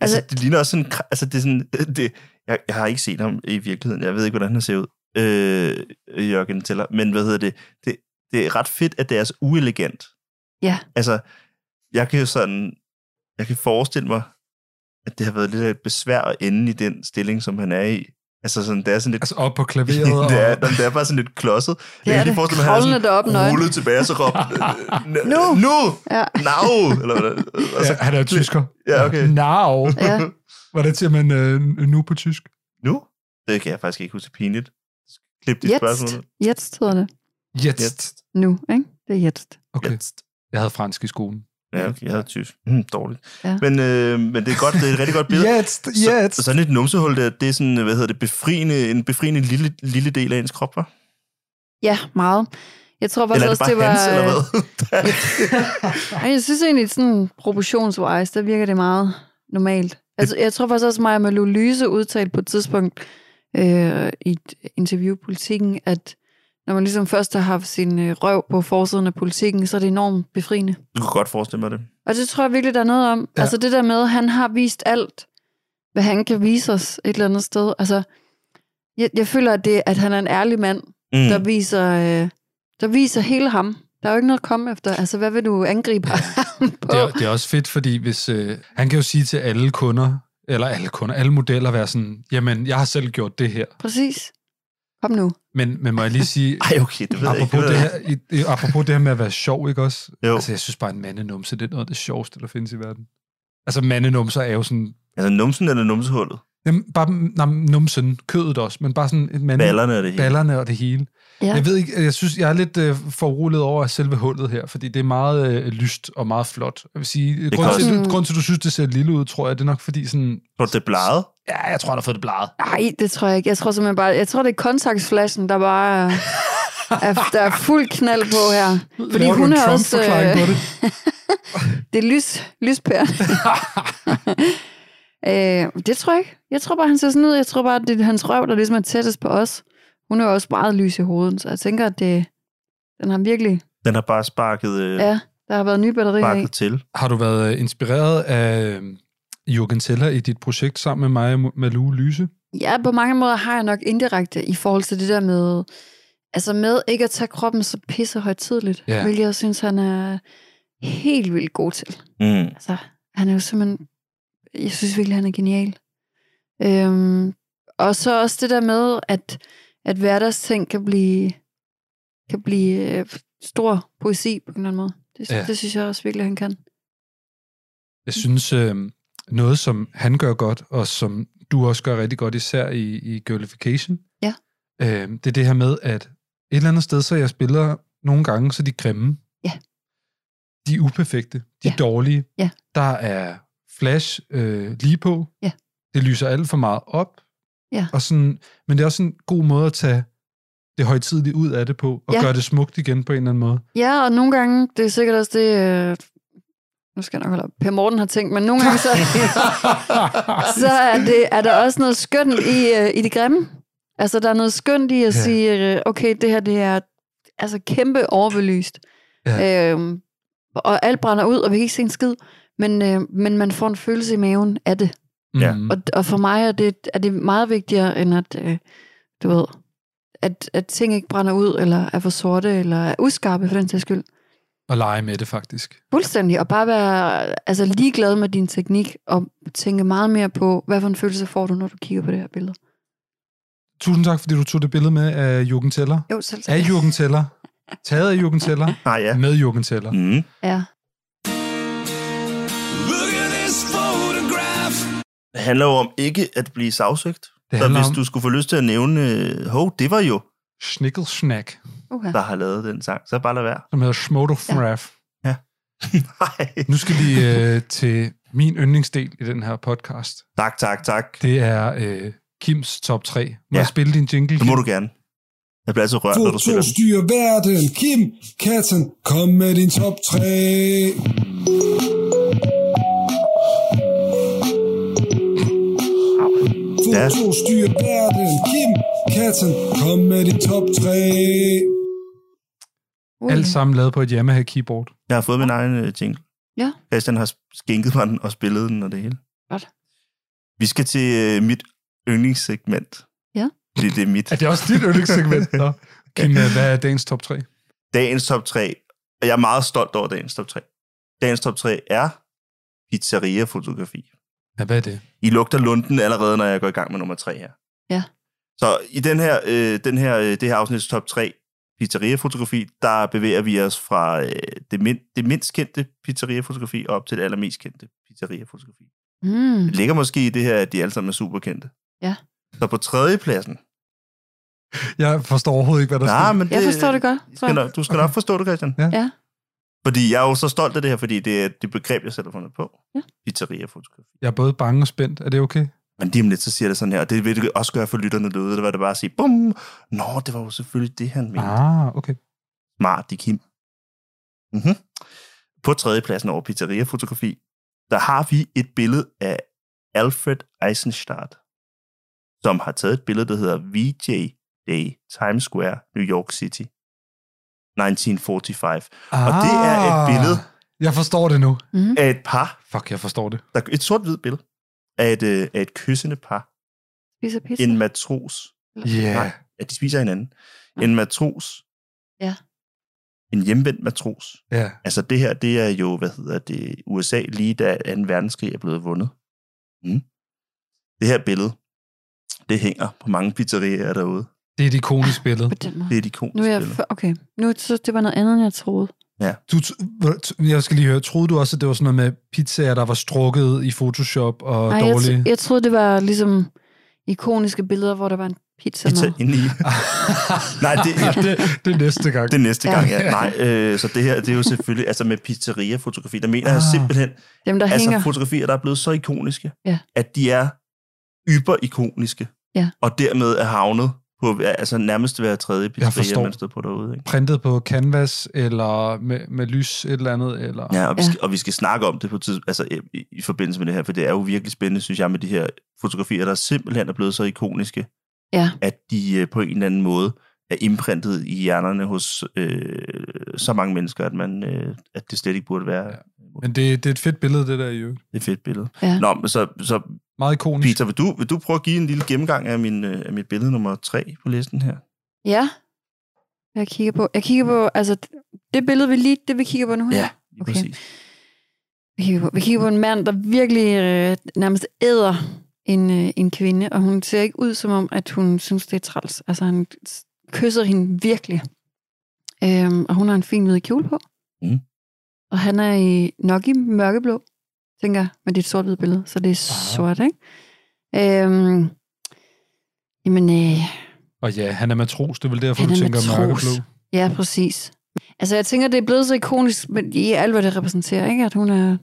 Speaker 1: Altså,
Speaker 3: Altså-
Speaker 1: det ligner også sådan... kra- Altså, det er sådan... Det, jeg, jeg har ikke set ham i virkeligheden. Jeg ved ikke, hvordan han ser ud. Øh, Jørgen Teller. Men hvad hedder det? det? Det er ret fedt, at det er så uelegant.
Speaker 3: Ja.
Speaker 1: Altså, jeg kan jo sådan... Jeg kan forestille mig, at det har været lidt af et besvær at ende i den stilling, som han er i. Altså, sådan, det er sådan lidt...
Speaker 2: Altså op
Speaker 1: (laughs)
Speaker 2: på
Speaker 1: det,
Speaker 2: klaveret.
Speaker 1: er,
Speaker 2: og,
Speaker 1: det er bare sådan lidt klodset.
Speaker 3: Det er
Speaker 1: jeg kan
Speaker 3: det.
Speaker 1: lige forestille mig, at han
Speaker 3: Kravlende
Speaker 1: er
Speaker 3: deroppe
Speaker 1: sådan
Speaker 3: nøgen.
Speaker 1: rullet tilbage, og så råbt... øh,
Speaker 3: Nu!
Speaker 1: Nu!
Speaker 3: Ja.
Speaker 1: Now! Eller, hvad der- og så,
Speaker 2: ja, han er tysker.
Speaker 1: altså, (laughs) Ja, okay. (laughs)
Speaker 2: Now.
Speaker 3: Ja.
Speaker 2: Hvordan siger man øh, nu på tysk?
Speaker 1: Nu? Det kan jeg faktisk ikke huske Det er pinligt. Klip dit
Speaker 3: Jetzt.
Speaker 1: spørgsmål.
Speaker 3: Jetzt hedder det.
Speaker 2: Jetzt.
Speaker 3: Nu, ikke? Det er jetzt.
Speaker 2: Okay.
Speaker 1: Jetzt.
Speaker 2: Jeg havde fransk i skolen.
Speaker 1: Ja, okay, jeg havde tysk. Mm, dårligt.
Speaker 3: Ja.
Speaker 1: Ja. Men, øh, men det er godt, det er et rigtig godt billede.
Speaker 2: Jetzt, jetzt.
Speaker 1: Så, sådan et numsehul der, det er sådan, hvad hedder det, befriende, en befriende lille, lille del af ens krop, hva'?
Speaker 3: Ja, meget. Jeg tror faktisk
Speaker 1: Eller er det
Speaker 3: også,
Speaker 1: bare
Speaker 3: det var... øh,
Speaker 1: hans, eller hvad?
Speaker 3: Ej, jeg synes egentlig, sådan proportionswise, der virker det meget normalt. Altså, jeg tror faktisk også, Maja Malou Lyse udtalte på et tidspunkt øh, i et interview i Politiken, at når man ligesom først har haft sin øh, røv på forsiden af politikken, så er det enormt befriende.
Speaker 1: du kunne godt forestille mig det.
Speaker 3: Og det tror jeg virkelig, der er noget om.
Speaker 2: Ja.
Speaker 3: Ja. Altså det der med, at han har vist alt, hvad han kan vise os et eller andet sted. Altså, jeg, jeg føler, at, det, at han er en ærlig mand,
Speaker 1: Mm.
Speaker 3: der viser, øh, der viser hele ham. Der er jo ikke noget at komme efter. Altså, hvad vil du angribe ham på?
Speaker 2: Det er, det er også fedt, fordi hvis, øh, han kan jo sige til alle kunder, eller alle kunder, alle modeller, være sådan, jamen, jeg har selv gjort det her.
Speaker 3: Præcis. Kom nu.
Speaker 2: Men, men må jeg lige sige,
Speaker 1: (laughs) Ej, okay, det ved jeg ikke.
Speaker 2: apropos,
Speaker 1: ved
Speaker 2: det
Speaker 1: jeg
Speaker 2: her, i, i, apropos det her med at være sjov, ikke også?
Speaker 1: Jo.
Speaker 2: Altså, jeg synes bare, en mandenumse, det er noget af det sjoveste, der findes i verden. Altså, mandenumser er jo sådan,
Speaker 1: ikke. Altså numsen eller numsehullet?
Speaker 2: jamen, bare nej, numsen, kødet også, men bare sådan et mande,
Speaker 1: Ballerne er det hele.
Speaker 2: ballerne og det hele.
Speaker 3: Ja.
Speaker 2: Jeg ved ikke, jeg synes, jeg er lidt øh, foruroliget over selve hullet her, fordi det er meget øh, lyst og meget flot. Jeg vil
Speaker 1: kan
Speaker 2: sige, grund til,
Speaker 3: også-
Speaker 2: du, grund til, du synes, det ser lille ud, tror jeg, det er nok fordi sådan,
Speaker 1: Tror du, det er bleget?
Speaker 2: ja, jeg tror, han har fået det bladet.
Speaker 3: Nej, det tror jeg ikke. Jeg tror simpelthen bare, jeg tror, det er kontaktflashen, der bare
Speaker 2: (laughs)
Speaker 3: er- er, der er fuld knald på her. Fordi
Speaker 2: Laver du
Speaker 3: hun
Speaker 2: en
Speaker 3: er
Speaker 2: Trump
Speaker 3: også...
Speaker 2: forklaring
Speaker 3: Øh,
Speaker 2: på det?
Speaker 3: det er lys,
Speaker 2: (laughs)
Speaker 3: lyspæren. øh, det tror jeg ikke. Jeg tror bare, han ser sådan ud. Jeg tror bare, det er hans røv, der ligesom er tættest på os. Hun er jo også meget lys i hovedet, så jeg tænker, at det, den har virkelig...
Speaker 1: Den har bare sparket, øh,
Speaker 3: Ja, der har været nye batterier i.
Speaker 1: sparket til.
Speaker 2: Har du været øh, inspireret af øh, Jürgen Teller i dit projekt sammen med mig og Malou Lyse?
Speaker 3: Ja, på mange måder har jeg nok indirekte i forhold til det der med, altså med ikke at tage kroppen så pisse højtidligt,
Speaker 2: Ja.
Speaker 3: ja. hvilket jeg synes, han er helt vildt god til.
Speaker 1: Mm.
Speaker 3: Altså, han er jo simpelthen, jeg synes virkelig, han er genial. Øhm, og så også det der med, at, at hverdagsting kan blive, kan blive øh, stor poesi på en eller anden måde. Det,
Speaker 2: Ja.
Speaker 3: ja. det synes jeg også virkelig, han kan.
Speaker 2: Jeg synes, øh, noget som han gør godt, og som du også gør rigtig godt, især i, i Girlification,
Speaker 3: Ja.
Speaker 2: øh, det er det her med, at et eller andet sted, så er jeg spiller nogle gange, så er de grimme.
Speaker 3: Ja.
Speaker 2: De er uperfekte. De er
Speaker 3: Ja.
Speaker 2: dårlige.
Speaker 3: Ja.
Speaker 2: Der er flash øh, lige på.
Speaker 3: Ja.
Speaker 2: Det lyser alt for meget op.
Speaker 3: Ja.
Speaker 2: Og sådan, men det er også en god måde at tage det højtidelige ud af det på, og
Speaker 3: Ja.
Speaker 2: gøre det smukt igen på en eller anden måde.
Speaker 3: Ja, og nogle gange, det er sikkert også det, øh, nu skal jeg nok holde op, Per Morten har tænkt, men nogle gange så, så er, det, er der også noget skønt i, øh, i det grimme. Altså, der er noget skønt i at
Speaker 2: Ja.
Speaker 3: ja. sige, øh, okay, det her det er altså kæmpe overbelyst. Ja. Øhm, og alt brænder ud, og vi kan ikke se en skid. Men, øh, men man får en følelse i maven af det.
Speaker 1: Ja.
Speaker 2: Mhm.
Speaker 3: Og, og for mig er det, er det meget vigtigere, end at, øh, du ved, at, at ting ikke brænder ud, eller er for sorte, eller er uskarpe for den sags skyld.
Speaker 2: og lege med det, faktisk.
Speaker 3: Fuldstændig, og bare være altså, ligeglad med din teknik, og tænke meget mere på, hvad for en følelse får du, når du kigger på det her billede.
Speaker 2: Tusind tak, fordi du tog det billede med af Jürgen Teller.
Speaker 3: Jo, selv tak.
Speaker 2: Af Jürgen Teller. Taget af Jürgen Teller.
Speaker 1: Ah, (laughs) ja.
Speaker 2: Med Jürgen Teller.
Speaker 1: Mm.
Speaker 3: Ja.
Speaker 1: Det handler jo om ikke at blive sagsøgt.
Speaker 2: Det
Speaker 1: Så
Speaker 2: handler
Speaker 1: hvis
Speaker 2: om-
Speaker 1: du skulle få lyst til at nævne, øh, hov, det var jo,
Speaker 2: Schnickelsnack,
Speaker 3: Okay.
Speaker 1: der har lavet den sang, så bare lad være.
Speaker 2: som hedder Schmodofraff.
Speaker 1: Nej.
Speaker 2: Nu skal vi øh, til min yndlingsdel i den her podcast.
Speaker 1: Tak, tak, tak.
Speaker 2: Det er øh, Kims top 3. Må ja.
Speaker 1: Ja.
Speaker 2: jeg spille din jingle?
Speaker 1: Det må du gerne. Jeg bliver altid rørt, når du spiller den.
Speaker 10: styrer verden. Kim, katten, kom med din top 3.
Speaker 1: Ja.
Speaker 10: Foto styrer verden. Kim, katten, kom med din top 3.
Speaker 3: Uh,
Speaker 2: Alt sammen lavet på et Yamaha keyboard.
Speaker 1: Jeg har fået min egen øh, jingle.
Speaker 3: Ja.
Speaker 1: Christian har skænket mig den og spillet den og det hele.
Speaker 3: Godt.
Speaker 1: Vi skal til øh, mit yndlingssegment.
Speaker 3: Ja.
Speaker 1: Fordi det er mit.
Speaker 2: Er det også dit yndlingssegment? (laughs) Nå. Kim, øh, hvad er dagens top 3?
Speaker 1: Dagens top 3, og jeg er meget stolt over dagens top 3. Dagens top 3 er pizzeria-fotografi.
Speaker 2: Ja, hvad er det?
Speaker 1: I lugter lunden allerede, når jeg går i gang med nummer 3 her.
Speaker 3: Ja.
Speaker 1: Så i den her, øh, den her, øh, det her afsnits top 3 pizzeria-fotografi, der bevæger vi os fra øh, det, mind, det mindst kendte pizzeria-fotografi op til det allermest kendte pizzeria-fotografi.
Speaker 3: mm,
Speaker 1: Det ligger måske i det her, at de alle sammen er superkendte.
Speaker 3: Ja.
Speaker 1: Så på tredjepladsen.
Speaker 2: Jeg forstår overhovedet ikke, hvad der
Speaker 1: Nej,
Speaker 2: sker.
Speaker 1: men det,
Speaker 3: Jeg forstår det godt, tror
Speaker 1: Skal
Speaker 3: jeg.
Speaker 1: nok, du skal okay. nok forstå det, Christian.
Speaker 2: Ja.
Speaker 3: Ja.
Speaker 1: Fordi jeg er jo så stolt af det her, fordi det er det begreb, jeg selv har fundet på.
Speaker 3: Ja.
Speaker 1: Pizzeria fotografi.
Speaker 2: Jeg er både bange og spændt. Er det okay?
Speaker 1: Men lige om lidt, så siger det sådan her, og det vil det også gøre for lytterne derude, det var det bare at sige, bum, nå, det var jo selvfølgelig det, han mente.
Speaker 2: Ah, okay.
Speaker 1: Smart, de Kim. Mm-hmm. På tredjepladsen over pizzeria-fotografi, der har vi et billede af Alfred Eisenstadt, som har taget et billede, der hedder VJ Day, Times Square, New York City, 1945.
Speaker 2: Ah,
Speaker 1: Og det er et billede
Speaker 2: Jeg forstår det nu.
Speaker 1: af et par,
Speaker 2: Fuck, jeg forstår det.
Speaker 1: der, et sort-hvidt billede, af et, øh, af et kyssende par,
Speaker 3: Spiser pizza.
Speaker 1: en matros,
Speaker 2: Ja.
Speaker 1: Nej,
Speaker 2: Yeah.
Speaker 1: at de spiser hinanden. En matros.
Speaker 3: Ja.
Speaker 1: En hjemvendt matros.
Speaker 2: Ja.
Speaker 1: Altså det her, det er jo, hvad hedder det, USA lige da 2. verdenskrig er blevet vundet. Mm. Det her billede, det hænger på mange pizzerier derude.
Speaker 2: Det er et ikonisk billede.
Speaker 3: På den måde.
Speaker 1: Det er et ikonisk
Speaker 3: Nu er jeg...
Speaker 1: billede.
Speaker 3: f- Okay, nu synes det var noget andet, end jeg troede.
Speaker 2: Du, t- hvor- t- jeg skal lige høre, troede du også, at det var sådan noget med pizzaer, der var strukket i Photoshop og
Speaker 3: Nej, jeg,
Speaker 2: dårlige?
Speaker 3: tro- jeg troede, det var ligesom ikoniske billeder, hvor der var en pizza,
Speaker 1: Pizza
Speaker 3: med.
Speaker 1: inde i. (laughs) Nej, det,
Speaker 2: (laughs) det, det er næste gang.
Speaker 1: det er næste
Speaker 3: Ja.
Speaker 1: gang, ja. Nej, øh, så det her, det er jo selvfølgelig, altså med pizzeria-fotografi, der mener jeg
Speaker 2: Ah.
Speaker 1: simpelthen,
Speaker 3: Dem, der
Speaker 1: altså
Speaker 3: hænger.
Speaker 1: fotografier, der er blevet så ikoniske,
Speaker 3: Ja.
Speaker 1: at de er yber-ikoniske,
Speaker 3: Ja.
Speaker 1: og dermed er havnet på altså nærmest hver tredje pizzeria,
Speaker 2: forstår.
Speaker 1: man stod på derude. Ikke?
Speaker 2: Printet på canvas, eller med, med lys et eller andet, eller...
Speaker 1: Ja, og vi,
Speaker 3: Ja.
Speaker 1: skal, og vi skal snakke om det på tids, altså, i, i, i forbindelse med det her, for det er jo virkelig spændende, synes jeg, med de her fotografier, der simpelthen er blevet så ikoniske,
Speaker 3: Ja.
Speaker 1: at de øh, på en eller anden måde er imprintet i hjernerne hos øh, så mange mennesker, at, man, øh, at det slet ikke burde være
Speaker 2: Ja. Men det, det er et fedt billede, det der i øvrigt.
Speaker 1: et fedt billede.
Speaker 3: Ja.
Speaker 1: Nå, men så, så
Speaker 2: Meget ikonisk.
Speaker 1: Peter, vil du, vil du prøve at give en lille gennemgang af, min, øh, af mit billede nummer 3 på listen her?
Speaker 3: Ja. Jeg kigger på, jeg kigger på, altså det billede, vi lige, det vi kigger på nu her.
Speaker 1: lige
Speaker 3: Okay.
Speaker 1: præcis.
Speaker 3: Vi kigger, på, vi kigger på en mand, der virkelig øh, nærmest æder en, øh, en kvinde, og hun ser ikke ud som om, at hun synes, det er træls. Altså, han s- kysser hende virkelig. Øhm, og hun har en fin hvid kjole på.
Speaker 1: Mm.
Speaker 3: Og han er i, nok i mørkeblå, tænker jeg. Men det er et sort billede, så det er sort, ikke? Øhm, jamen, øh,
Speaker 2: Og ja, han er matros, det er vel derfor,
Speaker 3: Han
Speaker 2: du
Speaker 3: er
Speaker 2: tænker
Speaker 3: matros.
Speaker 2: mørkeblå. Mm.
Speaker 3: Ja, præcis. Altså, jeg tænker, det er blevet så ikonisk men i alt, hvad det repræsenterer, ikke? At hun er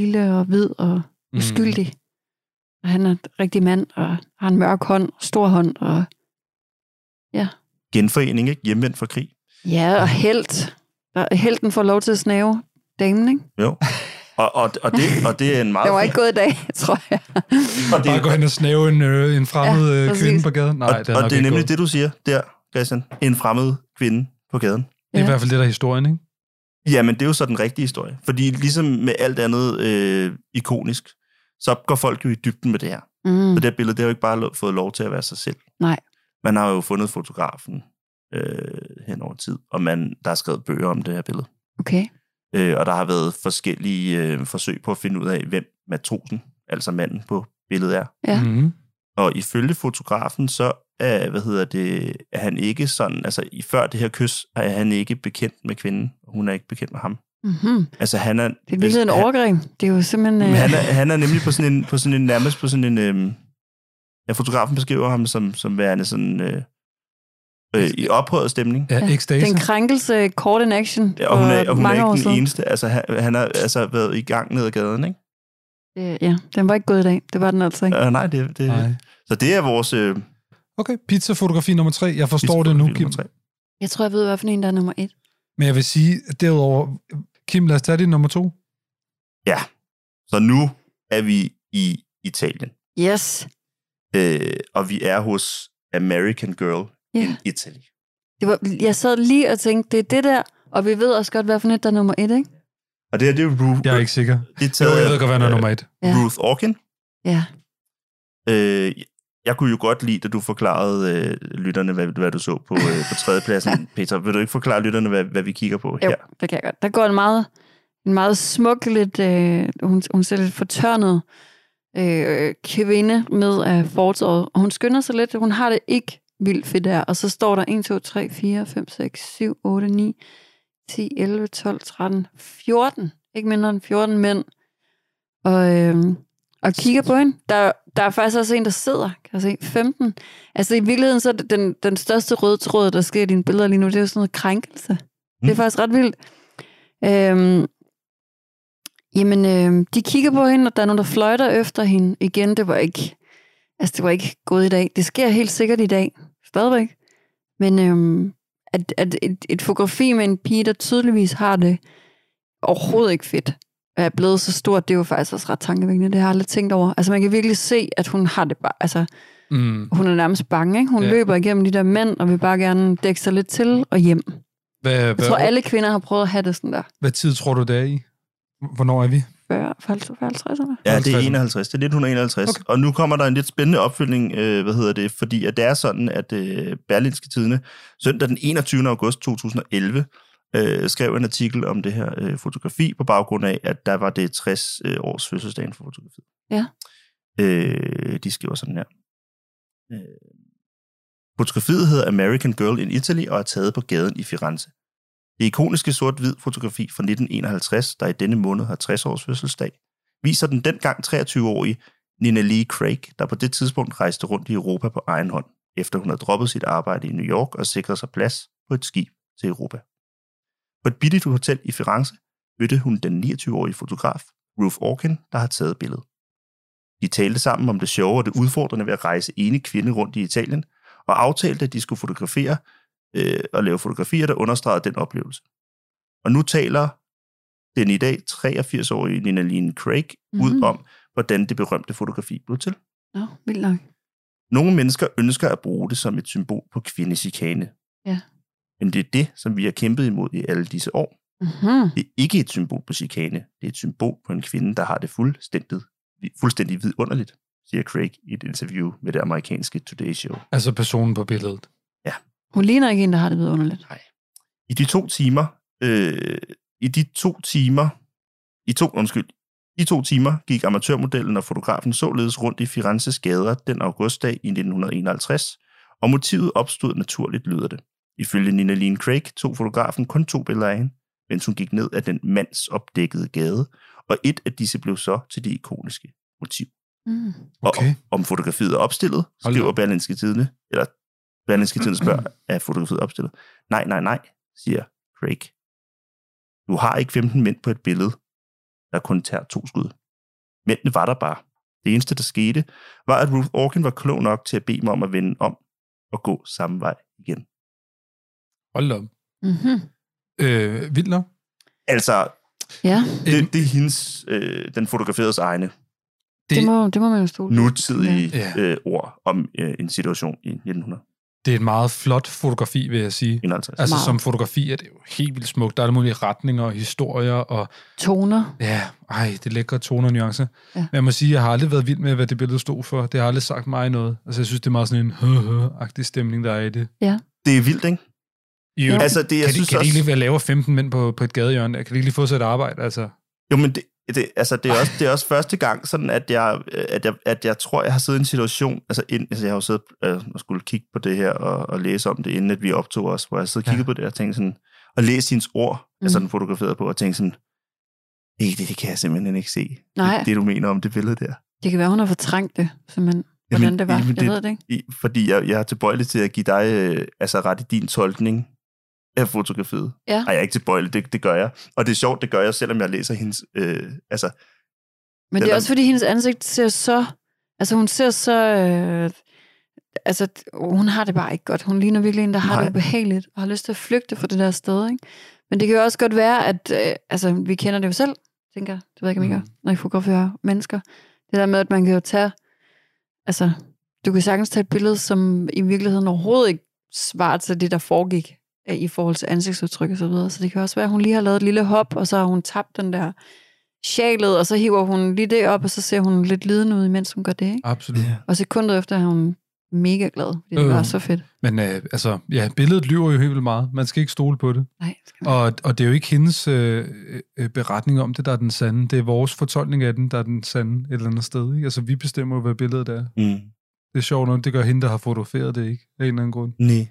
Speaker 3: lille og hvid og
Speaker 2: Mm.
Speaker 3: uskyldig. Og han er en rigtig mand, og har en mørk hånd, og stor hånd, og
Speaker 1: Genforening, ikke? Hjemvendt fra krig.
Speaker 3: ja, og held. Og helten får lov til at snave damen, ikke?
Speaker 1: Jo. Og, og, og, det, og det er en meget...
Speaker 3: Det var ikke gået i dag, (laughs) tror jeg.
Speaker 1: og det,
Speaker 2: Bare gå hen og snæve en, øh, en fremmed
Speaker 3: Ja,
Speaker 2: ja,
Speaker 3: præcis.
Speaker 2: kvinde på gaden. Nej,
Speaker 1: og,
Speaker 2: det er,
Speaker 1: og det er nemlig
Speaker 2: det.
Speaker 1: det, du siger der, Christian. En fremmed kvinde på gaden.
Speaker 2: det er i
Speaker 3: Ja.
Speaker 2: hvert fald det, der er historien, ikke?
Speaker 1: Jamen, det er jo så den rigtige historie. Fordi ligesom med alt andet øh, ikonisk, så går folk jo i dybden med det her. Så
Speaker 3: Mm.
Speaker 1: det her billede, det har jo ikke bare lo- fået lov til at være sig selv.
Speaker 3: Nej.
Speaker 1: Man har jo fundet fotografen øh, hen over tid, og man, der er skrevet bøger om det her billede.
Speaker 3: Okay.
Speaker 1: Øh, og der har været forskellige øh, forsøg på at finde ud af, hvem matrosen, altså manden på billedet er.
Speaker 3: Ja.
Speaker 2: Mm.
Speaker 1: Og ifølge fotografen, så er, hvad hedder det, er han ikke sådan, altså i før det her kys, er han ikke bekendt med kvinden, og hun er ikke bekendt med ham.
Speaker 3: Mm-hmm.
Speaker 1: Altså han er...
Speaker 3: Det er virkelig en overgreb. Det er jo simpelthen...
Speaker 1: Han,
Speaker 3: Øh,
Speaker 1: han, er, han er nemlig på sådan en, på sådan en nærmest på sådan en... Øhm, ja, fotografen beskriver ham som, som værende sådan... Øh, øh, I ophøjet stemning.
Speaker 2: Ja,
Speaker 3: Ja, det er
Speaker 2: ekstase.
Speaker 3: en øh, krænkelse caught in action
Speaker 1: Ja, og hun er,
Speaker 3: for
Speaker 1: og hun
Speaker 3: mange
Speaker 1: er ikke
Speaker 3: år
Speaker 1: den
Speaker 3: siden.
Speaker 1: eneste. Altså, han, han har altså været i gang ned ad gaden, ikke?
Speaker 3: Øh, Ja, den var ikke gået i dag. Det var den altså ikke.
Speaker 1: Uh, nej, det, det,
Speaker 2: Nej.
Speaker 1: Så det er vores... Øh,
Speaker 2: Okay, pizzafotografi nummer tre. Jeg forstår det nu,
Speaker 1: nummer
Speaker 2: Kim.
Speaker 1: tre.
Speaker 3: Jeg tror, jeg ved, hvad for en, der er nummer et.
Speaker 2: Men jeg vil sige, at derudover... Kim, lad os tage din nummer to.
Speaker 1: Så nu er vi i Italien.
Speaker 3: Yes.
Speaker 1: Øh, og vi er hos American Girl
Speaker 3: Ja.
Speaker 1: in Italy.
Speaker 3: Det var, jeg sad lige og tænkte, det er det der, og vi ved også godt, hvad for net, der er nummer et, ikke?
Speaker 1: Og det her, det er Ruth,
Speaker 2: Jeg er ikke sikker. Øh,
Speaker 1: det er
Speaker 2: Jo,
Speaker 1: taget,
Speaker 2: jeg ved godt, hvad der er nummer et.
Speaker 1: Ja. Ruth Orkin.
Speaker 3: Ja.
Speaker 1: Øh, jeg kunne jo godt lide, da du forklarede øh, lytterne, hvad, hvad du så på, øh, på
Speaker 3: (laughs)
Speaker 1: tredjepladsen. Peter, vil du ikke forklare lytterne, hvad, hvad vi kigger på
Speaker 3: Jo,
Speaker 1: her?
Speaker 3: det kan jeg godt. Der går en meget, en meget smuk, lidt, øh, hun, hun ser lidt fortørnet øh, kvinde med af fortorvet, og hun skynder sig lidt, hun har det ikke vildt fedt der, og så står der 1, 2, 3, 4, 5, 6, 7, 8, 9, 10, 11, 12, 13, 14, ikke mindre end 14 mænd, og, øh, og øhm, kigger på hende. Der, der er faktisk også en, der sidder, kan jeg se, 15. Altså i virkeligheden, så er det den, den største røde tråd, der sker i dine billeder lige nu, det er jo sådan noget krænkelse. Mm. Det er faktisk ret vildt. Øhm, jamen, øhm, de kigger på hende, og der er nogen, der fløjter efter hende. Igen, det var ikke, altså, det var ikke gået i dag. Det sker helt sikkert i dag, stadigvæk. Men øhm, at, at et, et fotografi med en pige, der tydeligvis har det overhovedet ikke fedt, og er blevet så stort, det er jo faktisk også ret tankevækkende. Det har jeg aldrig tænkt over. Altså, man kan virkelig se, at hun har det bare... Altså,
Speaker 2: Mm.
Speaker 3: hun er nærmest bange, ikke? Hun
Speaker 2: Ja.
Speaker 3: ja. løber igennem de der mænd, og vil bare gerne dække sig lidt til og hjem.
Speaker 2: Hvad,
Speaker 3: Jeg
Speaker 2: hvad,
Speaker 3: tror, alle kvinder har prøvet at have det sådan der.
Speaker 2: hvad tid tror du, det er i? Hvornår er vi?
Speaker 3: 40, 50'erne.
Speaker 1: Ja, det er
Speaker 2: 50'erne.
Speaker 1: 51. Det er 1951. Okay. Og nu kommer der en lidt spændende opfølgning, øh, hvad hedder det, fordi at det er sådan, at øh, Berlinske Tidene søndag den 21. august 2011 øh, skrev en artikel om det her øh, fotografi på baggrund af, at der var det 60 øh, års fødselsdagen for fotografiet.
Speaker 3: Ja.
Speaker 1: Øh, de skriver sådan her. Øh, fotografiet hedder American Girl in Italy og er taget på gaden i Firenze. Det ikoniske sort-hvid fotografi fra 1951, der i denne måned har 60 års fødselsdag, viser den dengang 23-årige Nina Lee Craig, der på det tidspunkt rejste rundt i Europa på egen hånd, efter hun havde droppet sit arbejde i New York og sikret sig plads på et skib til Europa. På et billigt hotel i Firenze mødte hun den 29-årige fotograf Ruth Orkin, der har taget billedet. De talte sammen om det sjove og det udfordrende ved at rejse ene kvinde rundt i Italien, og aftalte, at de skulle fotografere øh, og lave fotografier, der understregede den oplevelse. Og nu taler den i dag 83-årige Nina Lean Craig mm. ud
Speaker 3: Mhm.
Speaker 1: om, hvordan det berømte fotografi blev til.
Speaker 3: Nå, vildt nok.
Speaker 1: Nogle mennesker ønsker at bruge det som et symbol på kvindesikane.
Speaker 3: Ja.
Speaker 1: Men det er det, som vi har kæmpet imod i alle disse år.
Speaker 3: Mm-hmm.
Speaker 1: Det er ikke et symbol på chikane. Det er et symbol på en kvinde, der har det fuldstændig, fuldstændig vidunderligt, siger Craig i et interview med det amerikanske Today Show.
Speaker 2: Altså personen på billedet.
Speaker 3: Hun ligner ikke en, der har det vidunderligt.
Speaker 1: I de to timer, øh, i de to timer, i to, undskyld, i to timer gik amatørmodellen og fotografen således rundt i Firenzes gader den augustdag i 1951, og motivet opstod naturligt, lyder det. Ifølge Nina Lean Craig tog fotografen kun to billeder af hende, mens hun gik ned ad den mandsopdækkede gade, og et af disse blev så til det ikoniske motiv.
Speaker 3: Mm.
Speaker 2: Okay.
Speaker 1: Og om fotografiet er opstillet,
Speaker 2: Hold da
Speaker 1: skriver
Speaker 2: op.
Speaker 1: Berlingske Tidene, eller Berlingske Tidene
Speaker 2: (clears throat)
Speaker 1: spørger, er fotografiet opstillet? Nej, nej, nej, siger Craig. Du har ikke 15 mænd på et billede, der kun tager to skud. Mændene var der bare. Det eneste, der skete, var, at Ruth Orkin var klog nok til at bede mig om at vende om og gå samme vej igen.
Speaker 2: Hold da op.
Speaker 3: Mm-hmm.
Speaker 2: Øh, vildt nok.
Speaker 1: Altså,
Speaker 3: Ja,
Speaker 1: det, det er hendes, øh, den fotograferedes egne
Speaker 3: det, det, må, det må man jo stole på.
Speaker 1: nutidige
Speaker 2: Ja.
Speaker 1: øh, ord om øh, en situation i 1951.
Speaker 2: Det er et meget flot fotografi, vil jeg sige. Altså
Speaker 3: Meget.
Speaker 2: som fotografi er det jo helt vildt smukt. Der er alle mulige retninger og historier, og
Speaker 3: Toner.
Speaker 2: ja, ej, det er lækre toner og nuancer. Ja.
Speaker 3: Ja.
Speaker 2: Men jeg må sige, jeg har aldrig været vild med, hvad det billede stod for. Det har aldrig sagt mig noget. Altså jeg synes, det er meget sådan en hø-hø-agtig stemning, der er i det.
Speaker 1: Det er vildt, ikke?
Speaker 2: Jo, altså,
Speaker 1: Altså, det, jeg
Speaker 2: kan, de,
Speaker 1: synes
Speaker 2: kan de
Speaker 1: også...
Speaker 2: ikke lige være lavere 15 mænd på, på et gadehjørne? der? Kan de ikke lige få sig et arbejde? Altså,
Speaker 1: Jo, men det, det, altså, det, er også, det er også første gang, sådan at jeg, at, jeg, at jeg tror, jeg har siddet i en situation, altså, ind, altså jeg har jo siddet øh, og skulle kigge på det her og, og læse om det, inden at vi optog os, hvor jeg sidder og
Speaker 2: Ja.
Speaker 1: kiggede på det og tænkte sådan, og læste hendes ord, mm. altså
Speaker 3: Mm.
Speaker 1: den fotograferede på, og tænkte sådan, ikke det, det kan jeg simpelthen ikke se.
Speaker 3: Nej.
Speaker 1: Det, det, du mener om det billede der.
Speaker 3: Det kan være, hun har fortrængt det, simpelthen. Hvordan
Speaker 1: Jamen,
Speaker 3: det var,
Speaker 1: jamen,
Speaker 3: jeg
Speaker 1: det-
Speaker 3: ved det ikke.
Speaker 1: I, fordi jeg, jeg er tilbøjelig til at give dig øh, altså ret i din tolkning af fotografiet.
Speaker 3: Ja.
Speaker 1: Ej, jeg er ikke tilbøjelig, det, det gør jeg. Og det er sjovt, det gør jeg, selvom jeg læser hendes, øh, altså
Speaker 3: Men det
Speaker 1: Den
Speaker 3: er
Speaker 1: er-
Speaker 3: også, fordi hendes ansigt ser så... Altså, hun ser så... Øh, altså, t- hun har det bare ikke godt. Hun ligner virkelig en, der har
Speaker 1: Nej.
Speaker 3: det ubehageligt, og har lyst til at flygte fra det der sted, ikke? Men det kan jo også godt være, at... Øh, altså, vi kender det jo selv, tænker jeg. Det ved jeg ikke, om I
Speaker 1: Mm.
Speaker 3: gør, når I fotograferer mennesker. Det der med, at man kan jo tage... Altså, du kan sagtens tage et billede, som i virkeligheden overhovedet ikke svarer til det, der foregik øh, i forhold til ansigtsudtryk og så videre. Så det kan også være, at hun lige har lavet et lille hop, og så har hun tabt den der sjalet, og så hiver hun lige det op, og så ser hun lidt lidende ud, mens hun gør det. Ikke?
Speaker 2: absolut. Ja.
Speaker 3: Og sekundet efter er hun mega glad, fordi det
Speaker 2: Øh.
Speaker 3: var så fedt.
Speaker 2: Men øh, altså, ja, billedet lyver jo helt vildt meget. Man skal ikke stole på det.
Speaker 3: Nej, det skal man.
Speaker 2: Og, og det er jo ikke hendes øh, øh, beretning om det, der er den sande. Det er vores fortolkning af den, der er den sande et eller andet sted. Ikke? Altså, vi bestemmer jo, hvad billedet er.
Speaker 1: mm.
Speaker 2: Det er sjovt nok, det gør hende, der har fotograferet det, ikke? Af en eller anden grund.
Speaker 1: Nej.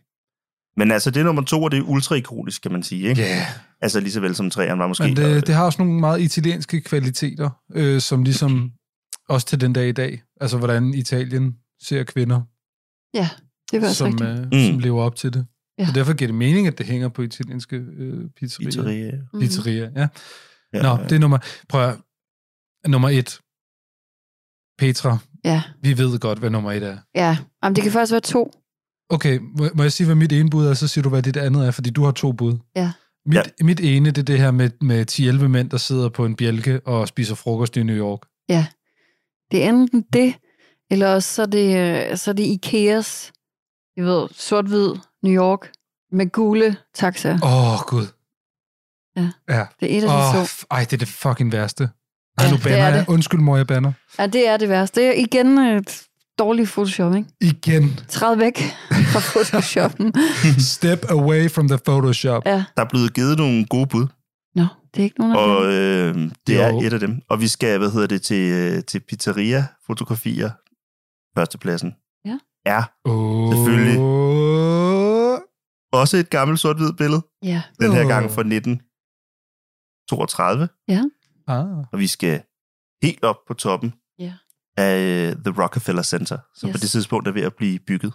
Speaker 1: Men altså, det nummer to, og det er ultraikonisk, kan man sige, ikke?
Speaker 2: Ja,
Speaker 1: Altså, lige så vel som træerne var måske.
Speaker 2: men det, det har også nogle meget italienske kvaliteter, øh, som øh, ligesom også til den dag i dag, altså hvordan Italien ser kvinder,
Speaker 3: Ja, det var også
Speaker 2: som,
Speaker 3: rigtigt.
Speaker 2: øh, mm.
Speaker 1: Mm.
Speaker 2: som lever op til det.
Speaker 3: Ja.
Speaker 2: Ja. Så derfor giver det mening, at det hænger på italienske øh, pizzerier.
Speaker 1: Pizzeria.
Speaker 3: Mhm.
Speaker 2: Pizzeria, ja.
Speaker 1: Ja,
Speaker 2: Nå,
Speaker 1: ja.
Speaker 2: det er nummer... Prøv at, Nummer et. Petra,
Speaker 3: Ja,
Speaker 2: vi ved godt, hvad nummer et er.
Speaker 3: Mm. ja. Jamen, det kan faktisk være to.
Speaker 2: Okay, må, må jeg sige, hvad mit ene bud er, så siger du, hvad dit andet er, fordi du har to bud.
Speaker 3: Ja.
Speaker 2: Mit,
Speaker 1: Ja.
Speaker 2: ja. mit ene, det er det her med, med 10-11 mænd, der sidder på en bjælke og spiser frokost i New York.
Speaker 3: Det er enten det, eller også så er det, øh, så er det Ikeas, jeg ved, sort-hvid New York med gule taxaer.
Speaker 2: Åh, oh, Gud.
Speaker 3: Ja.
Speaker 2: ja.
Speaker 3: Det er et af de
Speaker 2: Åh,
Speaker 3: to.
Speaker 2: oh, ej, det er det fucking værste. Ej,
Speaker 3: Ja,
Speaker 2: nu
Speaker 3: det
Speaker 2: banner
Speaker 3: er
Speaker 2: jeg.
Speaker 3: det.
Speaker 2: Undskyld, mor, jeg banner.
Speaker 3: Ja, det er det værste. Det er igen et dårligt Photoshop, ikke?
Speaker 2: Igen.
Speaker 3: Træd væk fra Photoshoppen.
Speaker 2: Step away from the Photoshop.
Speaker 3: Ja.
Speaker 1: Der er blevet givet nogle gode bud,
Speaker 3: Nå, det er ikke nogen af
Speaker 1: og
Speaker 3: dem.
Speaker 1: øh, det er
Speaker 2: Jo.
Speaker 1: et af dem. Og vi skal, hvad hedder det, til, øh, til pizzeria-fotografier. Førstepladsen.
Speaker 3: Ja.
Speaker 1: Er
Speaker 2: Oh.
Speaker 1: Selvfølgelig. også et gammelt sort-hvid billede.
Speaker 3: Ja,
Speaker 1: Den her
Speaker 2: Åh.
Speaker 1: gang fra 1932.
Speaker 2: Ah.
Speaker 1: Og vi skal helt op på toppen
Speaker 3: Ja.
Speaker 1: af øh, The Rockefeller Center, som yes. på
Speaker 3: Yes.
Speaker 1: det tidspunkt er ved at blive bygget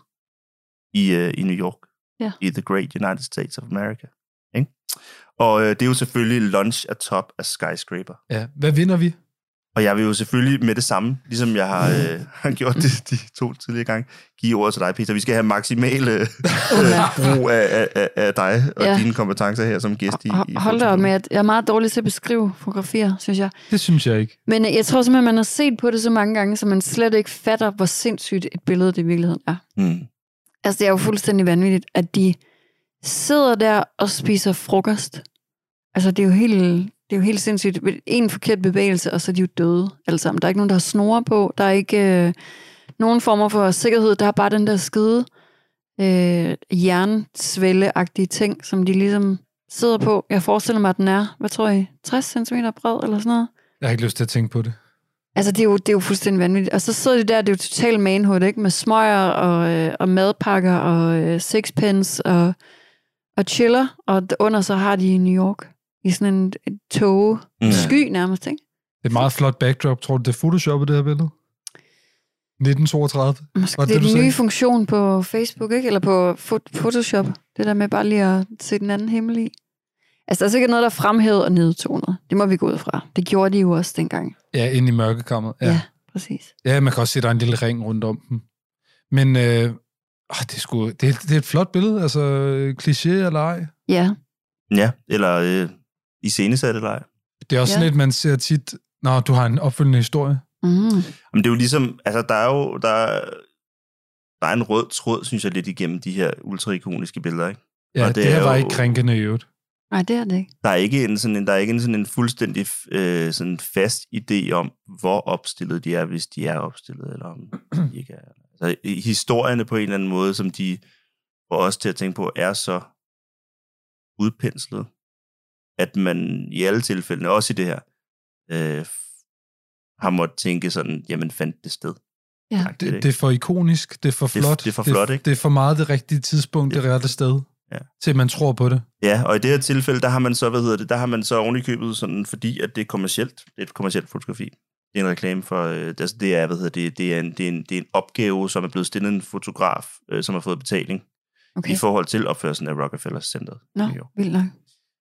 Speaker 1: i, øh, i New York.
Speaker 3: Ja.
Speaker 1: I The Great United States of America. Ikke? Og øh, det er jo selvfølgelig lunch at top af skyscraper.
Speaker 2: Ja, hvad vinder vi?
Speaker 1: Og jeg vil jo selvfølgelig med det samme, ligesom jeg har, øh, (laughs) har gjort det de to tidligere gange, give ordet til dig, Peter. Vi skal have maksimal øh, øh, (laughs) brug af, af, af, af dig og ja.
Speaker 3: Ja.
Speaker 1: dine kompetencer her som gæst i, i
Speaker 3: Ho- Hold da op med, at jeg er meget dårlig til at beskrive fotografier, synes jeg.
Speaker 2: Det synes jeg ikke.
Speaker 3: Men øh, jeg tror simpelthen, man har set på det så mange gange, så man slet ikke fatter, hvor sindssygt et billede det i virkeligheden er.
Speaker 1: Mm.
Speaker 3: Altså, det er jo fuldstændig vanvittigt, at de sidder der og spiser frokost. Altså, det er jo helt, det er jo helt sindssygt. En forkert bevægelse, og så er de jo døde alle sammen. Der er ikke nogen, der har snore på. Der er ikke øh, nogen former for sikkerhed. Der er bare den der skide øh, jernsvælleagtige ting, som de ligesom sidder på. Jeg forestiller mig, at den er, hvad tror I, 60 cm bred eller sådan noget?
Speaker 2: Jeg har ikke lyst til at tænke på det.
Speaker 3: Altså, det er, jo, det er jo fuldstændig vanvittigt. Og så sidder de der, det er jo totalt manhood, ikke? Med smøger og, øh, og madpakker og øh, sixpence og, og chiller. Og d- under så har de i New York i sådan en en tåge
Speaker 1: Mm.
Speaker 3: sky nærmest, ikke?
Speaker 2: Det er et meget flot backdrop. Tror du, det er photoshoppet, det her billede? 1932.
Speaker 3: Måske
Speaker 2: Var det
Speaker 3: det er
Speaker 2: det, du
Speaker 3: den
Speaker 2: sagde?
Speaker 3: nye funktion på Facebook, ikke? Eller på fo- Photoshop. Det der med bare lige at se den anden himmel i. Altså, der er sikkert noget, der er fremhævet og nedtonet. Det må vi gå ud fra. Det gjorde de jo også dengang.
Speaker 2: Ja, inde i mørkekammeret. Ja.
Speaker 3: Ja.
Speaker 2: ja.
Speaker 3: Præcis.
Speaker 2: Ja, man kan også se, der er en lille ring rundt om dem. Men øh, åh, det, er sgu, det, er, det er et flot billede, altså øh, kliché eller ej.
Speaker 3: Ja,
Speaker 1: Ja, eller øh, i scenesat eller ej.
Speaker 2: Det er også
Speaker 3: Ja.
Speaker 2: ja. sådan lidt, man ser tit, når du har en opfølgende historie.
Speaker 3: mm.
Speaker 1: Men det er jo ligesom, altså der er jo, der, der er en rød tråd, synes jeg, lidt igennem de her ultraikoniske billeder, ikke?
Speaker 2: Ja,
Speaker 1: Og
Speaker 2: det,
Speaker 1: det
Speaker 2: det her
Speaker 1: er
Speaker 2: var
Speaker 1: jo-
Speaker 2: ikke krænkende i øvrigt.
Speaker 3: Nej, det er det ikke.
Speaker 1: Der er ikke en sådan en, der er ikke en, sådan en fuldstændig øh, sådan fast idé om, hvor opstillet de er, hvis de er opstillet, eller om de ikke er. Altså, i- historierne på en eller anden måde, som de får os til at tænke på, er så udpenslet, at man i alle tilfældene, også i det her, øh, har måttet tænke sådan, jamen fandt det sted.
Speaker 3: Ja.
Speaker 1: Tak,
Speaker 2: Det, det er for ikonisk, det er for
Speaker 1: er-
Speaker 2: flot.
Speaker 1: det er for flot, ikke?
Speaker 2: Det, er for meget det rigtige tidspunkt, det,
Speaker 1: Ja.
Speaker 2: det rette sted,
Speaker 1: Ja.
Speaker 2: ja. til at man tror på det.
Speaker 1: Ja, og i det her tilfælde, der har man så, hvad hedder det, der har man så oven i købet sådan, fordi at det er kommercielt, det er et kommercielt fotografi. Det er en reklame for, øh, altså det er, hvad hedder det, det er en, det er en, det er en opgave, som er blevet stillet en fotograf, øh, som har fået betaling okay.
Speaker 3: Okay.
Speaker 1: i forhold til opførelsen af Rockefeller Center.
Speaker 3: Nå, vildt nok.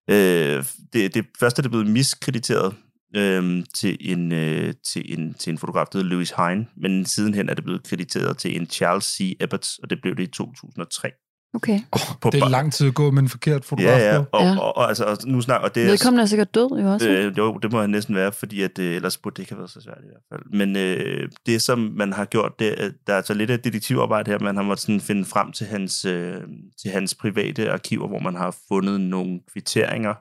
Speaker 1: Øh, det, det første er det blevet miskrediteret øh, til, en, øh, til, en, til en fotograf, der hedder Louis Hine, men sidenhen er det blevet krediteret til en Charles C. Ebbets, og det blev det i 2003.
Speaker 3: Okay.
Speaker 1: På
Speaker 2: Det er
Speaker 1: bar-
Speaker 2: lang tid at gå med en forkert fotograf.
Speaker 1: Ja, ja,
Speaker 2: på.
Speaker 1: og,
Speaker 3: Ja.
Speaker 1: og, og, altså, og nu snak, og det er
Speaker 3: Vedkommende er sikkert død jo også. Øh,
Speaker 1: Øh, jo, det må han næsten være, fordi at, øh, ellers burde det ikke have været så svært i hvert fald. Men øh, det, som man har gjort, det, er- der er så lidt af et detektivarbejde her, man har måttet sådan finde frem til hans, øh, til hans private arkiver, hvor man har fundet nogle kvitteringer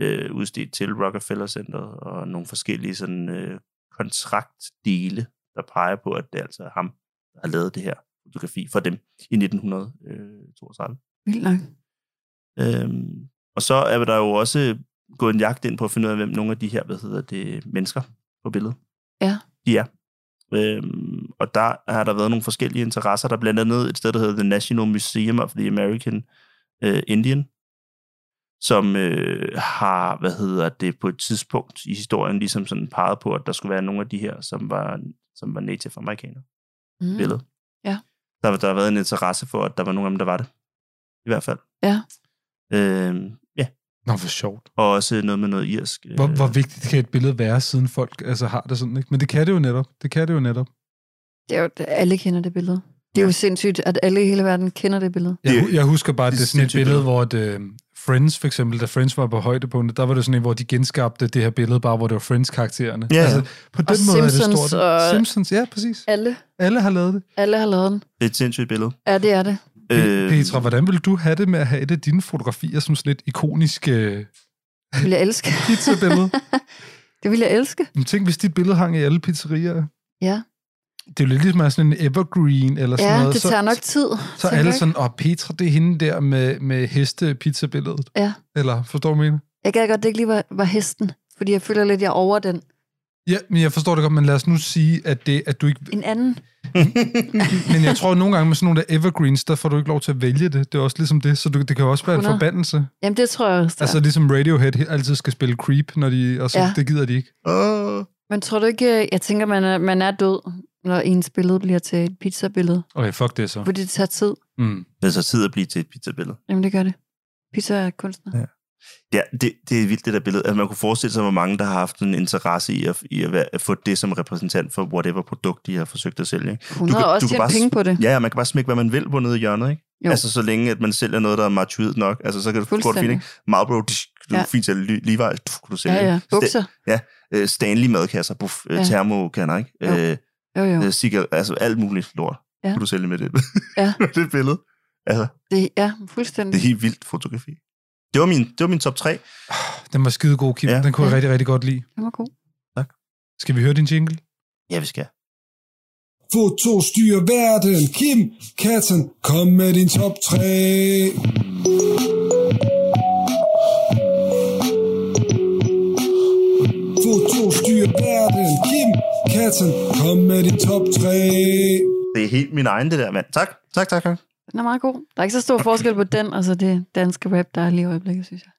Speaker 1: øh, udstedt til Rockefeller Center, og nogle forskellige sådan, øh, kontraktdele, der peger på, at det er altså ham, der har lavet det her fotografi for dem i øh, 1932.
Speaker 3: vildt nok.
Speaker 1: Øhm, og så er der jo også gået en jagt ind på at finde ud af, hvem nogle af de her, hvad hedder det, mennesker på billedet.
Speaker 3: Ja.
Speaker 1: De er. Øhm, og der har der været nogle forskellige interesser. Der er blandt andet et sted, der hedder The National Museum of the American øh, Indian, som øh, har, hvad hedder det, på et tidspunkt i historien ligesom sådan peget på, at der skulle være nogle af de her, som var, som var native amerikanere. Mm. Billede.
Speaker 3: Ja.
Speaker 1: Der, der har været en interesse for, at der var nogle af dem, der var det. I hvert fald.
Speaker 3: Ja.
Speaker 1: Øh, ja.
Speaker 2: Nå, hvor sjovt.
Speaker 1: Og også noget med noget irsk. øh,
Speaker 2: Hvor, hvor vigtigt kan et billede være, siden folk altså, har det sådan, ikke? Men det kan det jo netop. Det kan det jo netop.
Speaker 3: Det er jo, alle kender det billede. Det er jo sindssygt, at alle i hele verden kender det billede.
Speaker 2: Jeg, hu- jeg husker bare, at
Speaker 1: det
Speaker 2: det
Speaker 1: er
Speaker 2: er sådan et
Speaker 1: sindssygt
Speaker 2: billede, hvor det, Friends for eksempel, da Friends var på højdepunktet, der var det sådan et, hvor de genskabte det her billede, bare hvor det var Friends-karaktererne.
Speaker 1: Ja,
Speaker 2: Altså,
Speaker 1: ja.
Speaker 2: på den
Speaker 3: Og
Speaker 2: måde er det
Speaker 3: Simpsons
Speaker 2: stort.
Speaker 3: og-
Speaker 2: Simpsons, ja, præcis.
Speaker 3: Alle,
Speaker 2: Alle har lavet det.
Speaker 3: alle har lavet den.
Speaker 1: Det er et sindssygt billede. Øhm,
Speaker 3: Ja, det er det.
Speaker 2: Øh... Petra, hvordan vil du have det med at have et af dine fotografier som sådan et ikonisk øh,
Speaker 3: Det ville jeg elske.
Speaker 2: pizzabillede?
Speaker 3: Det ville jeg elske.
Speaker 2: Men tænk, hvis dit billede hang i alle pizzerier.
Speaker 3: Ja,
Speaker 2: Det er jo lidt ligesom at have sådan en evergreen eller sådan
Speaker 3: ja
Speaker 2: noget.
Speaker 3: det tager nok tid.
Speaker 2: Så er
Speaker 3: tænker
Speaker 2: alle
Speaker 3: jeg.
Speaker 2: sådan, og Petra, det er hende der med, med heste-pizzabilledet.
Speaker 3: Ja.
Speaker 2: Eller, forstår du, hvad jeg mener?
Speaker 3: Jeg gad godt, det ikke lige var, var hesten, fordi jeg føler lidt, jeg er over den.
Speaker 2: Ja, men jeg forstår det godt, men lad os nu sige, at, det, at du ikke...
Speaker 3: En anden.
Speaker 2: Men jeg tror, at nogle gange med sådan nogle der evergreens, der får du ikke lov til at vælge det. Det er også ligesom det, så du, det kan jo også være en
Speaker 3: 100.
Speaker 2: forbandelse.
Speaker 3: Jamen, det tror jeg også. det er.
Speaker 2: Altså ligesom Radiohead he- altid skal spille Creep, når de, og så, ja.
Speaker 3: Ja.
Speaker 2: det gider de ikke.
Speaker 1: Åh.
Speaker 3: Men tror du ikke, øh, jeg tænker, man er, man er død, når ens billede bliver til et pizzabillede?
Speaker 2: Okay, fuck det så.
Speaker 3: Fordi det tager tid.
Speaker 2: Mm.
Speaker 1: Det er så tid at blive til et pizzabillede.
Speaker 3: Jamen, det gør det. Pizza er kunstner.
Speaker 1: Ja, det, det er vildt, det der billede. Altså, man kunne forestille sig, hvor mange, der har haft en interesse i at, i at, være, at få det som repræsentant for whatever produkt, de har forsøgt at sælge. ikke?
Speaker 3: Hun har
Speaker 1: kan-
Speaker 3: også
Speaker 1: kan
Speaker 3: tjent
Speaker 1: bare
Speaker 3: penge
Speaker 1: sm-
Speaker 3: på det.
Speaker 1: Ja, ja, man kan bare smække, hvad man vil på nede i hjørnet, ikke?
Speaker 3: Jo.
Speaker 1: Jo. Altså, så længe, at man sælger noget, der er martyret nok. Altså, så kan du gå det fint,
Speaker 3: Fuldstændig.
Speaker 1: ikke? Marlboro, tsk, du
Speaker 3: Ja.
Speaker 1: ja. fint sælge Levi's, du kunne du sælge.
Speaker 3: Ja, ja.
Speaker 1: ikke?
Speaker 3: Bukser.
Speaker 1: Sta- øh, Stanley-madkasser, buff,
Speaker 3: Ja.
Speaker 1: ja. termokanner, ikke?
Speaker 3: Jo.
Speaker 1: Øh,
Speaker 3: Jo, jo.
Speaker 1: øh, cigar, altså, alt muligt lort.
Speaker 3: Ja.
Speaker 1: Ja. Kunne du sælge med det,
Speaker 3: (laughs) Ja.
Speaker 1: (laughs) det billede? Altså,
Speaker 3: Det, ja,
Speaker 1: det er
Speaker 3: fuldstændig.
Speaker 1: helt vildt fotografi. Det var min, det var min top 3.
Speaker 2: Den var skide god, Kim. Ja.
Speaker 1: Ja.
Speaker 2: Den kunne jeg
Speaker 3: Ja.
Speaker 2: rigtig, rigtig godt lide.
Speaker 3: Det var god.
Speaker 2: Skal vi høre din jingle?
Speaker 1: Ja, vi skal.
Speaker 10: Foto styrer verden. Kim Katten, kom med din top 3. Foto styrer verden. Kim Katten, kom med din top 3.
Speaker 1: Det er helt min egen, det der, mand. Tak, tak, tak. (laughs) tak.
Speaker 3: Den er meget god. Der er ikke så stor forskel på den, og så det danske rap, der er lige i øjeblikket, synes jeg.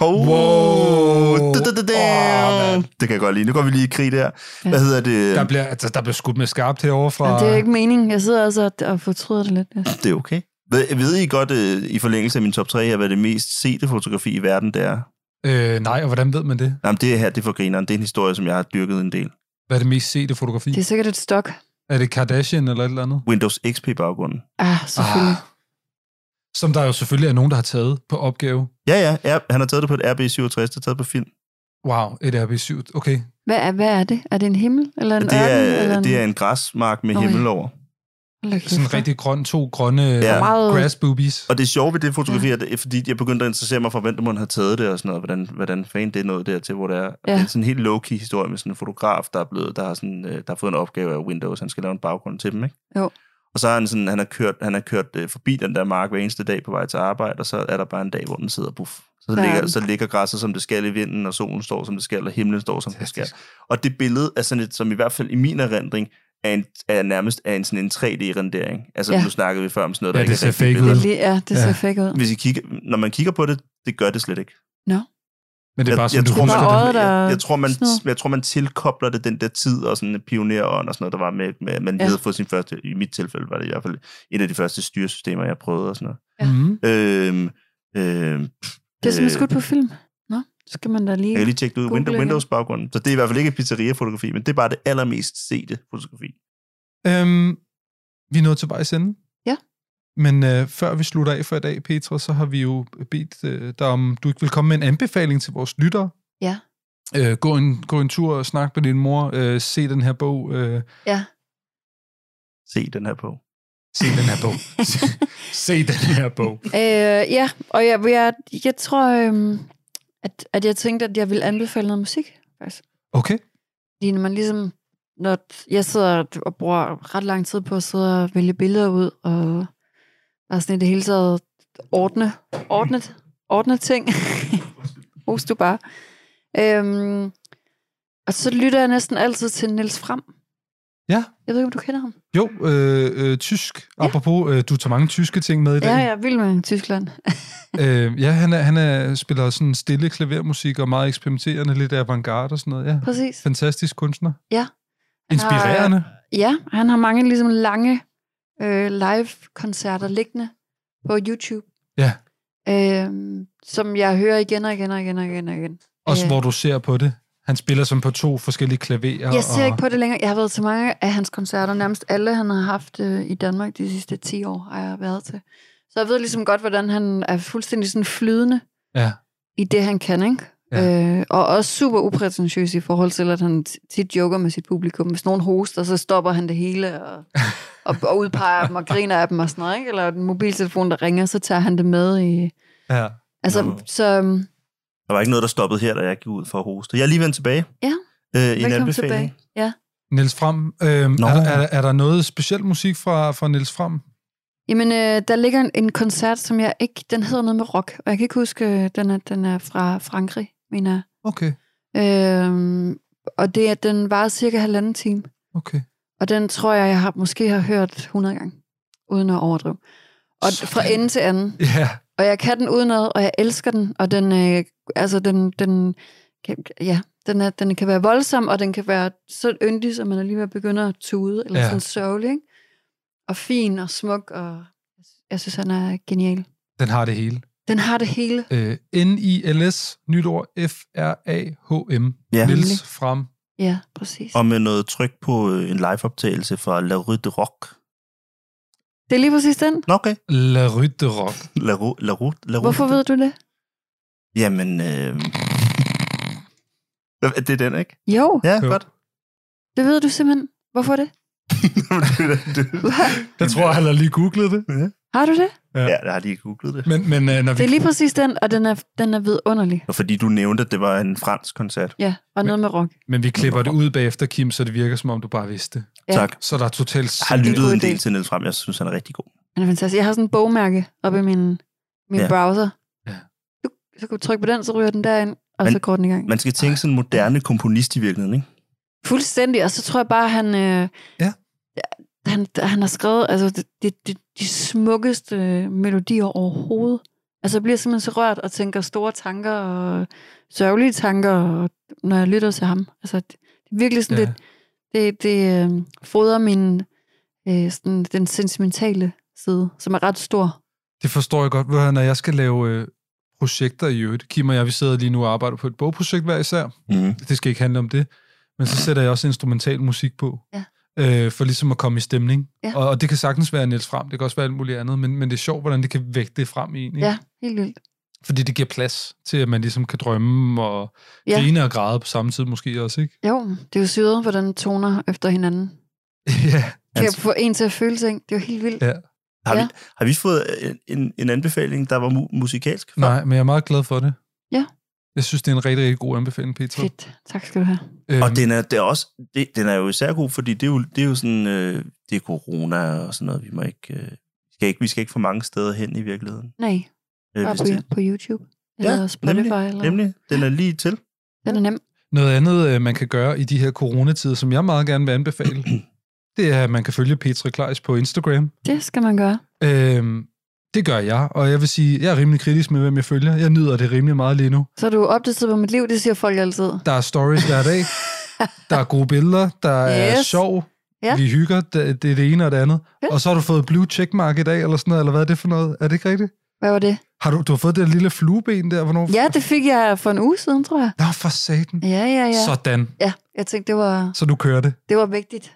Speaker 1: Oh.
Speaker 2: Wow.
Speaker 1: Da, da, da, da.
Speaker 2: Åh, mand.
Speaker 1: det kan jeg godt lide. Nu går vi lige i krig der. Hvad hedder det?
Speaker 2: Der bliver, altså, der bliver skudt med skarpt herovre fra...
Speaker 3: Men det er ikke meningen. Jeg sidder altså og- og fortryder det lidt. Ja.
Speaker 1: Det er okay. Ved, ved I godt, øh, i forlængelse af min top 3 her, hvad det mest sete fotografi i verden det er?
Speaker 2: Øh, nej, og hvordan ved man det?
Speaker 1: Jamen, det her, det er for grineren. Det er en historie, som jeg har dyrket en del.
Speaker 2: Hvad er det mest sete fotografi?
Speaker 3: Det er sikkert et stok.
Speaker 2: Er det Kardashian eller et eller andet?
Speaker 1: Windows XP-baggrunden.
Speaker 3: Ah, selvfølgelig.
Speaker 2: Ah. Som der jo selvfølgelig er nogen, der har taget på opgave.
Speaker 1: Ja, ja, ja. Han har taget det på et RB67, det er taget på film.
Speaker 2: Wow, et RB7. Okay.
Speaker 3: Hvad, er, hvad er det? Er det en himmel? Eller en
Speaker 1: det,
Speaker 3: ørken? eller
Speaker 1: er,
Speaker 3: en...
Speaker 1: det er en græsmark med
Speaker 3: Nå, ja.
Speaker 1: himmel over.
Speaker 3: Hold da kæft,
Speaker 2: Sådan
Speaker 3: hva'?
Speaker 2: rigtig grøn, to grønne ja.
Speaker 1: Ja.
Speaker 3: Meget-
Speaker 2: grass boobies.
Speaker 1: Og det sjove ved det fotografi, ja. er, fordi jeg begyndte at interessere mig for, hvem der måtte have taget det og sådan noget, hvordan, hvordan fanden det er noget dertil, hvor det er. Ja. Det
Speaker 3: Ja.
Speaker 1: er sådan en helt low-key historie med sådan en fotograf, der er blevet, der har, sådan, øh, der har fået en opgave af Windows, han skal lave en baggrund til dem, ikke?
Speaker 3: Jo.
Speaker 1: Og så har han sådan, han har kørt, han har kørt øh, forbi den der mark hver eneste dag på vej til arbejde, og så er der bare en dag, hvor den sidder buff. Så
Speaker 3: Der er
Speaker 1: ligger,
Speaker 3: den.
Speaker 1: så ligger græsset, som det skal i vinden, og solen står, som det skal, og himlen står, som det skal. Og det billede er sådan et, som i hvert fald i min erindring, er, en, er nærmest er en, sådan en 3D-rendering. Altså,
Speaker 3: Ja.
Speaker 1: ja. nu snakkede vi før om sådan noget,
Speaker 2: Ja,
Speaker 1: der ikke
Speaker 2: det ser
Speaker 1: er rigtigt
Speaker 2: fake ud.
Speaker 1: billede
Speaker 3: Det er lige, ja, det ser
Speaker 2: Ja.
Speaker 3: fake ud.
Speaker 1: hvis I kigger, når man kigger på det, det gør det slet ikke.
Speaker 2: Men det er bare sådan,
Speaker 1: jeg,
Speaker 2: du
Speaker 1: tror, man,
Speaker 2: husker
Speaker 3: Bare
Speaker 2: det.
Speaker 3: øjet,
Speaker 1: jeg,
Speaker 3: der
Speaker 1: jeg, jeg, tror, man,
Speaker 3: snyder.
Speaker 1: jeg tror, man tilkobler det den der tid og sådan en pionerånd og sådan noget, der var med, med at man
Speaker 3: Ja.
Speaker 1: ja. havde fået sin første, i mit tilfælde var det i hvert fald et af de første styresystemer, jeg prøvede og sådan noget.
Speaker 3: Ja.
Speaker 2: Mm.
Speaker 1: Øhm, øhm,
Speaker 3: Det er simpelthen
Speaker 1: øh,
Speaker 3: skudt på film. Nå, så skal man da lige...
Speaker 1: Jeg kan lige tjekke det ud.
Speaker 3: Google
Speaker 1: Windows,
Speaker 3: igen.
Speaker 1: Windows baggrunden. Så det er i hvert fald ikke et pizzeria-fotografi, men det er bare det allermest sete fotografi.
Speaker 2: Øhm, vi er nået til vejs ende.
Speaker 3: Ja.
Speaker 2: Men øh, før vi slutter af for i dag, Petra, så har vi jo bedt øh, dig, om du ikke vil komme med en anbefaling til vores lyttere.
Speaker 3: Ja.
Speaker 2: Øh, gå, en, gå en tur og snak med din mor. Øh, se den her bog. Øh,
Speaker 3: Ja,
Speaker 1: Se den her på.
Speaker 2: se den her
Speaker 3: (laughs)
Speaker 2: bog. se, se den her bog.
Speaker 3: øh, ja og jeg, jeg, jeg tror, øhm, at, at jeg tænkte, at jeg ville anbefale noget musik. Faktisk.
Speaker 2: Okay.
Speaker 3: Fordi når man ligesom... Når jeg sidder og bruger ret lang tid på at sidde og vælge billeder ud, og bare sådan i det hele taget ordne, ordne, ordne ting. (laughs) Hos du bare. Øhm, og så lytter jeg næsten altid til Niels Fram.
Speaker 2: Ja.
Speaker 3: Jeg ved ikke, om du kender ham.
Speaker 2: Jo, øh, øh, tysk. Ja. Apropos, øh, du tager mange tyske ting med i dag.
Speaker 3: Ja, jeg er vild med Tyskland.
Speaker 2: Øh, ja, han, er, han er, spiller sådan stille klavermusik og meget eksperimenterende, lidt avantgarde og sådan noget. Ja.
Speaker 3: Præcis.
Speaker 2: Fantastisk kunstner.
Speaker 3: Ja. Han har, øh,
Speaker 2: Inspirerende.
Speaker 3: Ja, han har mange ligesom lange øh, live-koncerter liggende på YouTube,
Speaker 2: Ja,
Speaker 3: øh, som jeg hører igen og igen og igen og igen og igen.
Speaker 2: også
Speaker 3: Øh,
Speaker 2: hvor du ser på det. Han spiller som på to forskellige klaverer.
Speaker 3: Jeg ser
Speaker 2: og,
Speaker 3: ikke på det længere. Jeg har været til mange af hans koncerter, nærmest alle, han har haft øh, i Danmark de sidste 10 år, har jeg været til. Så jeg ved ligesom godt, hvordan han er fuldstændig sådan flydende
Speaker 2: Ja.
Speaker 3: i det, han kan, ikke? Ja. Øh, og også super uprætentiøs i forhold til, at han t- tit joker med sit publikum. Hvis nogen hoster, så stopper han det hele og, og, og udpeger dem og griner af dem og sådan noget, ikke? Eller en mobiltelefon, der ringer, så tager han det med i...
Speaker 2: Ja.
Speaker 3: Altså,
Speaker 1: Nå.
Speaker 3: så... øhm,
Speaker 1: Der var ikke noget, der stoppede her, da jeg gik ud for at hoste. Jeg er lige vendt tilbage.
Speaker 3: Ja.
Speaker 1: Øh, i en
Speaker 3: Velkommen
Speaker 1: anbefaling.
Speaker 3: tilbage. Ja.
Speaker 2: Niels Fram, øh, er,
Speaker 1: Nå.
Speaker 2: der, er, der- er der noget speciel musik fra, fra Niels Fram?
Speaker 3: Jamen, øh, der ligger en, en koncert, som jeg ikke... Den hedder noget med rock, og jeg kan ikke huske, øh, den er, den er fra Frankrig, mener jeg.
Speaker 2: Okay,
Speaker 3: Øhm, og det er, den var cirka halvanden time.
Speaker 2: okay.
Speaker 3: Og den tror jeg, jeg har, måske har hørt 100 gange, uden at overdrive. Og Sådan. fra ende til anden.
Speaker 2: Ja,
Speaker 3: Og jeg kan den uden ad, og jeg elsker den. Og den, øh, altså den, den, kan, ja, den, er, den kan være voldsom, og den kan være så yndig, som man alligevel begynder at tude, eller
Speaker 2: Ja.
Speaker 3: ja. sådan sørgelig. Ikke? Og fin og smuk, og jeg synes, han er genial.
Speaker 2: den har det hele.
Speaker 3: Den har det hele.
Speaker 2: Øh, N-I-L-S, nyt ord, F-R-A-H-M.
Speaker 1: Ja.
Speaker 2: Niels Fram.
Speaker 3: Ja, præcis.
Speaker 1: Og med noget tryk på øh, en liveoptagelse fra La Rue de Rock.
Speaker 3: Det er lige præcis den.
Speaker 1: Nå, okay.
Speaker 2: La Rue de Rock.
Speaker 1: La Rue, La Rue, La Rue.
Speaker 3: Hvorfor ved du det?
Speaker 1: Jamen, øh... det er den, ikke?
Speaker 3: Jo,
Speaker 1: Ja,
Speaker 2: Jo.
Speaker 1: (laughs) godt.
Speaker 3: det ved du simpelthen. Hvorfor det?
Speaker 2: Jeg tror, han har lige googlet det.
Speaker 3: Har du det?
Speaker 1: ja, jeg har lige googlet det.
Speaker 2: Men, men øh, når vi...
Speaker 3: Det er lige præcis den, og den er, den er vidunderlig.
Speaker 1: Og fordi du nævnte, at det var en fransk koncert.
Speaker 3: Ja, og noget med rock.
Speaker 2: Men vi klipper det ud bagefter, Kim, så det virker, som om du bare vidste det.
Speaker 3: Ja.
Speaker 1: Tak.
Speaker 2: Så der er totalt...
Speaker 1: Jeg har
Speaker 3: Det er en
Speaker 1: lyttet
Speaker 3: god
Speaker 1: en
Speaker 3: idé.
Speaker 1: del til Niels Frem. Jeg synes, han er rigtig god.
Speaker 3: Den er fantastisk. Jeg har sådan en bogmærke oppe i min, min
Speaker 1: Ja.
Speaker 3: ja. browser.
Speaker 2: Ja.
Speaker 3: Du, så kan du trykke på den, så ryger den derind, og
Speaker 1: Men-
Speaker 3: Men, så går den i gang.
Speaker 1: Man skal tænke sådan en moderne komponist i virkeligheden, ikke?
Speaker 3: Fuldstændig, og så tror jeg bare, han... Øh,
Speaker 2: Ja.
Speaker 3: Han, han har skrevet altså, det, det, det, de smukkeste øh, melodier overhovedet. Altså, jeg bliver simpelthen så rørt og tænker store tanker og sørgelige tanker, og, når jeg lytter til ham. Altså, det, det er virkelig sådan
Speaker 2: Ja.
Speaker 3: ja. lidt... Det, det øh, fodrer min, øh, sådan, den sentimentale side, som er ret stor.
Speaker 2: Det forstår jeg godt. Ved du hvad, Når jeg skal lave øh, projekter i øvrigt, Kim og jeg, vi sidder lige nu og arbejder på et bogprojekt hver især.
Speaker 1: Mm.
Speaker 2: Det skal ikke handle om det. Men så sætter jeg også instrumental musik på.
Speaker 3: Ja.
Speaker 2: Øh, for ligesom at komme i stemning.
Speaker 3: Ja.
Speaker 2: Og, og det kan sagtens være Niels Frem, det kan også være alt muligt andet, men, men det er sjovt, hvordan det kan vægte det frem i en. Ikke?
Speaker 3: Ja, helt vildt.
Speaker 2: Fordi det giver plads til, at man ligesom kan drømme og
Speaker 3: Ja.
Speaker 2: grine og græde på samme tid måske også, ikke? (laughs)
Speaker 3: Jo, det er jo syret, hvordan toner efter hinanden.
Speaker 2: ja.
Speaker 3: Kan
Speaker 1: Altså-
Speaker 3: få en til at føle ting. Det er jo helt vildt.
Speaker 2: Ja.
Speaker 1: Har,
Speaker 3: Ja.
Speaker 1: vi, har vi fået øh, en, en anbefaling, der var mu- musikalsk? før?
Speaker 2: Nej, men jeg er meget glad for det.
Speaker 3: Ja.
Speaker 2: Jeg synes, det er en rigtig, rigtig god anbefaling, Peter.
Speaker 3: Fedt. Tak skal du have.
Speaker 2: Øhm,
Speaker 1: Og den er, det er også, det, den er jo især god, fordi det er jo, det er jo sådan, øh, det er corona og sådan noget. Vi, må ikke, øh, skal ikke, vi skal ikke for mange steder hen i virkeligheden.
Speaker 3: Nej,
Speaker 1: Øh,
Speaker 3: bare
Speaker 1: hvis
Speaker 3: på,
Speaker 1: det,
Speaker 3: på YouTube. Eller ja, Spotify. eller,
Speaker 1: nemlig, den er lige til.
Speaker 3: Den er nem.
Speaker 2: Noget andet, øh, man kan gøre i de her coronatider, som jeg meget gerne vil
Speaker 1: (clears throat)
Speaker 2: anbefale, det er, at man kan følge Petra Kleis på Instagram.
Speaker 3: Det skal man gøre.
Speaker 2: Øhm, det gør jeg, og jeg vil sige, jeg er rimelig kritisk med, hvem jeg følger. Jeg nyder det rimelig meget lige nu.
Speaker 3: Så er du opdateret på mit liv, det siger folk altid.
Speaker 2: Der er stories hver
Speaker 3: (laughs)
Speaker 2: dag, der er gode billeder, der er
Speaker 3: Yes.
Speaker 2: sjov,
Speaker 3: Ja.
Speaker 2: vi hygger, det, det er det ene og det andet.
Speaker 3: Fedt.
Speaker 2: Og så har du fået blue checkmark i dag, eller sådan noget, eller hvad er det for noget? Er det ikke rigtigt?
Speaker 3: Hvad var det?
Speaker 2: Har du, du har fået det der lille flueben der, hvornår?
Speaker 3: Ja, det fik jeg for en uge siden, tror jeg.
Speaker 2: Nå, for satan.
Speaker 3: Ja, ja, ja.
Speaker 2: Sådan.
Speaker 3: Ja, jeg tænkte, det var,
Speaker 2: Så du kører det.
Speaker 3: det var vigtigt.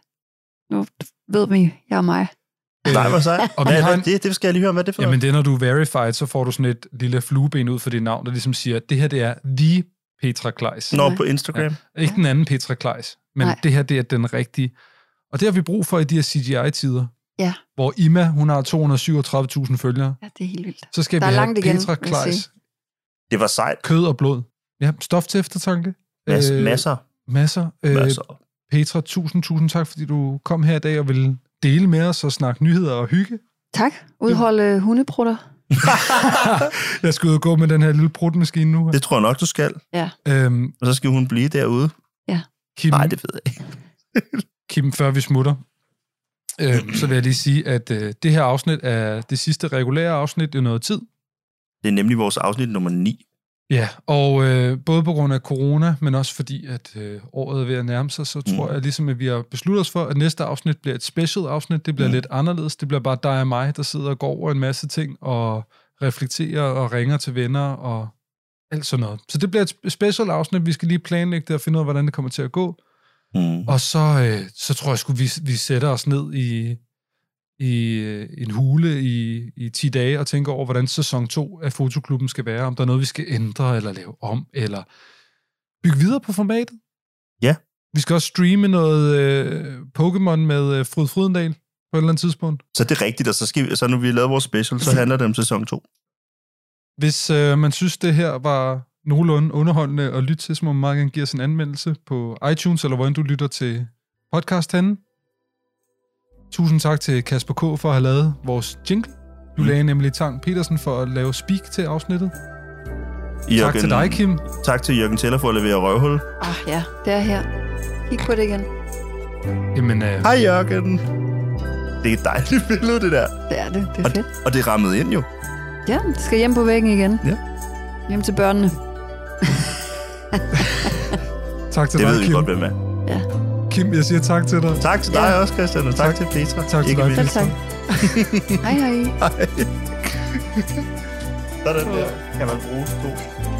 Speaker 3: Nu ved vi, jeg er mig.
Speaker 1: (laughs) Nej, hvor sej.
Speaker 2: og vi
Speaker 1: Hvad er
Speaker 2: har en-
Speaker 1: det, det, det skal jeg lige høre, hvad er det for
Speaker 2: Jamen det er, når du er verified, så får du sådan et lille flueben ud for dit navn, der ligesom siger, at det her det er The Petra Kleis.
Speaker 1: noget? Nå, på Instagram.
Speaker 2: Ikke den anden Petra Kleis, men Nej.
Speaker 3: Nej.
Speaker 2: det her det er den rigtige. Og det har vi brug for i de her CGI-tider.
Speaker 3: Ja.
Speaker 2: Hvor Ima, hun har 237.000 følgere.
Speaker 3: Ja, det er helt vildt.
Speaker 2: Så skal
Speaker 3: Der
Speaker 2: vi
Speaker 3: er
Speaker 2: have
Speaker 3: langt igen,
Speaker 2: Petra
Speaker 3: vil jeg
Speaker 2: Kleis,
Speaker 3: sige.
Speaker 1: Det var sejt.
Speaker 2: kød og blod. Ja, stof til eftertanke.
Speaker 1: Mas,
Speaker 2: Øh,
Speaker 1: masser,
Speaker 2: Masser. Øh,
Speaker 1: masser.
Speaker 2: Petra, tusind, tusind tak, fordi du kom her i dag og ville dele med os og snakke nyheder og
Speaker 1: (laughs)
Speaker 2: hygge.
Speaker 3: Tak. Udholde hundeprutter.
Speaker 2: Jeg skal ud og gå med den her lille brudmaskine nu.
Speaker 1: Det tror jeg nok, du skal.
Speaker 3: Ja.
Speaker 2: Øhm,
Speaker 1: Og så skal hun blive derude.
Speaker 2: Kim,
Speaker 1: Nej, det ved jeg ikke.
Speaker 2: Kim, før vi smutter, øh, så vil jeg lige sige, at øh, det her afsnit er det sidste regulære afsnit i noget tid.
Speaker 1: Det er nemlig vores afsnit nummer 9.
Speaker 2: Ja, og øh, både på grund af corona, men også fordi, at øh, året er ved at nærme sig, så tror
Speaker 1: Mm.
Speaker 2: jeg ligesom, at vi har besluttet os for, at næste afsnit bliver et special afsnit. Det bliver
Speaker 1: Mm.
Speaker 2: lidt anderledes. Det bliver bare dig og mig, der sidder og går over en masse ting og reflekterer og ringer til venner og alt sådan noget. Så det bliver et sp- special afsnit. Vi skal lige planlægge det og finde ud af, hvordan det kommer til at gå.
Speaker 1: Mm.
Speaker 2: Og så, øh, så tror jeg sgu, vi, vi sætter os ned i, i øh, en hule i, i 10 dage og tænker over, hvordan sæson 2 af Fotoklubben skal være. Om der er noget, vi skal ændre eller lave om, eller bygge videre på formatet.
Speaker 1: Ja.
Speaker 2: Vi skal også streame noget øh, Pokémon med øh, Fryd Frydendal på et eller andet tidspunkt.
Speaker 1: Så det er rigtigt, og så, skal vi, så når vi har lavet vores special, så handler det om sæson 2.
Speaker 2: Hvis øh, man synes, det her var nogenlunde underholdende at lytte til, så må man meget gerne give os en anmeldelse på iTunes, eller hvordan du lytter til podcast henne. Tusind tak til Kasper K. for at have lavet vores jingle. Du
Speaker 1: Mm.
Speaker 2: lagde nemlig Tang Petersen for at lave speak til afsnittet. Tak til dig, Kim.
Speaker 1: Tak til Jørgen Teller for at levere røvhul.
Speaker 3: Ah ja, det er her. Kig på det igen.
Speaker 2: Jamen, øh,
Speaker 1: Hej Jørgen. Det er et dejligt billede, det der.
Speaker 3: Det er det. Det er
Speaker 1: Og,
Speaker 3: fedt.
Speaker 1: og det rammede ind jo.
Speaker 3: Ja, det skal hjem på væggen igen.
Speaker 1: Ja.
Speaker 3: Hjem til børnene.
Speaker 2: tak til
Speaker 1: Det ved
Speaker 2: dig,
Speaker 1: vi
Speaker 2: Kim.
Speaker 1: godt, hvem er.
Speaker 2: Kim, jeg siger tak til dig.
Speaker 1: Tak til dig også, Christian, og tak, til Petra.
Speaker 2: Tak til
Speaker 1: Ikke
Speaker 2: dig,
Speaker 1: mindst.
Speaker 3: Selv tak. hej hej.
Speaker 1: Sådan der kan man bruge to.